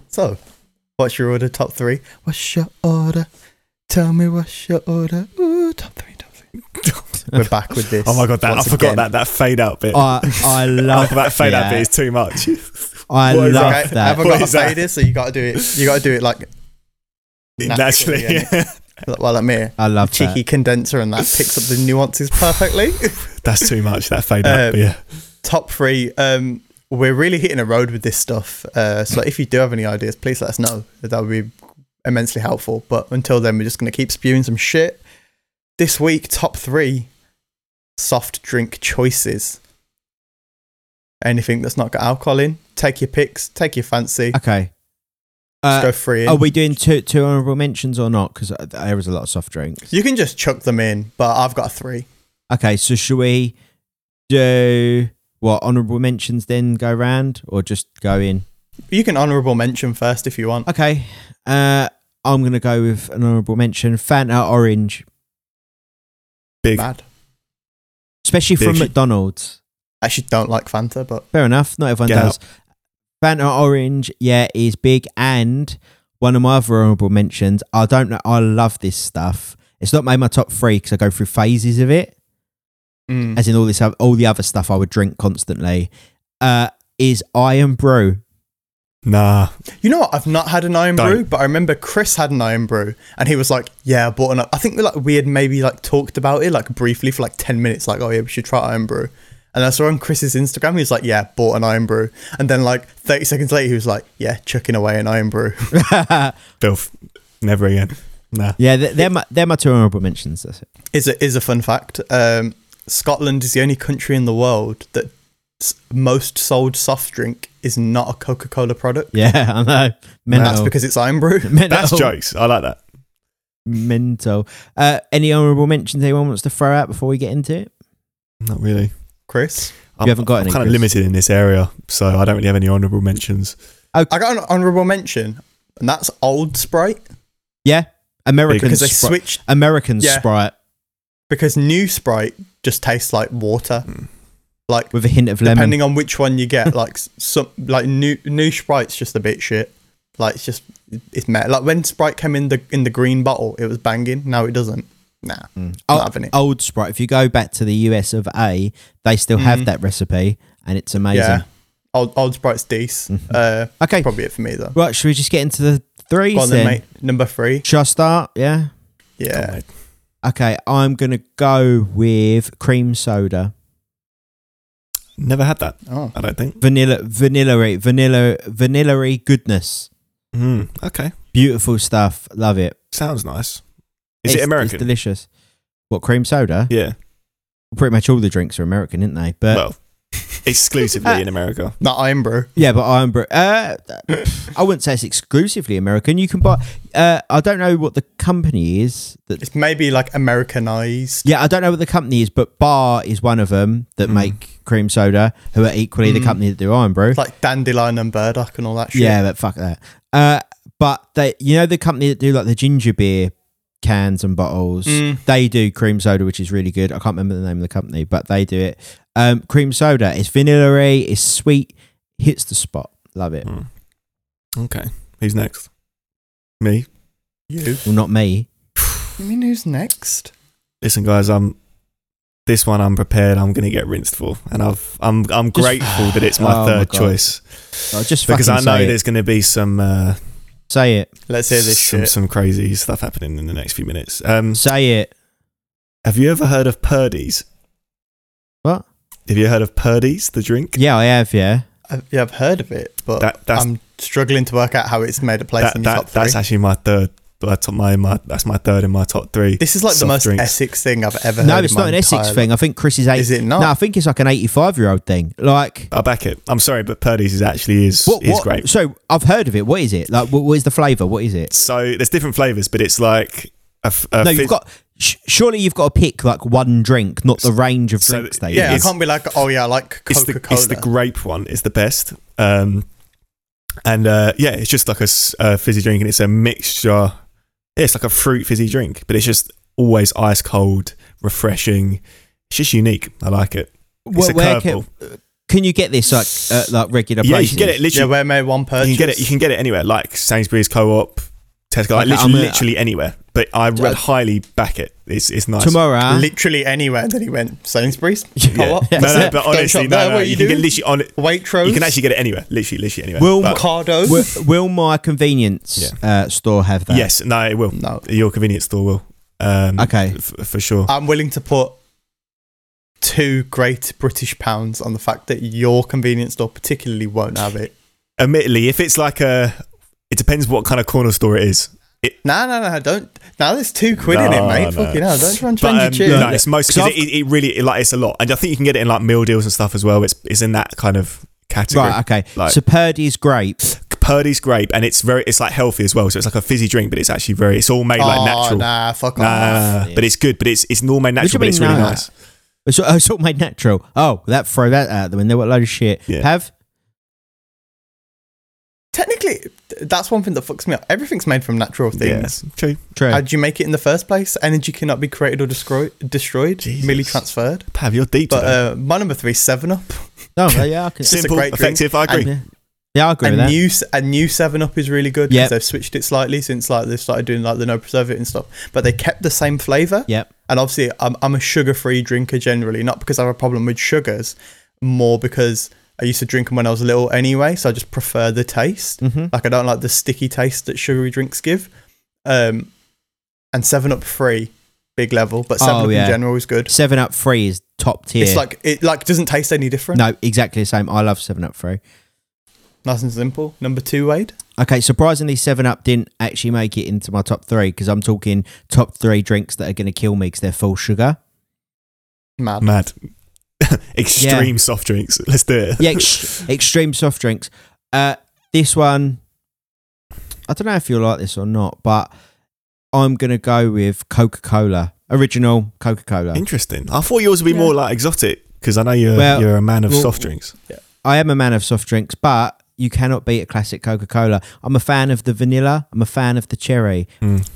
Speaker 3: So, what's your order? Top three. What's your order? Tell me what's your order. Ooh, top three. Top three. We're back with this.
Speaker 2: Oh my god, that
Speaker 3: once
Speaker 2: I forgot
Speaker 3: again.
Speaker 2: that that fade out bit.
Speaker 1: I I love
Speaker 2: that fade out
Speaker 1: that.
Speaker 2: bit is too much.
Speaker 1: I
Speaker 2: What is
Speaker 1: love
Speaker 3: Okay,
Speaker 1: that.
Speaker 3: I've
Speaker 2: What
Speaker 3: got to
Speaker 2: is that?
Speaker 3: say this, so you got to do it. You got to do it like
Speaker 2: Naturally,
Speaker 3: Naturally,
Speaker 2: yeah.
Speaker 3: well, like me,
Speaker 1: I love that.
Speaker 3: cheeky condenser, and that picks up the nuances perfectly.
Speaker 2: that's too much. That fade
Speaker 3: Um,
Speaker 2: out, yeah.
Speaker 3: Top three. Um, we're really hitting a road with this stuff. Uh, so if you do have any ideas, please let us know. That would be immensely helpful. But until then, we're just going to keep spewing some shit. This week, top three soft drink choices. Anything that's not got alcohol in, take your picks, take your fancy.
Speaker 1: Okay.
Speaker 3: Just
Speaker 1: Uh,
Speaker 3: go free. in.
Speaker 1: are we doing two two honourable mentions or not? Because there was a lot of soft drinks.
Speaker 3: You can just chuck them in, but I've got three.
Speaker 1: Okay, so should we do what honourable mentions then go round or just go in?
Speaker 3: You can honourable mention first if you want.
Speaker 1: Okay, uh, I'm gonna go with an honourable mention: Fanta Orange,
Speaker 2: Big.
Speaker 3: Mad.
Speaker 1: especially from
Speaker 2: Big.
Speaker 1: McDonald's.
Speaker 3: I actually don't like Fanta, but
Speaker 1: Fair enough, not everyone
Speaker 2: Get
Speaker 1: does. Fanta Orange, yeah, is big and one of my other honourable mentions. I don't know. I love this stuff. It's not made my top three because I go through phases of it.
Speaker 3: mm,
Speaker 1: as in all this oth- all the other stuff I would drink constantly, uh, is Iron Brew.
Speaker 2: Nah.
Speaker 3: you know what? I've not had an iron
Speaker 2: Don't.
Speaker 3: brew, but I remember Chris had an iron brew, and he was like, "Yeah, I bought an." I think we like we had maybe like talked about it like briefly for like ten minutes, like, "Oh yeah, we should try iron brew." And I saw on Chris's Instagram, he was like, "Yeah, bought an iron brew," and then like thirty seconds later, he was like, "Yeah, chucking away an iron brew."
Speaker 2: Filth. Never again. Nah.
Speaker 1: Yeah, th- they're my they're my two honourable mentions. That's it.
Speaker 3: is a is a fun fact. Um, Scotland is the only country in the world that s- most sold soft drink is not a Coca Cola product.
Speaker 1: Yeah, I know.
Speaker 3: And
Speaker 1: Mental.
Speaker 3: that's because it's iron brew.
Speaker 1: mental.
Speaker 2: That's jokes. I like that.
Speaker 1: Mental. Uh, any honourable mentions anyone wants to throw out before we get into it?
Speaker 2: Not really.
Speaker 3: Chris,
Speaker 2: I'm,
Speaker 1: haven't got
Speaker 2: I'm
Speaker 1: any,
Speaker 2: kind of
Speaker 1: Chris?
Speaker 2: limited in this area, so I don't really have any honourable mentions.
Speaker 3: I got an honourable mention, and that's Old Sprite
Speaker 1: Yeah, American
Speaker 3: because they
Speaker 1: Sprite.
Speaker 3: switched
Speaker 1: American
Speaker 3: Yeah.
Speaker 1: Sprite
Speaker 3: because new Sprite just tastes like water. Like
Speaker 1: with a hint of lemon.
Speaker 3: depending on which one you get, like s- some like new new Sprite's just a bit shit. Like it's just it's mad. Like when Sprite came in the in the green bottle, it was banging. Now it doesn't. Nah, I'm
Speaker 1: Oh.
Speaker 3: not having it.
Speaker 1: Old Sprite. If you go back to the US of A, they still have that recipe, and it's amazing.
Speaker 3: Mm-hmm.
Speaker 1: Mm-hmm.
Speaker 3: Yeah. Old, old Sprite's Dece.
Speaker 1: Hmm.
Speaker 3: Uh,
Speaker 1: Okay,
Speaker 3: probably it for me though.
Speaker 1: right. Should we just get into the threes
Speaker 3: Go on
Speaker 1: then?
Speaker 3: then, mate. Number three.
Speaker 1: Should I start? Yeah.
Speaker 2: Oh,
Speaker 3: Yeah.
Speaker 2: mate.
Speaker 1: Okay, I'm gonna go with cream soda,
Speaker 2: Never had that.
Speaker 3: Oh,
Speaker 2: I don't think.
Speaker 1: vanilla, vanillary, vanilla, vanillary goodness.
Speaker 2: Mm, okay.
Speaker 1: Beautiful stuff. Love it.
Speaker 2: Sounds nice. Is
Speaker 1: It's-
Speaker 2: it American?
Speaker 1: It's delicious. What cream soda?
Speaker 2: yeah.
Speaker 1: Pretty much all the drinks are American, aren't they? But
Speaker 2: well, exclusively in America.
Speaker 3: Not Iron Brew.
Speaker 1: yeah, but I'm Brit- uh, I wouldn't say it's exclusively American. You can buy. Uh, I don't know what the company is that
Speaker 3: It's maybe like Americanized.
Speaker 1: Yeah, I don't know what the company is, but Bar is one of them that
Speaker 3: Hmm.
Speaker 2: Mm.
Speaker 1: make cream soda, who are equally the
Speaker 3: Mm.
Speaker 1: company that do Iron Brew.
Speaker 3: It's like Dandelion and Burdock and all that shit.
Speaker 1: yeah, but fuck that. Uh, but they, you know, the company that do like the ginger beer cans and bottles,
Speaker 3: Mm.
Speaker 1: they do cream soda, which is really good. I can't remember the name of the company, but they do it. Um, cream soda is vanilla-y, it's sweet, hits the spot. Love it.
Speaker 2: Mm. Okay. Who's next? Me.
Speaker 3: You.
Speaker 1: Well, not me.
Speaker 3: I mean, who's next?
Speaker 2: Listen, guys. I'm. This one I'm prepared. I'm gonna get rinsed for, and I've I'm I'm
Speaker 1: Just-
Speaker 2: grateful that it's my
Speaker 1: Oh my
Speaker 2: third
Speaker 1: God.
Speaker 2: choice
Speaker 1: Oh, just
Speaker 2: because I
Speaker 1: fucking
Speaker 2: know
Speaker 1: say it.
Speaker 2: there's gonna be some uh,
Speaker 1: Say it.
Speaker 3: Let's hear this
Speaker 2: some
Speaker 3: shit.
Speaker 2: some crazy stuff happening in the next few minutes. Um,
Speaker 1: Say it.
Speaker 2: have you ever heard of Purdy's?
Speaker 1: What?
Speaker 2: Have you heard of Purdy's, the drink?
Speaker 1: Yeah, I have. Yeah.
Speaker 3: I've, yeah, I've heard of it, but
Speaker 2: That that's
Speaker 3: I'm struggling to work out how it's made a place
Speaker 2: that,
Speaker 3: in your
Speaker 2: that-
Speaker 3: top three.
Speaker 2: that's actually my third. My, top- my, my that's my third in my top three.
Speaker 3: this is like the
Speaker 2: soft
Speaker 3: most
Speaker 2: drinks.
Speaker 3: Essex thing I've ever heard.
Speaker 1: No,
Speaker 3: in
Speaker 1: it's
Speaker 3: my
Speaker 1: not an Essex
Speaker 3: entire
Speaker 1: thing. I think Chris is eight.
Speaker 3: life. Is it not?
Speaker 1: No, I think it's like an 85 year old thing. Like,
Speaker 2: I back it. I'm sorry, but Purdy's is actually is
Speaker 1: what,
Speaker 2: is
Speaker 1: what-
Speaker 2: great.
Speaker 1: So I've heard of it. What is it? Like, what, what is the flavour? What is it?
Speaker 2: So there's different flavors, but it's like a, f- a
Speaker 1: no,
Speaker 2: fizz-
Speaker 1: you've got, sh- surely you've got to pick like one drink, not the range of
Speaker 2: so
Speaker 1: drinks they
Speaker 2: it
Speaker 3: yeah,
Speaker 2: is-
Speaker 1: use.
Speaker 3: I can't be like, oh yeah, I like
Speaker 2: it's
Speaker 3: Coca
Speaker 2: the
Speaker 3: Cola.
Speaker 2: it's the grape one. It's the best. Um, and uh, yeah, it's just like a, s- a fizzy drink, and it's a mixture. yeah, It's like a fruit fizzy drink, but it's just always ice cold, refreshing. It's just unique. I like it. It's
Speaker 1: Where-
Speaker 2: a
Speaker 1: where
Speaker 2: curveball.
Speaker 1: Can you get this like uh, like regular
Speaker 2: Yeah, you
Speaker 1: places?
Speaker 2: can get it
Speaker 3: yeah,
Speaker 2: literally.
Speaker 3: where may one purchase?
Speaker 2: you can get it. You can get it anywhere, like Sainsbury's Co-op, Tesco, like
Speaker 1: Okay,
Speaker 2: literally,
Speaker 1: I'm a-
Speaker 2: literally anywhere. But I would
Speaker 1: Uh,
Speaker 2: highly back it. It's it's nice.
Speaker 1: tomorrow.
Speaker 3: Literally anywhere. And then he went Sainsbury's.
Speaker 2: Yeah.
Speaker 3: Co-op.
Speaker 2: No, no, but
Speaker 3: Don't shop
Speaker 2: honestly,
Speaker 3: there,
Speaker 2: no, no,
Speaker 3: what
Speaker 2: you
Speaker 3: you
Speaker 2: can get
Speaker 3: doing?
Speaker 2: literally on it.
Speaker 3: Waitrose.
Speaker 2: You can actually get it anywhere, literally, literally anywhere.
Speaker 1: Will-
Speaker 2: But-
Speaker 3: Cardo's.
Speaker 1: will, will my convenience uh, store have that?
Speaker 2: yes, no, it will.
Speaker 3: no,
Speaker 2: Your convenience store will. Um,
Speaker 1: Okay.
Speaker 2: f- for sure.
Speaker 3: I'm willing to put two great British pounds on the fact that your convenience store particularly won't have it.
Speaker 2: Admittedly, if it's like a, it depends what kind of corner store it is.
Speaker 3: No, no, no, don't. No, there's two quid in it,
Speaker 2: No,
Speaker 3: mate.
Speaker 2: no.
Speaker 3: Fucking hell, don't try and change
Speaker 2: But um,
Speaker 3: your tune.
Speaker 2: no, it's most
Speaker 1: 'Cause
Speaker 2: because it,
Speaker 1: I've-
Speaker 2: it really it, like it's a lot, and I think you can get it in like meal deals and stuff as well. It's it's in that kind of category.
Speaker 1: Right. Okay.
Speaker 2: Like-
Speaker 1: so Purdy's grape.
Speaker 2: Purdy's grape, and it's very it's like healthy as well. So it's like a fizzy drink, but it's actually very it's all made like
Speaker 3: oh,
Speaker 2: natural.
Speaker 3: nah, fuck
Speaker 2: Nah,
Speaker 3: off.
Speaker 2: nah, nah, nah. but it's good. But it's it's all made
Speaker 1: do you
Speaker 2: natural, but
Speaker 1: mean,
Speaker 2: it's really
Speaker 1: nah?
Speaker 2: nice.
Speaker 1: So, oh, so my natural. Oh, that throw that out the window. What a load of shit.
Speaker 2: Yeah.
Speaker 1: Have
Speaker 3: Technically, th- that's one thing that fucks me up. Everything's made from natural things.
Speaker 2: Yes, true.
Speaker 1: true.
Speaker 3: How'd you make it in the first place? Energy cannot be created or destroy- destroyed,
Speaker 2: Jesus.
Speaker 3: merely transferred.
Speaker 2: Pav, you're deep.
Speaker 3: But
Speaker 2: today.
Speaker 3: uh, my number three, Seven Up.
Speaker 1: no, Oh, yeah, I can,
Speaker 3: just a
Speaker 2: Simple,
Speaker 3: great drink.
Speaker 2: effective. I agree.
Speaker 1: yeah. yeah, I agree
Speaker 3: A
Speaker 1: with that.
Speaker 3: new, s- a new Seven Up is really good because
Speaker 1: Yep.
Speaker 3: they've switched it slightly since like they started doing like the no preservative and stuff. But they kept the same flavor.
Speaker 1: Yep.
Speaker 3: And obviously, I'm, I'm a sugar free drinker generally, not because I have a problem with sugars, more because I used to drink them when I was little anyway. So I just prefer the taste.
Speaker 1: Mm-hmm.
Speaker 3: Like, I don't like the sticky taste that sugary drinks give. Um, and 7 Up Free, big level, but 7
Speaker 1: Oh,
Speaker 3: Up
Speaker 1: yeah.
Speaker 3: in general is good.
Speaker 1: Seven Up Free is top tier.
Speaker 3: It's like, it like doesn't taste any different.
Speaker 1: no, exactly the same. I love Seven Up Free.
Speaker 3: Nice and simple. Number two, Wade.
Speaker 1: Okay, surprisingly, Seven Up didn't actually make it into my top three because I'm talking top three drinks that are going to kill me because they're full sugar.
Speaker 3: Mad.
Speaker 2: Mad. Extreme soft drinks. Let's do it.
Speaker 1: Yeah, ex- extreme soft drinks. Uh, this one, I don't know if you'll like this or not, but I'm going to go with Coca Cola, original Coca Cola.
Speaker 2: Interesting. I thought yours would be
Speaker 3: Yeah.
Speaker 2: more like exotic because I know you're
Speaker 1: Well,
Speaker 2: you're a man of
Speaker 1: well-
Speaker 2: soft drinks.
Speaker 1: I am a man of soft drinks, but you cannot beat a classic Coca Cola. I'm a fan of the vanilla. I'm a fan of the cherry.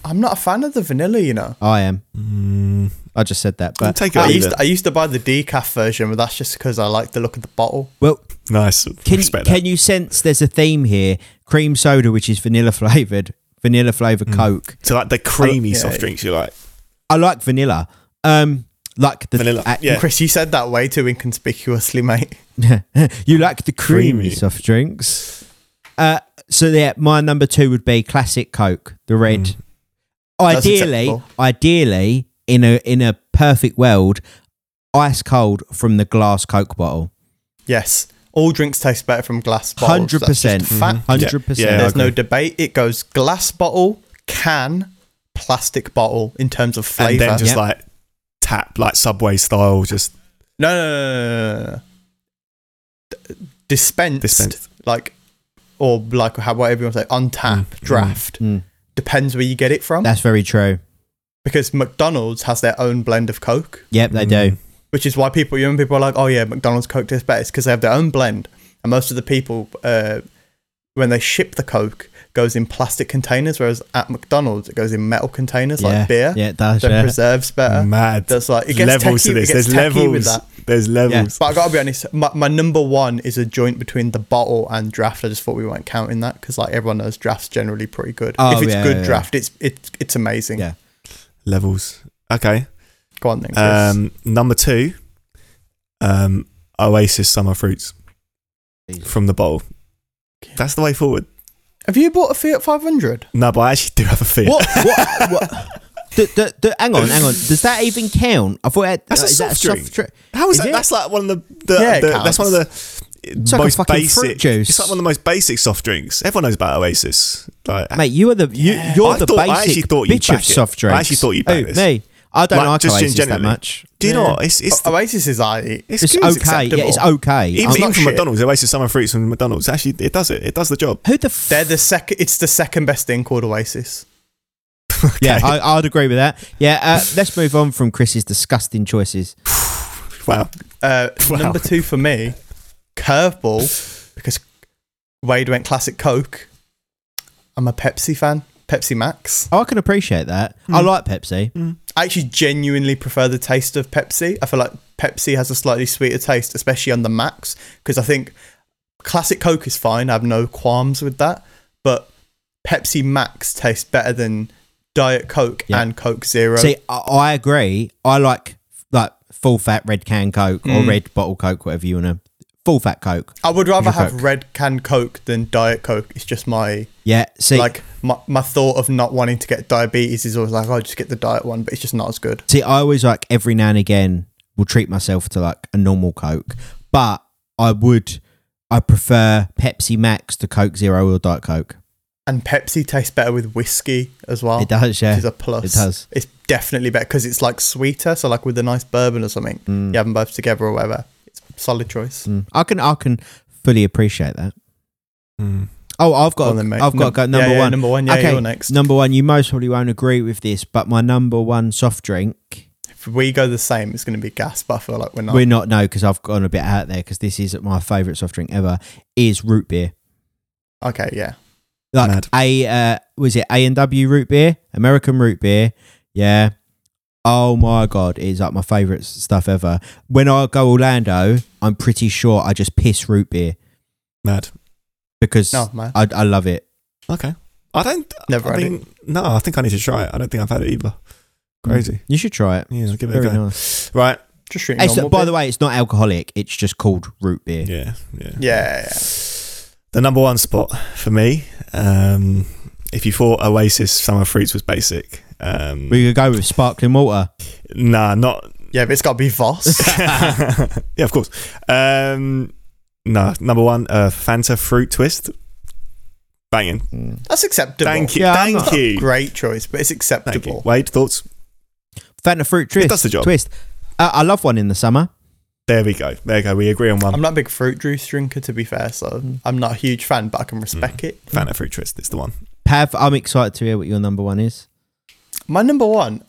Speaker 3: I'm not a fan of the vanilla, you know.
Speaker 1: I am.
Speaker 2: Mm,
Speaker 1: I just said that,
Speaker 2: I'll
Speaker 1: but
Speaker 2: take it.
Speaker 3: I
Speaker 2: or leave
Speaker 3: used,
Speaker 2: it.
Speaker 3: I used to buy the decaf version, but that's just because I like the look of the bottle.
Speaker 1: well,
Speaker 2: nice.
Speaker 1: Can you,
Speaker 2: Respect
Speaker 1: can you sense there's a theme here? Cream soda, which is vanilla flavored, vanilla flavored
Speaker 2: Hmm.
Speaker 1: Coke.
Speaker 2: that. So like the creamy
Speaker 3: Yeah.
Speaker 2: soft drinks you like.
Speaker 1: I like vanilla. Um, like the
Speaker 2: Vanilla, yeah.
Speaker 3: Chris, you said that way too inconspicuously, mate.
Speaker 1: you like the creamy,
Speaker 2: Creamy.
Speaker 1: soft drinks. Uh, so yeah, my number two would be classic Coke, the red.
Speaker 2: Mm.
Speaker 3: That's
Speaker 1: Ideally,
Speaker 3: acceptable.
Speaker 1: ideally, in a in a perfect world, ice cold from the glass Coke bottle.
Speaker 3: Yes. All drinks taste better from glass bottles. That's
Speaker 1: Hundred
Speaker 3: just
Speaker 1: percent. Mm-hmm.
Speaker 3: fact.
Speaker 1: Hundred
Speaker 2: Mm-hmm. Yeah, I
Speaker 1: percent.
Speaker 3: There's no debate. It goes glass bottle, can, plastic bottle in terms of
Speaker 2: and
Speaker 3: flavour.
Speaker 2: then just
Speaker 1: Yep.
Speaker 2: like tap, like Subway style, just
Speaker 3: no, no, no, no, no, no. D- Dispensed,
Speaker 2: Dispensed.
Speaker 3: like, or like how whatever you want to say, on tap,
Speaker 2: Mm,
Speaker 3: draft.
Speaker 1: Mm.
Speaker 3: Depends where you get it from.
Speaker 1: That's very true.
Speaker 3: because McDonald's has their own blend of Coke.
Speaker 1: Yep, they do.
Speaker 3: which is why people, young people are like, oh yeah, McDonald's Coke tastes better. It's because they have their own blend, and most of the people, uh, when they ship the Coke, goes in plastic containers, whereas at McDonald's it goes in metal containers
Speaker 1: yeah.
Speaker 3: like beer.
Speaker 1: Yeah, Mm. it does.
Speaker 3: so it
Speaker 1: Yeah.
Speaker 3: preserves better.
Speaker 2: mad.
Speaker 3: That's like Uh, it gets
Speaker 2: levels
Speaker 3: techie,
Speaker 2: to
Speaker 3: it
Speaker 2: this.
Speaker 3: gets
Speaker 2: There's
Speaker 3: techie
Speaker 2: levels.
Speaker 3: with that.
Speaker 2: There's levels.
Speaker 3: But I gotta be honest, my, my number one is a joint between the bottle and draft. I just thought we weren't counting that because like everyone knows drafts generally pretty good.
Speaker 1: Oh,
Speaker 3: if it's
Speaker 1: yeah,
Speaker 3: good
Speaker 1: yeah.
Speaker 3: draft, it's it's it's amazing.
Speaker 1: Yeah.
Speaker 2: Levels. Okay.
Speaker 3: Go on then. Chris.
Speaker 2: Um, number two, um, Oasis summer fruits from the bowl. That's the way forward.
Speaker 3: have you bought a Fiat 500?
Speaker 2: No, but I actually do have a fear.
Speaker 1: What? What? what? D- d- d- hang on, hang on. Does that even count? I thought it,
Speaker 2: That's a
Speaker 1: is that
Speaker 2: soft drink.
Speaker 1: drink?
Speaker 2: How is,
Speaker 1: Is
Speaker 2: that?
Speaker 1: it?
Speaker 2: That's like one of the, the,
Speaker 3: Yeah, it
Speaker 2: the-
Speaker 3: counts.
Speaker 2: that's one of the
Speaker 1: like a
Speaker 2: most
Speaker 1: fucking
Speaker 2: basic
Speaker 1: fruit juice.
Speaker 2: It's like one of the most basic soft drinks. Everyone knows about Oasis. Like,
Speaker 1: Mate, you are the you, you're
Speaker 2: I
Speaker 1: the
Speaker 2: thought- I
Speaker 1: basic
Speaker 2: actually thought you'd
Speaker 1: bitch of
Speaker 2: back it.
Speaker 1: soft drinks.
Speaker 2: I actually thought you'd back
Speaker 1: Who,
Speaker 2: this.
Speaker 1: me. I don't
Speaker 2: Like,
Speaker 1: like
Speaker 2: just in
Speaker 1: Oasis that
Speaker 2: generally.
Speaker 1: much.
Speaker 2: do you know
Speaker 3: Yeah.
Speaker 2: what? It's it's,
Speaker 3: Oasis is I.
Speaker 2: it's,
Speaker 1: It's
Speaker 2: good,
Speaker 1: okay. Yeah,
Speaker 2: acceptable.
Speaker 1: it's okay. Um,
Speaker 2: Even,
Speaker 1: Oh, I'm
Speaker 2: even
Speaker 1: not-
Speaker 2: from
Speaker 3: shit.
Speaker 2: McDonald's, Oasis summer fruits from McDonald's. Actually, it does it. It does the job.
Speaker 1: who the f-
Speaker 3: They're the second. It's the second best thing called Oasis.
Speaker 1: yeah? I, I'd agree with that. Yeah, uh, let's move on from Chris's disgusting choices.
Speaker 2: Wow.
Speaker 3: Uh,
Speaker 2: Wow.
Speaker 3: Number two for me, curveball, because Wade went classic Coke. I'm a Pepsi fan. Pepsi Max.
Speaker 1: Oh, I can appreciate that. I
Speaker 2: Hmm.
Speaker 1: like Pepsi.
Speaker 3: I actually genuinely prefer the taste of Pepsi. I feel like Pepsi has a slightly sweeter taste, especially on the Max, because I think classic Coke is fine. I have no qualms with that, but Pepsi Max tastes better than Diet Coke
Speaker 1: Yeah.
Speaker 3: and Coke Zero.
Speaker 1: See, I, I agree. I like like full fat red can Coke
Speaker 2: Hmm.
Speaker 1: or red bottle Coke, whatever you want to. Full fat Coke.
Speaker 3: I would rather
Speaker 1: Your
Speaker 3: have
Speaker 1: Coke.
Speaker 3: red can Coke than Diet Coke. It's just my
Speaker 1: Yeah. See,
Speaker 3: like my, my thought of not wanting to get diabetes is always like, oh, just get the diet one, but it's just not as good.
Speaker 1: See, I always like every now and again will treat myself to like a normal Coke, but I would, I prefer Pepsi Max to Coke Zero or Diet Coke.
Speaker 3: And Pepsi tastes better with whiskey as well.
Speaker 1: It does, yeah.
Speaker 3: Which is a plus.
Speaker 1: It does.
Speaker 3: It's definitely better because it's like sweeter. So like with a nice bourbon or something, you have them both together or whatever. It's a solid choice.
Speaker 1: Mm. I can, I can fully appreciate that.
Speaker 2: Mm.
Speaker 1: Oh, I've got,
Speaker 3: Go on then, mate.
Speaker 1: I've got,
Speaker 3: Num-
Speaker 1: to go
Speaker 3: yeah,
Speaker 1: number
Speaker 3: yeah,
Speaker 1: one.
Speaker 3: number one. Yeah, you're next.
Speaker 1: Number one. You most probably won't agree with this, but my number one soft drink.
Speaker 3: If we go the same, it's going to be gas, but I feel like we're not.
Speaker 1: We're not no because I've gone a bit out there because this is my favorite soft drink ever. Is root beer.
Speaker 3: okay, yeah.
Speaker 1: like
Speaker 2: Mad.
Speaker 1: a uh, was it A and W root beer, American root beer, yeah. Oh my god, it's like my favorite s- stuff ever. When I go Orlando, I'm pretty sure I just piss root beer
Speaker 2: Mad.
Speaker 1: because
Speaker 3: No, man.
Speaker 1: I, I love it.
Speaker 2: Okay. I don't.
Speaker 3: Never
Speaker 2: I
Speaker 3: had
Speaker 2: think, No, I think I need to try it. I don't think I've had it either. Crazy.
Speaker 1: You should try it.
Speaker 2: Yeah, I'll give it
Speaker 1: Very
Speaker 2: a go.
Speaker 1: nice.
Speaker 2: Right.
Speaker 3: Just drink
Speaker 1: Hey, so,
Speaker 3: normal.
Speaker 1: by the way, it's not alcoholic. It's just called root beer.
Speaker 2: Yeah. Yeah.
Speaker 3: yeah, yeah.
Speaker 2: The number one spot for me. Um, if you thought Oasis summer fruits was basic, um,
Speaker 1: We could go with sparkling water.
Speaker 2: nah, not.
Speaker 3: Yeah, but it's got to be Voss.
Speaker 2: yeah, of course. Um, nah, number one, uh, Fanta fruit twist. Banging.
Speaker 3: That's acceptable.
Speaker 2: Thank you.
Speaker 1: Yeah, I'm
Speaker 2: Thank
Speaker 1: not-
Speaker 2: you.
Speaker 3: Great choice, but it's
Speaker 2: Thank you.
Speaker 3: acceptable.
Speaker 2: Wade, thoughts?
Speaker 1: Fanta fruit twist.
Speaker 2: does the job.
Speaker 1: Twist. Uh, I love one in the summer.
Speaker 2: There we go. There we go. We agree on one.
Speaker 3: I'm not a big fruit juice drinker, to be fair, so I'm not a huge fan, but I can respect
Speaker 2: Mm.
Speaker 3: it.
Speaker 2: Fanta fruit twist. It's the one.
Speaker 1: Pav, I'm excited to hear what your number one is.
Speaker 3: My number one,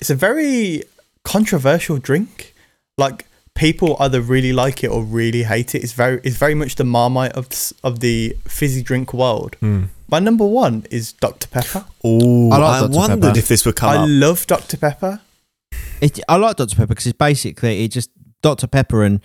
Speaker 3: it's a very controversial drink. Like people either really like it or really hate it. It's very, it's very much the marmite of s- of the fizzy drink world.
Speaker 2: Mm.
Speaker 3: My number one is Dr Pepper.
Speaker 2: Oh, I,
Speaker 1: I like Dr.
Speaker 2: wondered
Speaker 1: Pepper.
Speaker 2: if this would come
Speaker 3: I
Speaker 2: up.
Speaker 3: love Dr Pepper.
Speaker 1: It, I like Dr Pepper because it's basically it just Dr Pepper and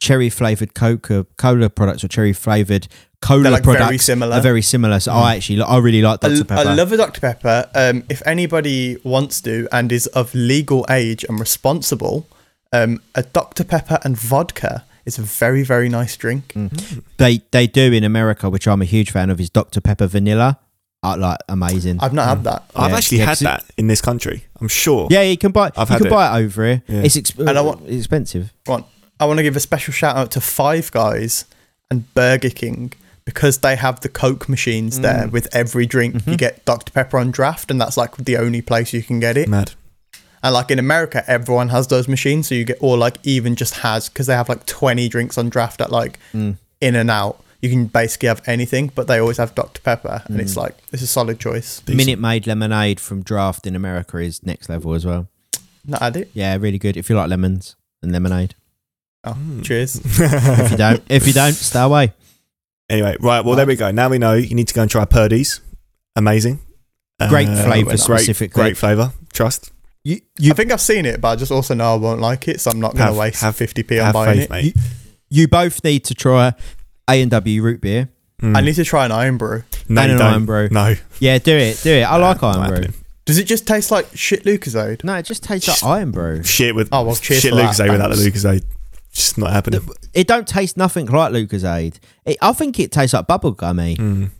Speaker 1: cherry flavored Coca Cola products or cherry flavored cola
Speaker 3: They're, like, very
Speaker 1: products
Speaker 3: similar. Mm.
Speaker 1: are very similar. So I actually I really like
Speaker 3: I,
Speaker 1: Dr
Speaker 3: l-
Speaker 1: Pepper.
Speaker 3: I love a Dr Pepper. Um, if anybody wants to and is of legal age and responsible, um, a Dr Pepper and vodka is a very very nice drink.
Speaker 1: Mm. they they do in America, which I'm a huge fan of, is Dr Pepper vanilla. I like amazing.
Speaker 3: I've not had that.
Speaker 2: I've
Speaker 1: Yeah,
Speaker 2: actually
Speaker 1: yeah,
Speaker 2: had
Speaker 1: 'cause it-
Speaker 2: that in this country. I'm sure.
Speaker 1: yeah, you can buy.
Speaker 2: I've
Speaker 1: you
Speaker 2: had
Speaker 1: can
Speaker 2: it.
Speaker 1: buy it over here.
Speaker 2: Yeah.
Speaker 1: It's exp-
Speaker 3: And I want-
Speaker 1: expensive.
Speaker 3: Go on. I want to give a special shout out to Five Guys and Burger King because they have the Coke machines there
Speaker 1: Mm.
Speaker 3: with every drink.
Speaker 1: Mm-hmm.
Speaker 3: You get Dr Pepper on draft, and that's like the only place you can get
Speaker 1: Mm.
Speaker 3: it.
Speaker 2: Mad.
Speaker 3: And like in America, everyone has those machines, so you get or like even just has because they have like twenty drinks on draft at like
Speaker 1: Mm.
Speaker 3: In and Out. You can basically have anything, but they always have Dr Pepper, and it's like it's a solid choice.
Speaker 1: Minute Made lemonade from Draft in America is next level as well.
Speaker 3: Not had it.
Speaker 1: Yeah, really good. If you like lemons and lemonade,
Speaker 3: Oh,
Speaker 2: Hmm.
Speaker 3: cheers.
Speaker 1: if you don't, if you don't, stay away.
Speaker 2: Anyway, right. Well, there we go. Now we know you need to go and try Purdy's. Amazing. Uh,
Speaker 1: Great flavour
Speaker 2: great-
Speaker 1: specifically.
Speaker 2: Great flavour. Trust.
Speaker 1: You,
Speaker 3: I think I've seen it, but I just also know I won't like it, so I'm not going
Speaker 2: Have-
Speaker 3: to waste
Speaker 2: have-
Speaker 3: 50p on
Speaker 2: Have
Speaker 3: buying
Speaker 2: faith,
Speaker 3: it.
Speaker 2: mate.
Speaker 1: you both need to try A and W root beer.
Speaker 3: I need to try an iron brew.
Speaker 2: No,
Speaker 1: and
Speaker 2: you
Speaker 1: an
Speaker 2: don't.
Speaker 1: iron brew.
Speaker 2: No.
Speaker 1: Yeah, do it, do it. I like
Speaker 2: not
Speaker 1: Iron Brew.
Speaker 2: happening.
Speaker 3: Does it just taste like shit Lucasade?
Speaker 1: No, it just tastes like Iron Brew.
Speaker 2: Shit with
Speaker 3: Oh, well, cheers
Speaker 2: shit
Speaker 3: for
Speaker 2: Lucas
Speaker 3: that,
Speaker 2: without the
Speaker 3: thanks.
Speaker 2: Lucas Just not happening.
Speaker 1: It don't taste nothing like Lucasade. It, I think it tastes like eh? bubblegummy.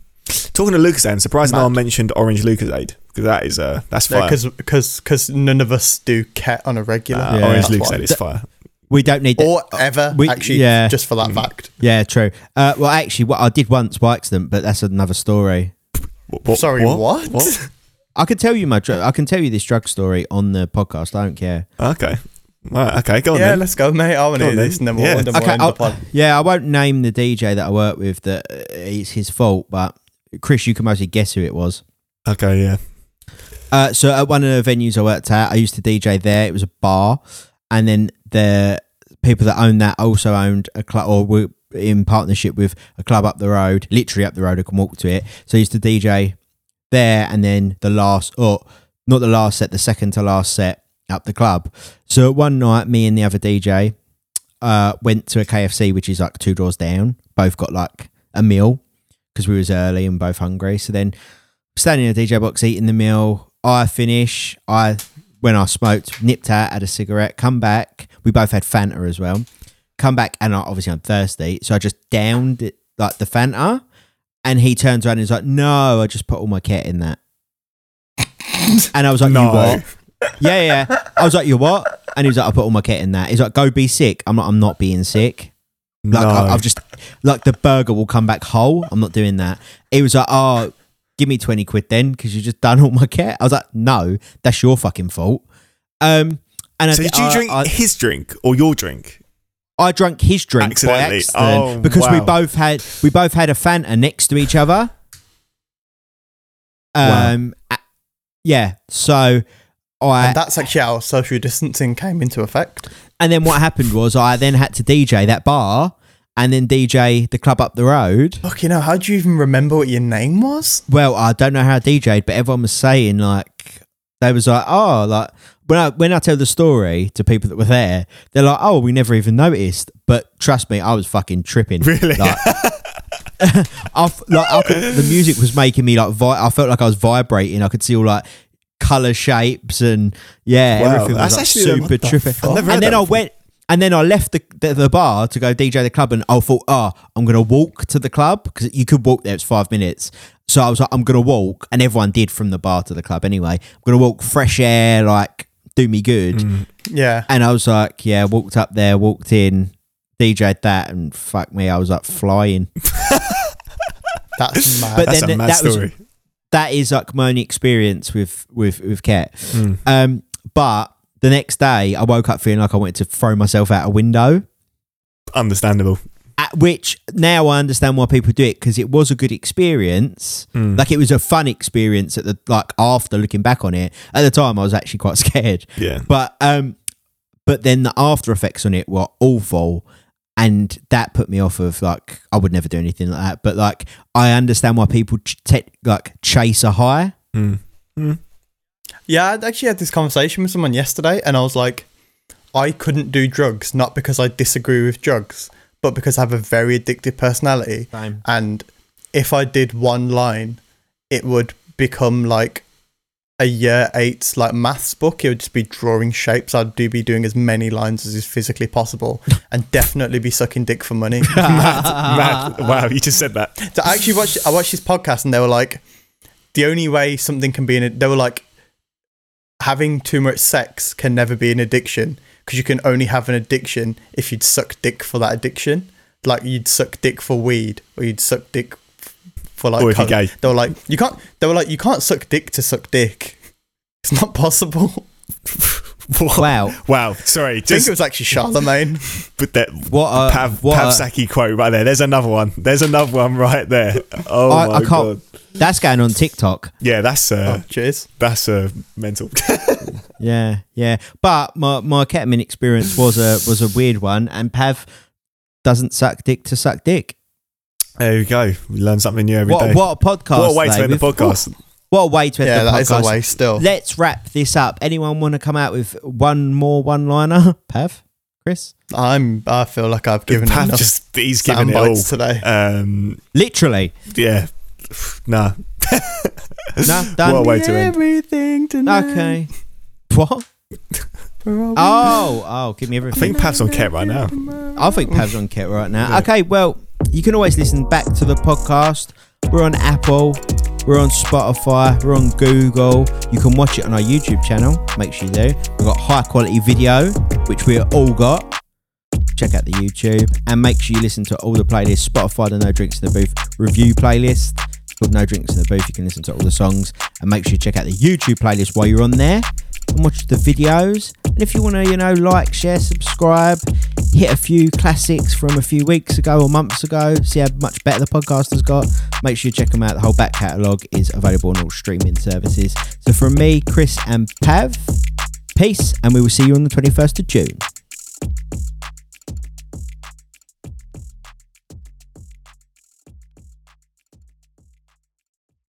Speaker 2: Talking to Lucas I'm surprised
Speaker 3: Mad.
Speaker 2: no one mentioned Orange Lucasade because that is uh that's fire.
Speaker 3: Because because none of us do ket on a regular.
Speaker 2: Uh,
Speaker 1: Yeah.
Speaker 2: Orange
Speaker 3: That's why.
Speaker 2: Lucasade is fire.
Speaker 1: We don't need that.
Speaker 3: Or ever,
Speaker 1: We-
Speaker 3: actually,
Speaker 1: yeah.
Speaker 3: just for that fact.
Speaker 1: Yeah, true. Uh, well, actually, what I did once by accident, but that's another story.
Speaker 2: What, what-
Speaker 3: Sorry, what?
Speaker 1: I can tell you my drug. I can tell you this drug story on the podcast. I don't care.
Speaker 2: Okay. Right, okay, go on
Speaker 3: yeah,
Speaker 2: then.
Speaker 3: let's go, mate. I want
Speaker 2: Go on
Speaker 3: to do
Speaker 2: then.
Speaker 3: this, and then we'll,
Speaker 2: Yeah.
Speaker 3: and then we'll
Speaker 1: Okay,
Speaker 3: end
Speaker 1: I'll-
Speaker 3: up on.
Speaker 1: yeah, I won't name the DJ that I work with. That uh, it's his fault, but Chris, you can mostly guess who it was.
Speaker 2: Okay, yeah.
Speaker 1: Uh, so at one of the venues I worked at, I used to DJ there. It was a bar, and then the people that owned that also owned a club, or were in partnership with a club up the road, literally up the road. I can walk to it. So I used to DJ there, and then the last, or not the last set, the second to last set up the club. So one night, me and the other DJ uh, went to a KFC, which is like two doors down. Both got like a meal because we was early and both hungry. So then standing in a DJ box eating the meal. I finish. I when I smoked, nipped out, had a cigarette, come back. We both had Fanta as well. Come back and I, obviously I'm thirsty, so I just downed it, like the Fanta. And he turns around and is like, "No, I just put all my cat in that." And I was like,
Speaker 2: No.
Speaker 1: "You what?" Yeah, yeah. I was like, "You what?" And he was like, "I put all my cat in that." He's like, "Go be sick." I'm like, "I'm not being sick." Like
Speaker 2: no.
Speaker 1: I, I've just like the burger will come back whole. I'm not doing that. It was like, oh, give me twenty quid then because you just done all my care. I was like, no, that's your fucking fault. Um, and
Speaker 2: so
Speaker 1: I,
Speaker 2: did you
Speaker 1: I-
Speaker 2: drink
Speaker 1: I,
Speaker 2: his drink or your drink?
Speaker 1: I drank his drink by
Speaker 2: Accidentally.
Speaker 1: accident
Speaker 2: Oh,
Speaker 1: because we
Speaker 2: wow.
Speaker 1: both had we both had a Fanta next to each other. Um, a- yeah. So I
Speaker 3: And that's actually how social distancing came into effect.
Speaker 1: And then what happened was I then had to DJ that bar and then DJ the club up the road.
Speaker 3: Fucking hell, how do you even remember what your name was?
Speaker 1: Well, I don't know how I DJ'd, but everyone was saying like they was like, oh, like when I when I tell the story to people that were there, they're like, oh, we never even noticed. But trust me, I was fucking tripping.
Speaker 2: Really?
Speaker 1: Like, I f- like I could, the music was making me like vi- I felt like I was vibrating. I could see all like color shapes and yeah,
Speaker 2: Wow,
Speaker 1: everything was
Speaker 2: that's
Speaker 1: like,
Speaker 2: actually-
Speaker 1: super
Speaker 2: what the
Speaker 1: tripping.
Speaker 2: fuck? I've never
Speaker 1: and
Speaker 2: heard
Speaker 1: then
Speaker 2: that
Speaker 1: I
Speaker 2: before.
Speaker 1: went and then I left the, the the bar to go DJ the club, and I thought, oh, I'm gonna walk to the club because you could walk there. It's five minutes. So I was like, I'm gonna walk, and everyone did from the bar to the club anyway. I'm gonna walk fresh air, like do me good.
Speaker 2: Mm.
Speaker 3: Yeah.
Speaker 1: And I was like, yeah, walked up there, walked in, DJ'd that, and fuck me, I was like flying.
Speaker 3: That's mad.
Speaker 1: But
Speaker 2: That's
Speaker 1: then
Speaker 2: a mad
Speaker 1: that was-
Speaker 2: story.
Speaker 1: that is like my only experience with with with Ket.
Speaker 2: Hmm.
Speaker 1: Um, but the next day, I woke up feeling like I wanted to throw myself out a window.
Speaker 2: Understandable.
Speaker 1: At which now I understand why people do it because it was a good experience.
Speaker 2: Hmm.
Speaker 1: Like it was a fun experience at the like after looking back on it. At the time, I was actually quite scared.
Speaker 2: Yeah.
Speaker 1: But um, but then the after effects on it were awful, and that put me off of like I would never do anything like that. But like I understand why people ch- te- like chase a high.
Speaker 3: Yeah, I actually had this conversation with someone yesterday, and I was like, I couldn't do drugs, not because I disagree with drugs, but because I have a very addictive personality.
Speaker 1: Same.
Speaker 3: And if I did one line, it would become like a year eight's like maths book. It would just be drawing shapes. I'd do be doing as many lines as is physically possible, and definitely be sucking dick for money.
Speaker 1: Ah.
Speaker 2: Mad. Wow, you just said that.
Speaker 3: So I actually watched I watched this podcast and they were like, the only way something can be an they were like, having too much sex can never be an addiction because you can only have an addiction if you'd suck dick for that addiction. like you'd suck dick for weed or you'd suck dick f- for like.
Speaker 2: Or if you're
Speaker 3: coke.
Speaker 2: gay.
Speaker 3: They were like, you can't. They were like, you can't suck dick to suck dick. It's not possible.
Speaker 1: Wow.
Speaker 2: Wow. Sorry.
Speaker 3: I think
Speaker 2: Just
Speaker 3: it was actually Charlemagne.
Speaker 2: put that
Speaker 1: What a-
Speaker 2: Pav,
Speaker 1: uh, what a-
Speaker 2: Pavsaki quote right there. There's another one. There's another one right there. Oh
Speaker 1: I,
Speaker 2: my
Speaker 1: I can't.
Speaker 2: god.
Speaker 1: That's going on TikTok.
Speaker 2: Yeah, that's uh,
Speaker 3: oh, cheers.
Speaker 2: that's uh, mental.
Speaker 1: Yeah, yeah. But my my ketamine experience was a was a weird one, and Pav doesn't suck dick to suck dick.
Speaker 2: there you go. We learn something new every day.
Speaker 1: What what a podcast!
Speaker 2: What a way to
Speaker 1: though.
Speaker 2: end the
Speaker 1: We've-
Speaker 2: podcast.
Speaker 1: What a way to end
Speaker 3: Yeah,
Speaker 1: the
Speaker 3: that
Speaker 1: podcast.
Speaker 3: is a way still.
Speaker 1: Let's wrap this up. Anyone want to come out with one more one liner? Pav, Chris,
Speaker 3: I'm. I feel like I've given
Speaker 2: Pav
Speaker 3: enough
Speaker 2: just he's giving
Speaker 3: sound
Speaker 2: it all.
Speaker 3: bites today.
Speaker 2: Um,
Speaker 1: literally.
Speaker 2: yeah. Nah.
Speaker 1: No, done.
Speaker 2: What a way to end.
Speaker 3: Everything tonight.
Speaker 1: Okay. What?
Speaker 3: Oh,
Speaker 1: Oh, oh, give me
Speaker 2: I
Speaker 1: everything.
Speaker 2: think Pav's on Ket right now.
Speaker 1: I think Pav's on kit right now. Okay, well, you can always listen back to the podcast. We're on Apple, we're on Spotify, we're on Google. You can watch it on our YouTube channel. Make sure you do. We've got high quality video, which we all got. Check out the YouTube and make sure you listen to all the playlists Spotify, the No Drinks in the Booth review playlist. It's called No Drinks in the Booth. You can listen to all the songs and make sure you check out the YouTube playlist while you're on there and watch the videos. And if you want to, you know, like, share, subscribe, hit a few classics from a few weeks ago or months ago, see how much better the podcast has got, make sure you check them out. The whole back catalogue is available on all streaming services. So from me, Chris, and Pav, peace, and we will see you on the 21st of June.